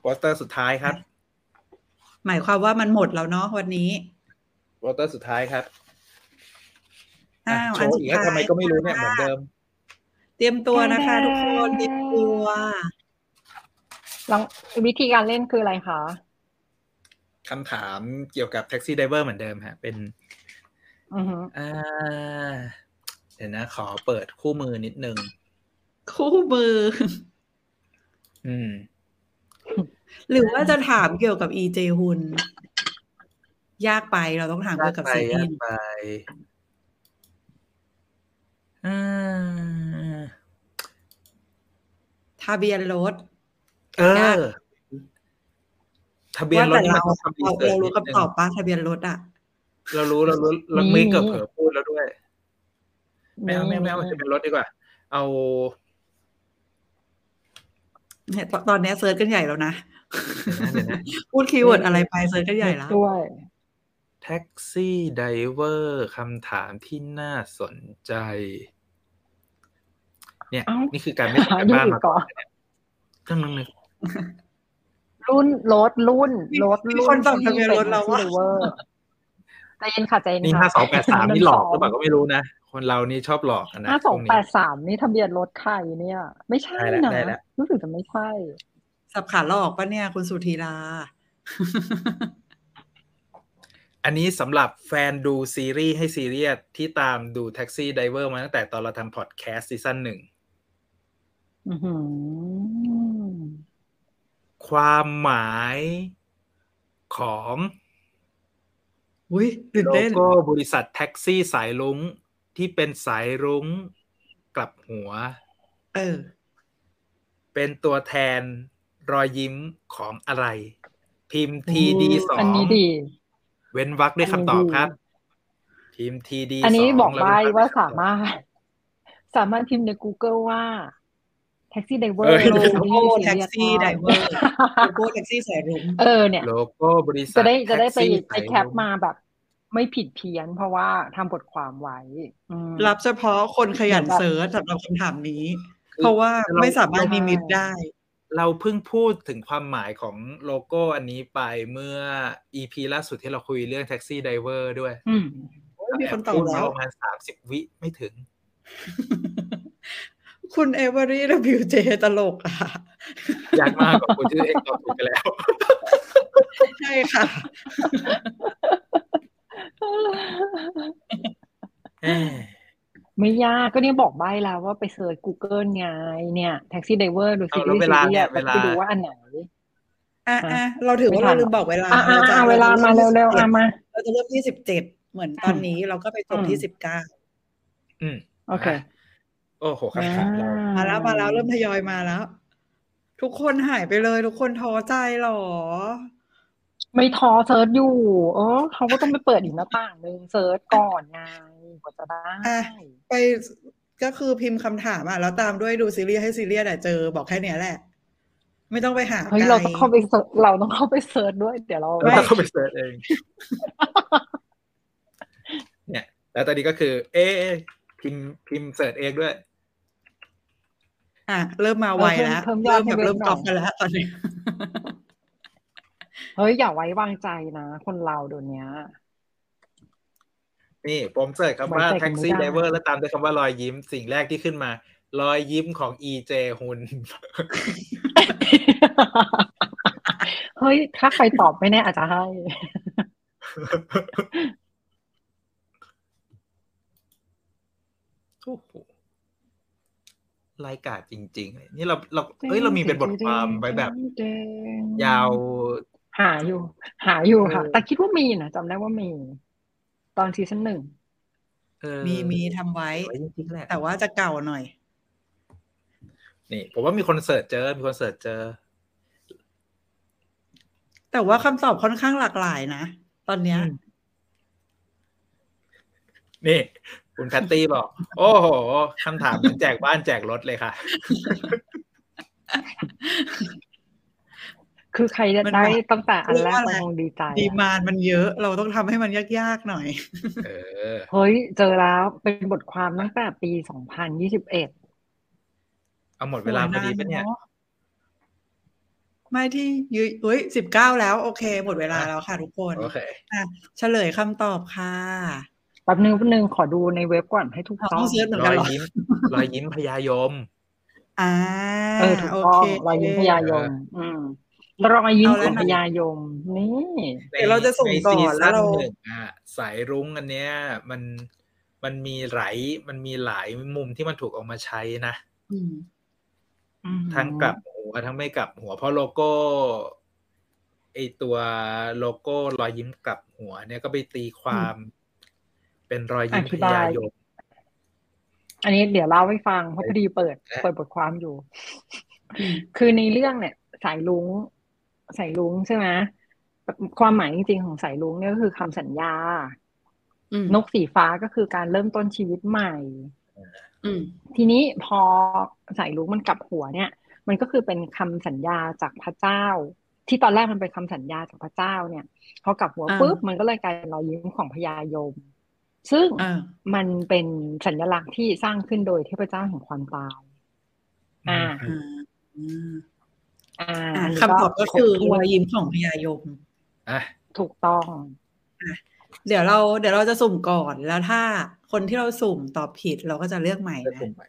A: โปสเตอร์สุดท้ายครับ
C: หมายความว่ามันหมดแล้วเนาะวันนี้
A: โปสเตอร์สุดท้ายครับอ่ะ
C: อ้าว
A: โช
C: อัน
A: ว์
C: สุด
A: อีกแล้ว
C: ท้าย
A: ทำไมก็ไม่รู้เนี่ยเหมือนเดิม
C: เตรียมตัวนะคะทุกคนเตรียมตัว
B: แล้ววิธีการเล่นคืออะไรคะ
A: คำถามเกี่ยวกับแท็กซี่ไดเวอร์เหมือนเดิมฮะ เป็น
B: อือฮึ
A: อ่า เดี๋ยวนะ ขอเปิดคู่มือนิดนึง
C: คู่มือ [laughs]
A: อืม
C: หรือว่าจะถามเกี่ยวกับอีเจฮุนยากไปเราต้องถามเกี่ยวกับซีรี
A: ยาก
C: ส์
A: ไปอ่า
C: ทะเบียนรถ
A: เออ ทะเบียน
C: ว่ารแต่
A: ถนี่มั
C: เรา
A: นต้องทำรี
C: เรา
A: เสิ
C: เรา
A: ร์ชนิ
C: รู้
A: ดนึ
C: คำ
A: ง
C: ตอบป้าทะเบียนรถอ่ะ
A: เรารู้เรารู้เราไม่เกิดเผลอพูดแล้วด้วย ไม่เอาไม่เอาไม่เอาจะเป็นรถดีกว่า เอา
C: เนี่ยตตอนเนี้ยเซิร์ชกันใหญ่แล้วนะ
A: เดี๋ยวนะเดี๋ยวนะ
C: พูดคีย์เวิร์ดอะไรไปเซิร์ชกันใหญ่แล้ว
B: ด้วย
A: แท็กซี่ไดเวอร์คำถามที่น่าสนใจ เนี่ย
B: เอ้านี่
A: นี่คือการไม่
B: หาก
A: ทำาน
B: อยู่
A: บ้าน
B: อี
A: มาก
B: ก่อน
A: ตั้งนึงเลย
B: รุ่นรถรุ่นรถ
C: มี
B: รุ่น
C: คนส่องทะเบียนรถเราวะ
B: ที่เป็น Silver ใจเย็นค่ะใจเย็น
A: นี่
B: ค่ะ
A: ห้าสองแปด
B: [laughs]
A: สามนี่หลอกหรือเปล่าก็ไม่รู้นะ คนเรานี่ชอบหลอกกันนะ
B: ห้าสอง
A: ช่วนี้
B: แปดสามนี่ทะเบียนรถใครเนี่ย ไม่ใช่
A: ได้แล้ว
B: นะ
A: ได้แล้ว
B: รู้สึกจะไม่ใช่
C: สับขาหลอกปะเนี่ยคุณสุธีรา [laughs]
A: อันนี้สำหรับแฟนดูซีรีส์ให้ซีเรียสที่ตามดูแท็กซี่ไดเวอร์มาตั้งแต่ตอนเราทำพอดแคสต์ซีซั่นหนึ่ง
B: อือหือ
A: ความหมายของ
C: อุ้ยตื่น
A: โล
C: เต้น
A: โก้บริษัทแท็กซี่สายรุ้งที่เป็นสายรุ้งกลับหัว
C: เออ
A: เป็นตัวแทนรอยยิ้มของอะไร พิมพ์ทีดีสอ
B: อัน
A: ง
B: นี้ดี
A: เว้นวรรคด้วยคำตอบครับ
B: อันนี้
A: พิมพ์ทีดี
B: อันนี้
A: สง
B: บอก
A: แล้ว
B: ใบ
A: เนรรคด้วย
B: ว่า
A: คำตอบ
B: สามารถ สามารถพิมพ์ใน Google ว่าแท็กซี่ไดเวอ
A: เอ้
B: ร์
A: ย
C: โลโก้แท็กซี่ไดเวอร์โลโก้แท็กซี่สายรุ้ง
B: เออเนี่ย
A: โลโก้บริษัท
B: จะได้จะได้ไป
A: แท็กซี่
B: ไป
A: สายรุ้ง
B: แคปมาแบบ ไม่ผิดเพี้ยนเพราะว่าทำบทความไว้ อืม
C: รับเฉพาะคนขยัน
B: แบบ
C: เซิร์ชสำหรับคำถามนี้
A: คือ
C: เพราะว่าไม่สามารถ
B: เรา
C: นิมิตได้
A: เราเพิ่งพูดถึงความหมายของโลโก้อันนี้ไปเมื่อ EP ล่าสุดที่เราคุยเรื่องแท็กซี่ไดเวอร์ด้วย
B: อืม
C: โอ้ยมีคนตอบ
A: พูด
C: แล้
A: มาว ประมาณสามสิบวิไม่ถึง
C: [laughs] คุณเอเวอรี่และบิวเจตลกอ่ะ [laughs]
A: อยากมากกว่าคนชื่อเองตอบถูกไป
B: [laughs]
A: แล้ว
C: ใช่ค่ะ
A: เอ้ย
B: ไม่ยากก็เนี่ยบอกใบแล้วว่าไปเซิร์ช Google ไงเนี่ยแท็กซี่ไดเวอร์ดูซี
A: เอาแล้
B: รี
A: วเว
B: ส์ซี
A: ลา
B: รี
A: เนี่ย
B: ส์ไป
A: เวลา
B: ไปดูว่าอันไหน
C: อ่ะ
B: อ่ะ
C: อ่ะเราถือว่า
B: ไม่ทั
C: เรา
B: น
C: ลืมบอกเวลา
B: อ่ะอ่ะ
C: นะจ๊ะ
B: อ่ะเวลามาเร็วๆอ่ะมา
C: เราจะเริ่มที่สิบเจ็ดเหมือนตอนนี้เราก็ไปจบที่
B: อืม
C: สิบเก้า
A: อืม
B: โอเค
A: โอ้โหคำถามเรา
C: มาแล้วมาแล้วเริ่มทยอยมาแล้ว ทุกคนหายไปเลย ทุกคนท้อใจหรอ
B: ไม่ท้อเซิร์ชอยู่เออเขาก็ต้องไปเปิดอีกหน้าต่างหนึ่งเซิร์ชก่อนไงกว่าจะได้
C: อ่ะ ไปก็คือพิมพ์คำถามอ่ะแล้วตามด้วยดูซีรีส์ให้ซีรีส์อ่ะเจอบอกแค่เนี้ยแหละ ไม่ต้องไปหา
B: เฮ้ย
C: ไกล
B: เราต้องเข้าไปเซิร์ชเราต้องเข้าไปเซิร์ชด้วยเดี๋ยวเรา
C: ไม่
A: เราเข้าไปเสิร์ชเอง เนี่ย แล้วตอนนี้ก็คือ เอ๊ะพิมพ์พิมพ์เสิร์ชเองด้วย
C: อ่ะเริ่มมาไวแล้ว
B: เออเพิ่มเพิ่
C: เริ่
B: ม
C: ม
B: ย
C: แบ
B: อด
C: บเริ่มตอบ
B: ให้เว็บหน่อย
C: กันแล้วตอนนี้
B: เฮ้ยอย่าไว้วางใจนะคนเราเดี๋ยวเนี้ย [laughs]
A: นี่ผมเสิร์ชคำว่า
B: ไว้ใจกั
A: แท็ก
B: นไม่
A: ซี่
B: ได้
A: ไดเวอร์แล้วตามด้วยคำว่ารอยยิ้มสิ่งแรกที่ขึ้นมา รอยยิ้มของ EJ ฮุน
B: เฮ้ยถ้าใครตอบไม่แน่อาจจะให้
A: โอ้โหรายกาจจริง ๆ เลยนี่เราเรา
B: เอ้
A: เอ้ย เรามีเป็นบทความไว้แบบ ยาว
B: หาอยู่ หาอยู่ค่ะ
A: เออ
B: แต่คิดว่ามีนะจำได้ว่ามี ตอนซีซั่นหนึ่ง
A: เออ
C: มีมีทำไว้
A: ไว้จริงๆแหละ
C: แต่ว่าจะเก่าหน่อย
A: นี่ ผมว่ามีคนเสิร์ชเจอ มีคนเสิร์ชเจอ
C: แต่ว่าคำตอบค่อนข้างหลากหลายนะตอนเนี้ย
A: อืม นี่ คุณแพตตี้บอก โอ้โหคำถามเหมือนแจกบ้านแจกรถเลยค่ะ
B: คือใครจะ
C: มัน
B: ได้
C: แบบ
B: ตั้งแต่อันแร
C: เรีย
B: ก
C: กว่าอะไร
B: มันคงดีใจ
C: ดี
B: อะ
C: มานมันเยอะ เราต้องทำให้มันยากๆหน่อย
A: เออ
B: เฮ้ย เจอแล้วเป็นบทความตั้งแต่ปี 2021
A: เอาหมดเวลาพอดีปะเนี่ย
C: โอ้าอะไม่ที่ยืเอ้ยสิบเก้าแล้ว โอเค หมดเวลาแล้วค่ะทุกคน
A: โอเค
C: อ่ะเฉลยคำตอบค่ะ
B: แป๊บนึงแป๊บนึงขอดูในเว็บก่อนให้ถูก
C: เรา
B: ต้
C: ต้
B: อ
C: อง งเซิร์ชเหมือน
A: ร
C: กั
A: อน ย
C: เหรอ
A: ยิ้ม รอยยิ้มพยายม
C: อ่า
B: เออถูก
C: โอ
B: ต้อ
C: เค
B: งรอยยิ้มพยายม อืมรอยยิ้ม
C: เอาแล้ว
B: ของ
C: นะ
B: พยายม นี่
C: เดี๋ยวเราจะส่งก่อนแล้วเรา
A: ใซีซั่หนึ่งอ่ะสายรุ้งอันเนี้ย มันมันมีหลายมันมีหลายมุมที่มันถูกเอามาใช้นะ
C: อืม
B: อือหือ
A: ทั้งกลับหัวทั้งไม่กลับหัวเพราะโลโก้ไอตัวโลโก้รอยยิ้มกลับหัว เนี่ยก็ไปตีความ เป็นรอยยิ้ม
B: อ
A: พ
B: ธิบาย
A: ยายม
B: อันนี้เดี๋ยวเล่าให้ฟังเพราะพอดีเปิด
A: ครับ
B: เปิดบทความอยู่ คือในเรื่องเนี่ย สายลุงสายลุงใช่ไหมความหมายจริงๆของสายลุงเนี่ยก็คือคำสัญญา
C: อืม
B: นกสีฟ้าก็คือการเริ่มต้นชีวิตใหม่
C: อืม
B: ทีนี้พอสายลุงมันกลับหัวเนี่ย มันก็คือเป็นคำสัญญาจากพระเจ้า ที่ตอนแรกมันเป็นคาสัญญาจากพระเจ้าเนี่ยพอกลับหัว
C: อ่า
B: ปุ๊บมันก็เลยกลายเป็นรอยยิ้มของพญายม ซึ่ง
C: อ่า
B: มันเป็นสัญลักษณ์ที่สร้างขึ้นโดยเทพเจ้าแห่งความตาย อ่า
C: อ่าอืม
B: อ่า
C: อ่าน
B: นี้
C: คำตอบก็คือ
B: รบถ้ว
C: ร
B: น
C: อยยิ้มของพญายม
A: อ่ะ
B: ถูกต้อง
C: เดี๋ยวเราเดี๋ยวเราจะสุ่มก่อนแล้วถ้าคนที่เราสุ่มตอบผิดเราก็จะเลือกใหม่
A: จะ
C: นะ
A: ส่งไป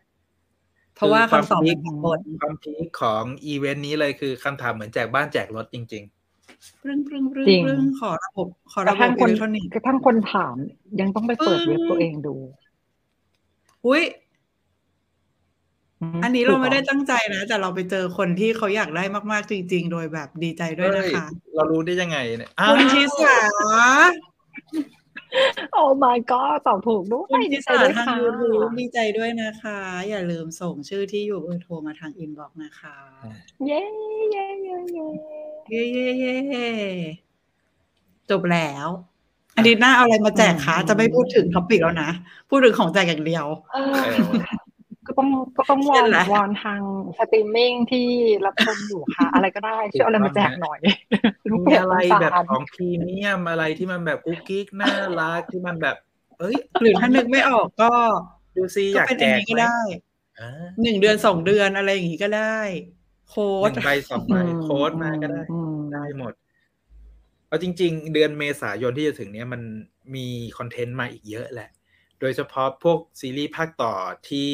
C: เพราะว่า
A: คือความ
C: คำตอบ
A: พี
C: มั
A: ค
C: นสากล
A: ความพีคของอีเวนต์นี้เลยคือคำถามเหมือนแจกบ้านแจกรถจริง
C: ปรึ้งปรึ้งปรึ้ง
B: จริง
C: ปรึ้งขอระบบขอก ระ
B: ระ
C: บ
B: ทั่
C: บ
B: งค
C: อิ
B: น
C: เล็กทรอนิกส์
B: กระทั่งคนถามยังต้องไปเปิด
C: อืม
B: เว็บตัวเองดู
C: อุ้ย
B: ม
C: อันนี้เราไม่ได้
B: ถูกต้
C: ตั้
B: อง
C: งใจนะ แต่เราไปเจอคนที่เขาอยากได้มากๆจริง ๆ โดยแบบดีใจด้วยนะคะ
A: ๆ เรารู้ได้ยังไงเนี่ยอ้าว
C: คุณชิสา
B: โอ้ my god ตอบถูกด้วย
C: คุณชิสา
B: ดีใจด้วย
C: ทาง
B: ค่ะ
C: ยูทูบดีใจด้วยนะคะ อย่าลืมส่งชื่อที่อยู่เบอร์โทรมาทางอินบ็อกซ์นะคะ
B: เย้เย้เย้เย้
C: เย้เย้เย้จบแล้วอาทิตย์หน้าเอาอะไรมาแจกคะ จะไม่พูดถึงท็อปิกแล้วนะ พูดถึงของแจกอย่างเดียว
B: เออก็ต้องก็ต้องวอ
C: เช่
B: น
C: นไร
B: วอนทางสตรีมมิ่งที่รับชมอยู่
A: [laughs]
B: ค่ะ อะไรก็ได้ช่วยเอาอะไรมาแจกหน่อยลูก
A: มี
B: เป็ด
A: อะไร
B: สงสา
A: แบบข
B: ร
A: องพรีเมียมอะไรที่มันแบบกุ๊กกิ๊กน่ารักที่มันแบบ เอ้ย
C: หรือถ้านึกไม่ออกก็
A: ดูซิอ
C: ก็
A: ยาก
C: เป็น
A: แจ
C: อัน
A: ก
C: นี้ก็
A: ไหม
C: ได้
A: อ่า
C: หนึ่งเดือนสองเดือนอะไรอย่างงี้ก็ได้ โค้
A: ห
C: ด
A: นึ่งใบสองใบโค้ดมาก็ได้
B: อืม
A: ได้หมดเอาจริง ๆ เดือนเมษายนที่จะถึงเนี้ยมันมีคอนเทนต์มาอีกเยอะแหละ โดยเฉพาะพวกซีรีส์ภาคต่อที่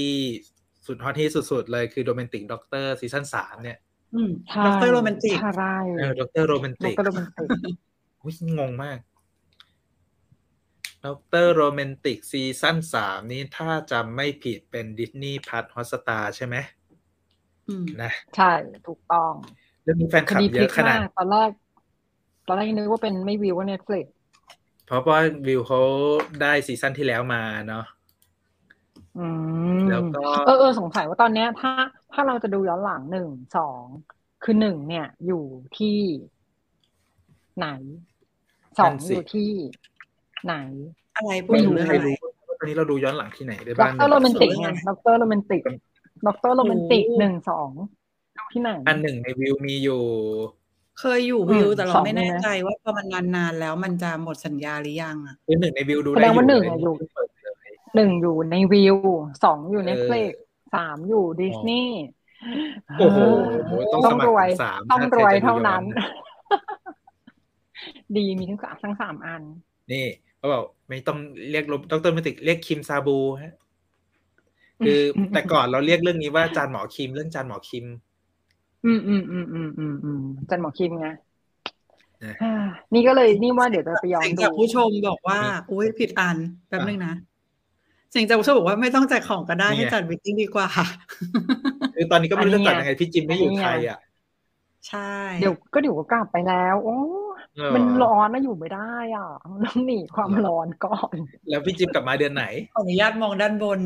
A: สุดฮอตที่สุด ๆ เลยคือโ o แมนติกด็อกเตอร์ซีซั่นสามเนี่ย
C: อืม
B: ใช่
C: ด็อกเตอร์โรแมนติก
B: ใช่
A: เออด็อกเตอร์โรแมน
B: ด็อ
A: ติ
B: ก
A: ก
B: เตอร์โรแมนติก
A: อุ้ยงงมากด็อกเตอร์โรแมนติกซีซั่นสามนี้ถ้าจำไม่ผิดเป็นดิสนีย์พัทฮอสตาใช่ไหม
C: อืม
A: นะ
B: ใช่ ถูกต้อง
A: เรื่องนี้แฟน
B: ค
A: คลับ
B: ดีพ
A: เย
B: ลิก
A: อะขนาด
B: มากตอนแรก ตอนแรกนึกว่าเป็นไม่วิวว่าเน็ตฟลิก
A: เพราะว่าวิวเขาได้ซีซั่นที่แล้วมาเนาะ
B: อืม
A: แล้วก็
B: เออเออสงสัยว่าตอนเนี้ย ถ้า ถ้าเราจะดูย้อนหลังหนึ่งสองคือหนึ่งเนี่ย อยู่ที่ไหนสอง
A: นั่นสิ
B: อยู่ที่ไหน
C: อะไรพูด
A: ไม่
C: ถึง
A: รู้
C: เรื่อง
A: ไม่
C: อะไร
A: รู้ว่าตอนนี้เราดูย้อนหลังที่ไหนได้
B: ด็อ
A: บ้าก ง
B: เตอร์โรแมนติกไง
C: ส่วนเรื่อง
B: ด็อกเตอร์โรแมนติกด็อกเตอร์โรแมนติกหนึ่งสองดูที่ไหน
A: อันหนึ่งในวิวมีอยู่
C: เคยอยู่วิว
B: อืม
C: แต่เรา
B: สอง
C: ไม่แน่
B: ใช่ไหม
C: ใจว่าพอมันนานๆแล้วมันจะหมดสัญญาหรือยังอ่ะ
A: หรือหนึ่งในวิวดู
B: แส
A: ได้
B: ดงว่าหนึ่ง
A: ใน
B: อะอยู่
A: วิวเปิดเลย
B: หนึ่งอยู่ในวิวสองอยู่
A: เออ
B: เน็ตฟลิกสามอยู่ดิสนีย์
A: โอ้โหต้องสมัค
B: ร
A: ร
B: วย
A: ถึงสาม
B: ต้องร
A: ถ้า
B: วย
A: ใคจะดู
B: เท่านั้น
A: ย้อหลัง
B: [laughs] ดีมีทั้งสามทั้งสามอัน
A: นี่เขาบอกไม่ต้องเรียกลบดรโรแมนติกเรียกคิมซาบูฮะคือแต่ก่อนเราเรียกเรื่องนี้ว่าจานหมอคิมเรื่องจานหมอคิม
B: อืมอืมอืมอืมอืมอืมจันหมอคิมไง
A: เออ
B: ฮ่านี่ก็เลยนี่ว่าเดี๋ยวจะไปย้อน
C: เสียง
B: ดู
C: จากผู้ชมบอกว่าอุ้ยผิดอันแป๊บนึงนะเสียงจากผู้ชมบอกว่าไม่ต้องแจกของก็ได้
A: นี่ไง
C: ให้จัดมิทติ้งดีกว่า [laughs]
A: คือตอนนี้ก็ไม่รู้จะจัดยังไงพี่จิมไม่อยู่ไทยอ่ะ
C: ใช่
B: เดี๋ยวก็เดี๋ยวก็กลับไปแล้ว โอ้
A: เออ
B: มันร้อนนะอยู่ไม่ได้อ่ะต้องหนีความร้อนก่อน [laughs]
A: แล้วพี่จิมกลับมาเดือนไหน
C: ขออนุญาตมองด้านบน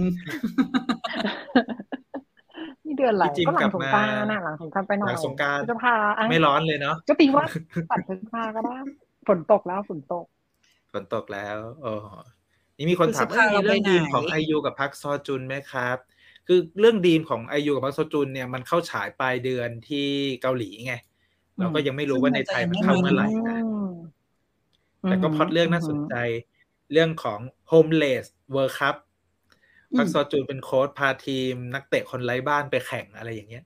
B: นี่เดือนอะไร
A: พี่จิม
B: ก็หลั
A: กลั
B: ง
A: บ
B: สง
A: มา
B: กรานต์น่ะหลังสงกรานต์ไปหน่
A: ห
B: อ
A: ลั
B: ย
A: งสงกราร
B: จะพฤษภาอ่ะ
A: ไม่ร้อนเลยเนาะ
B: ก็ตี
A: [laughs]
B: ว่า ตัดพฤษภาก็ได้ฝนตกแล้วฝนตก
A: ฝนตกแล้วอ๋อนี่มีคนถาม
C: พฤษ
A: ว่า
C: ภาเรา
A: มีเรื่อง
C: ไปไหน
A: ดีมของไอยูกับพักซอจุนไหมครับ คือเรื่องดีมของไอยูกับพักซอจุนเนี่ยมันเข้าฉายปลายเดือนที่เกาหลีไง เราก็ยังไม่รู้ว่าในไทยมันเข้าเมื่อไหร่นะ แต่ก็พล็อดเรื่องน่าสนใจ เรื่องของ Homeless World Cup
C: อืม
A: พักซอจุนเป็นโค้ชพาทีม นักเตะคนไร้บ้านไปแข่งอะไรอย่างเงี้ย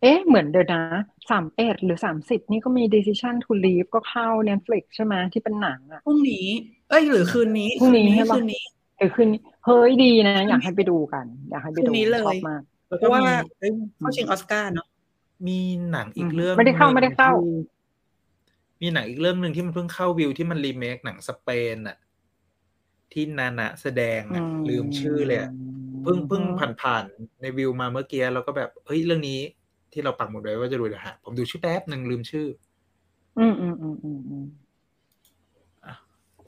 B: เอ๊ะ เหมือนเดี๋ยวนะสามเอ็ดหรือสามสิบนี่ก็มี decision to leave ก็เข้า Netflix ใช่ไหมที่เป็นหนังอ่ะ
C: พรุ่งนี้ เอ้ยหรือคืนนี้
B: พรุ่งนี้ใช่ปะ
C: คืนนี้
B: เออคืนนี้เฮ้ยดีนะ อยากให้ไปดูกัน อยากให้ไปดู
C: คืนนี้เลย
B: ชอบมาก
A: แล้ว
C: เพ
A: ก็
C: ราะว่า
A: มีเอ้ย
C: เข้าชิงออสการ์เนาะ
A: มีหนังอีก
B: อืม
A: เรื่อง
B: ไม่ได้เข้า
A: หนึ่ง
B: ไม่ได้เข้า
A: ที่มีหนังอีกเรื่องหนึ่งที่มันเพิ่งเข้าวิวที่มันรีเมคหนังสเปนอะที่นานะแสดงอะลืมชื่อเลยอะเพิ่งเพิ่งผ่านผ่านๆในวิวมาเมื่อกี้แล้วก็แบบเฮ้ยเรื่องนี้ที่เราปักหมุดไว้ว่าจะดูนะฮะผมดูชื่อแป๊บหนึ่งลืมชื่อ
B: อืมอืมอืมอืมอืม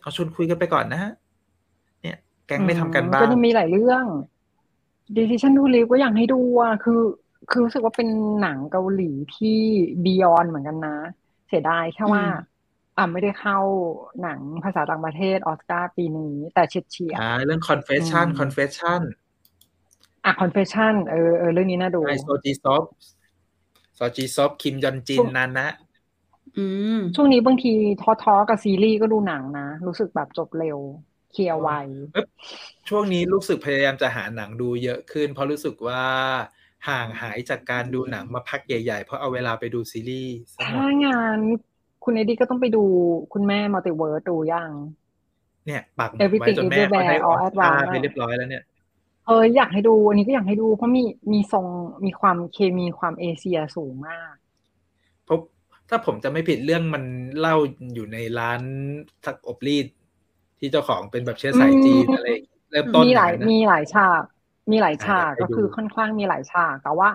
A: เอาชวนคุยกันไปก่อนนะฮะเนี่ย แก๊งไม่ทำกันบ้า
B: ก็
A: น
B: จะมีหลายเรื่อง Decision to Leave ก็อยากให้ดูอ่ะ คือ คือรู้สึกว่าเป็นหนังเกาหลีที่บียอนเหมือนกันนะ เสียดายแค่ว่า อ่าไม่ได้เข้าหนังภาษาต่างประเทศออสการ์ปีนี้ แต่เฉียดเฉียด
A: อ่า เรื่อง confession
B: อืม
A: confession
B: อ่ะ confession เออเออเรื่องนี้น่าดู
A: ไอโซจีซอฟโซจีซอฟคิมยอนจินนานะ
C: อืม
B: ช่วงนี้บางทีท้อๆกับซีรีส์ก็ดูหนังนะ รู้สึกแบบจบเร็ว เคลียร์ไว
A: ช่วงนี้รู้สึกพยายามจะหาหนังดูเยอะขึ้น เพราะรู้สึกว่าห่างหายจากการดูหนังมาพักใหญ่ๆ เพราะเอาเวลาไปดูซีรีส์ซะหม
B: ถ้า
A: ด
B: งานคุณเอ็ดดี้ก็ต้องไปดูคุณแม่มัลติเวิร์ดูยัง
A: เนี่ยปากหมุด
B: Everything
A: จนแม่เขาได้
B: Everywhere
A: ออ
B: All
A: ส
B: at
A: การ์
B: Once
A: ไปเรียบร้อยแล้วเนี่ย
B: เอออยากให้ดูอันนี้ก็อยากให้ดูเพราะมีมีทรงมีความเคมีความเอเชียสูงมาก
A: เพราะถ้าผมจะไม่ผิดเรื่องมันเล่าอยู่ในร้านซักอบรีด ที่เจ้าของเป็นแบบเชื้อสายจีนอะไรอย่างเงี้ยเริ่มต้น
B: มีหลาย
A: องนั้นนะ
B: มีหลายฉาก มีหลายฉาก
A: อ่ะเดี๋ยวไปดู
B: ก็คือค่อนข้างมีหลายฉาก แต่ว่า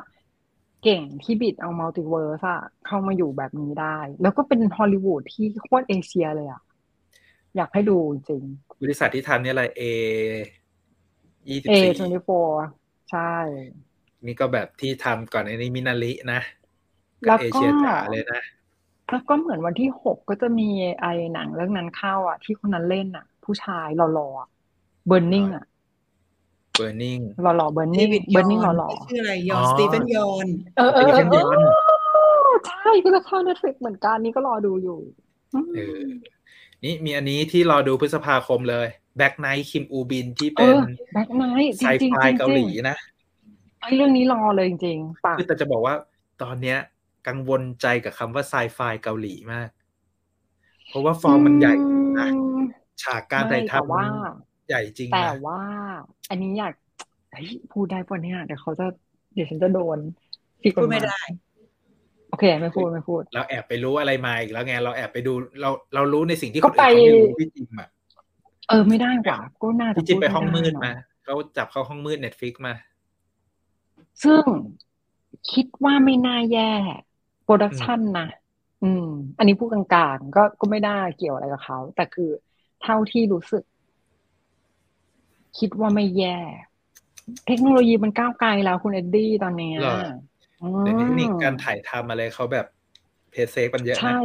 B: เก่งที่บิดเอามัลติเวิร์สอะเข้ามาอยู่แบบนี้ได้ แล้วก็เป็นฮอลลีวูดที่โคตรเอเชียเลยอะอยากให้ดูจริง
A: บริษัทที่ทำเนี่ยอะไรเอยี่สิบ
B: เอ
A: สี่
B: ทเวนตี้โฟใช่
A: นี่ก็แบบที่ทำก่อนในนี้มินาลินะ
B: แล้ว
A: เอ
B: ก็
A: เชียจ๋าเลยนะ
B: แล้วก็เหมือนวันที่หกก็จะมีไอ้หนังเรื่องนั้นเข้าอ่ะ ที่คนนั้นเล่นอ่ะ ผู้ชายหล่อๆอ่ะ burning อ่ะ
A: เบอร์นิง
B: หล่อๆ
C: เด
B: burning
C: วิดยอน
B: burning หล่อ
C: ชื่ออะไรยอ
A: อ๋
C: น
A: อ
C: สตีเฟนยอน
B: ๆเออเออ
A: เด
B: เอ
A: วิดยอน
B: อใช่ก็จะเข้า Netflix เหมือนกันนี่ก็รอดูอยู่อืม
A: เออ นี่มีอันนี้ที่รอดูพฤษภาคมเลยแบ็กไนท์คิมอูบินที่
B: เอ
A: เป็น
B: อแบ็คไนท์จ
A: ไซ
B: ริง
A: ไฟ
B: ๆจริง
A: เกาหลี
B: ๆ
A: นะ
B: ไอ้เรื่องนี้รอเลยจริงๆปาก
A: คือแต่จะบอกว่าตอนเนี้ย กังวลใจกับคำว่าไซไฟเกาหลีมาก เพราะว่าฟอร์มมันใหญ่นะ
B: อืม
A: ฉากการถ่าย
B: ไม่แต่
A: ทำมั
B: ว่า
A: นใหญ่จริง
B: แต่
A: นะ
B: ว่า อันนี้อยากเฮ้ยพูดได้ปะเนี่ยเดี๋ยวเขาจะเดี๋ยวฉันจะโดนผิดก
C: พู
B: ฎ
C: ด
B: ห
C: ไม่
B: มาย
C: ได้
B: โอเค ไม่พูดไม่พูด
A: เราแอบไปรู้อะไรมาอีกแล้วไงเราแอบไปดูเราเรารู้ในสิ่งที่ค
B: ก็
A: นอื่นเขา
B: ไป
A: ไม่รู้ที่จริมอ่ะ
B: เออไม่ได้ว่ะก็น่าจะ
A: ที่จริมไปห้อง
B: พู
A: มื
B: ด
A: ด
B: ไได้
A: มาเขาจับเข้าห้องมืดเน็ตฟิกมา
B: ซึ่งคิดว่าไม่น่าแย่โปรดักชันนะอืม อันนี้พูดกลางๆก็ก็ไม่ได้เกี่ยวอะไรกับเขา แต่คือเท่าที่รู้สึก คิดว่าไม่แย่ เทคโนโลยีมันก้าวไกลแล้วคุณเอ็ดดี้ตอนเนี้ย
A: เหรอ
B: อื
A: เดี๋ยวนี้เทคนิค
B: ม
A: การถ่ายทำอะไรเขาแบบเพจเซฟกันเยอะนะ
B: ใช่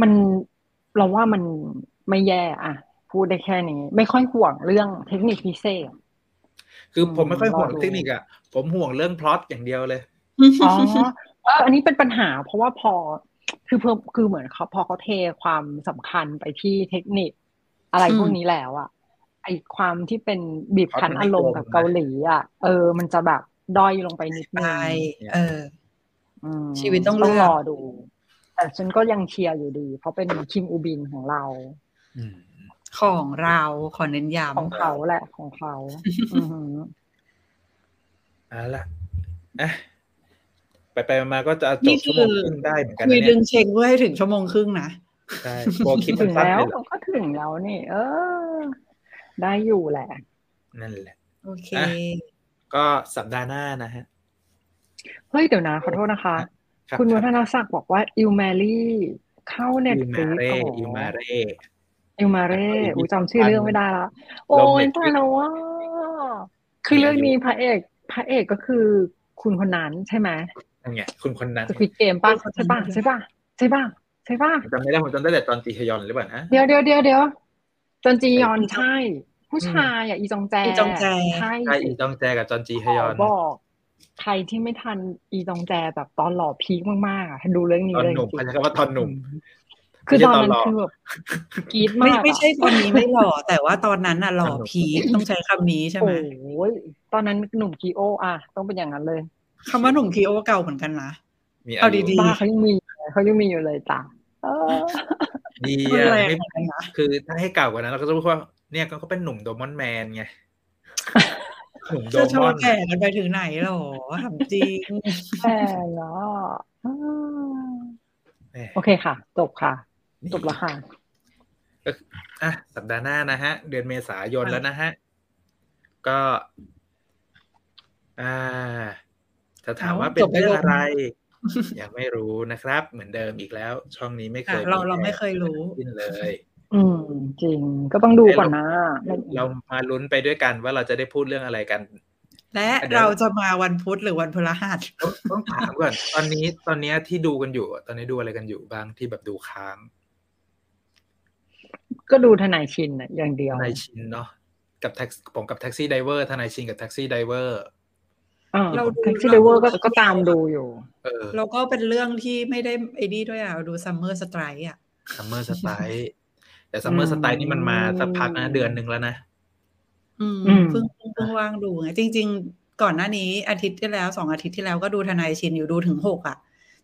B: มันเราว่ามันไม่แย่อะพูดได้แค่นี้ ไม่ค่อยห่วงเรื่องเทคนิคพิเศษ
A: คือผมไม่ค่อยห่วง
B: รอดู
A: เทคนิคอ่ะผมห่วงเรื่องพล็อตอย่างเดียวเลย
B: อ๋ [laughs] อเอออันนี้เป็นปัญหา เพราะว่าพอ คือเพิ่มคือเหมือนเขาพอเขาเทความสำคัญไปที่เทคนิค อะไร
C: อืม
B: พวกนี้แล้วอะไอความที่เป็นบีบคั้นอารมณ์กับ
A: เพราะ
B: เกา
A: มันไม่ตรงนะ
B: หลีอะเออ มันจะแบบด้อยลงไปนิด
C: ไป
B: นึง
C: เออ
B: อืม
C: ชีวิตต้องเลื
B: ต้อง
C: อก
B: รอดู แต่ฉันก็ยังเชียร์อยู่ดี เพราะเป็นคิมอูบินของเรา
A: อืม
C: ของเราขอเน้นย้
B: ของเขาแหละของเขาอือหือ
A: เอาละอ่ะไปไปๆมาๆก็จะ
C: ำ
A: จ
C: นี่
A: บชั่
C: คื
A: วโม
C: อง
A: ครึ่งได้เหมือนกัน
C: คุย
A: นะ
C: ดึ
A: เนี่
C: ง
A: ย
C: เชงเพื่อให้ถึงชั่วโมงครึ่งนะ
A: ใช่โบคิดมั
B: ถึ
A: น
B: ง
A: สั้น
B: แล้ว
A: เลยเหรอ
B: ก็ถึงแล้วนี่ เออ ได้อยู่แหละ
A: นั่นแหละ
C: โอเค
A: อ่ะ ก็สัปดาห์หน้านะฮะ
B: เฮ้ย เดี๋ยวนะ ขอโทษนะคะ
A: ครับ
B: คุณวัฒ
A: รับ
B: นศักดิ์บอกว่าอิลแมรี่เข้าเน็ต
A: อิว
B: ฟ
A: มา
B: ลิ
A: เร่
B: ก
A: อิวมาเร่
B: อิ
A: อิลมา
B: ลมาเร่
A: เร่
B: อูจำชื่อเรื่องไม่ได้ละ โอ้
A: ลง
B: ย
A: Netflix
B: ตายแล้วว่า คือเรื่องนี้พระเอก พระเอกก็คือคุณคนนั้นใช่ไหม
A: นั่นไงคุณคนนั้น
B: สควิดเกมป่ะ
C: คุณคนนั้น
B: ใช่ป่ะใช่ป่ะใช่ป่ะใช่ป่ะ
A: ผมจำไม่ได้ผมจำได้แต่ตอนจีฮยอนหรือเปล่านะ
B: เดี๋ยวเดี๋ยวเดี๋ยวเดี๋ยวจนจียอนใช่ ผู้ชายอ่ะอีจงแจ
C: อีจงแจ
B: ใช่
A: ใช่อีจองแจกับจอนจีฮยอน
B: ขอบอกใครที่ไม่ทันอีจองแจแบบตอนหล่อพีคมากๆอ่ะดูเรื่องนี้
A: ตอน
B: เลย
A: หนุ่ม
B: จริ
A: เขา
B: ง
A: ใช้คำว่าตอนหนุ่ม
B: ๆคือตอน
A: ไม่ใช่ตอนห
B: นั้น
A: ล่อ
B: คือแบบกรี๊ด
C: ไม่
B: มาก
C: ไม่
B: อะ
C: ใช่ตอนนี้ไม่หล่อ [laughs] แต่ว่าตอนนั้นน่ะหล่อพีคต้องใช้คำนี้ใช่ไหม
B: โอ้ยตอนนั้นหนุ่มกีโออะต้องเป็นอย่างนั้นเลย
C: คำว่าหนุ่มคีโอเก่าเหมือนกันนะ
A: มี
C: เอา
A: ยุ
C: ดี
B: บ้าเขายังมีเขายังมีอยู่เลยจ้ะเออ
A: ดี
C: เพื่อ
A: อะ
C: อะไร
A: ไม่
C: อะไรนะ
A: คือถ้าให้เก่ากว่านั้นเราก็จะพูดว่าเนี่ยก็เป็นหนุ่มโดมอนแมน
C: [laughs]
A: ไงหนุ่มโด
C: จะโช
A: มอ
C: ว์
A: น
C: แก่กันไปถึงไหนหรอถามจริ [laughs] ง
B: แต่เนาะเออโอเคค่ะ จบค่ะ จบแล้วค่ะ
A: อ่ะสัปดาห์หน้านะฮะ เดือนเมษายน
C: ค่ะ
A: แล้วนะฮะ ก็ อ่าจะถามว่าเป็นเรื่องอะไร
C: [laughs]
A: ยังไม่รู้นะครับ เหมือนเดิมอีกแล้ว ช่องนี้ไม่เค
C: อ่ะ
A: ย
C: เรา
A: แอ
C: เราไม่เคยรู้
A: สิ้นเลย
B: อืม จริงก็ต้องดูก่อนนะ
A: เรามาลุ้นไปด้วยกันว่าเราจะได้พูดเรื่องอะไรกัน
C: และเราจะมาวันพุธหรือวันพฤหัส
A: ต้องต้องถามก่อนตอนนี้ตอนนี้ที่ดูกันอยู่ ตอนนี้ดูอะไรกันอยู่บ้างที่แบบดูค้าง
B: ก็ดูทนายชินน่ะอย่างเดียว
A: ในชินเนาะ กับแท็กผมกับแท็กซี่ไดเวอร์ทนายชินกับแท็กซี่ไดเวอร์
B: อ่า
C: เราดู
B: แท็กซี่เดเวอร์ก็ก็ตามดูอยู่
A: เออ
C: เราก็เป็นเรื่องที่ไม่ได้ไอ้นี่ด้วยอ่ะเราดูซัมเมอร์สไตร์อ่ะ
A: ซัมเมอร์สไตล์แต่ซัมเมอร์สไตล์นี่มันมาสักพักนะเดือนหนึ่งแล้วนะ
C: อืม
B: อืม
C: เพิ่งเพิ่งเพิ่งว่างดูไงจริง ๆ ก่อนหน้านี้อาทิตย์ที่แล้วสองอาทิตย์ที่แล้วก็ดูทนายชินอยู่ดูถึงหกอ่ะ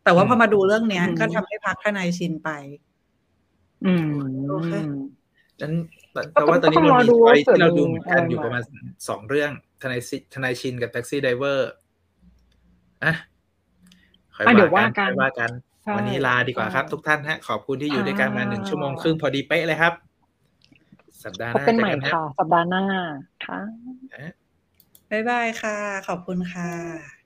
C: แต่ว่าพอมาดูเรื่องเนี้ย
B: อืม
C: ก็ทำให้พักทนายชินไป
B: อืม
C: โอเค
A: นั้นแต่แต่ว่าตอนนี้มัน
B: ก็ต้องรอดู
A: มี
B: ว่า
A: ไว้
B: เกิด
A: ที่เราดูเห
B: มี
A: มือนกัน
B: อะไร
A: อยู่ประมาณสองเรื่องทนายซิทนายชินกับแท็กซี่ไดเวอร์อ่ะค่อย
B: อ่ะเดี๋ยวว่ากัน
A: ค่อยว่ากัน
B: ใช่
A: วันนี้ลาดีกว่าครับ ทุกท่านฮะ ขอบคุณที่อยู่ด้วยกันมาหนึ่งชั่วโมงครึ่งพอดีเป๊ะเลยครับ สัปดาห์ห
B: พบ
A: น้า
B: กัน
A: เจอ
B: ใหม่
A: กันฮะ
B: ค่ะ สัปดาห์หน้าค่ะ
A: ฮะ
C: บ๊ายบายค่ะ ขอบคุณค่ะ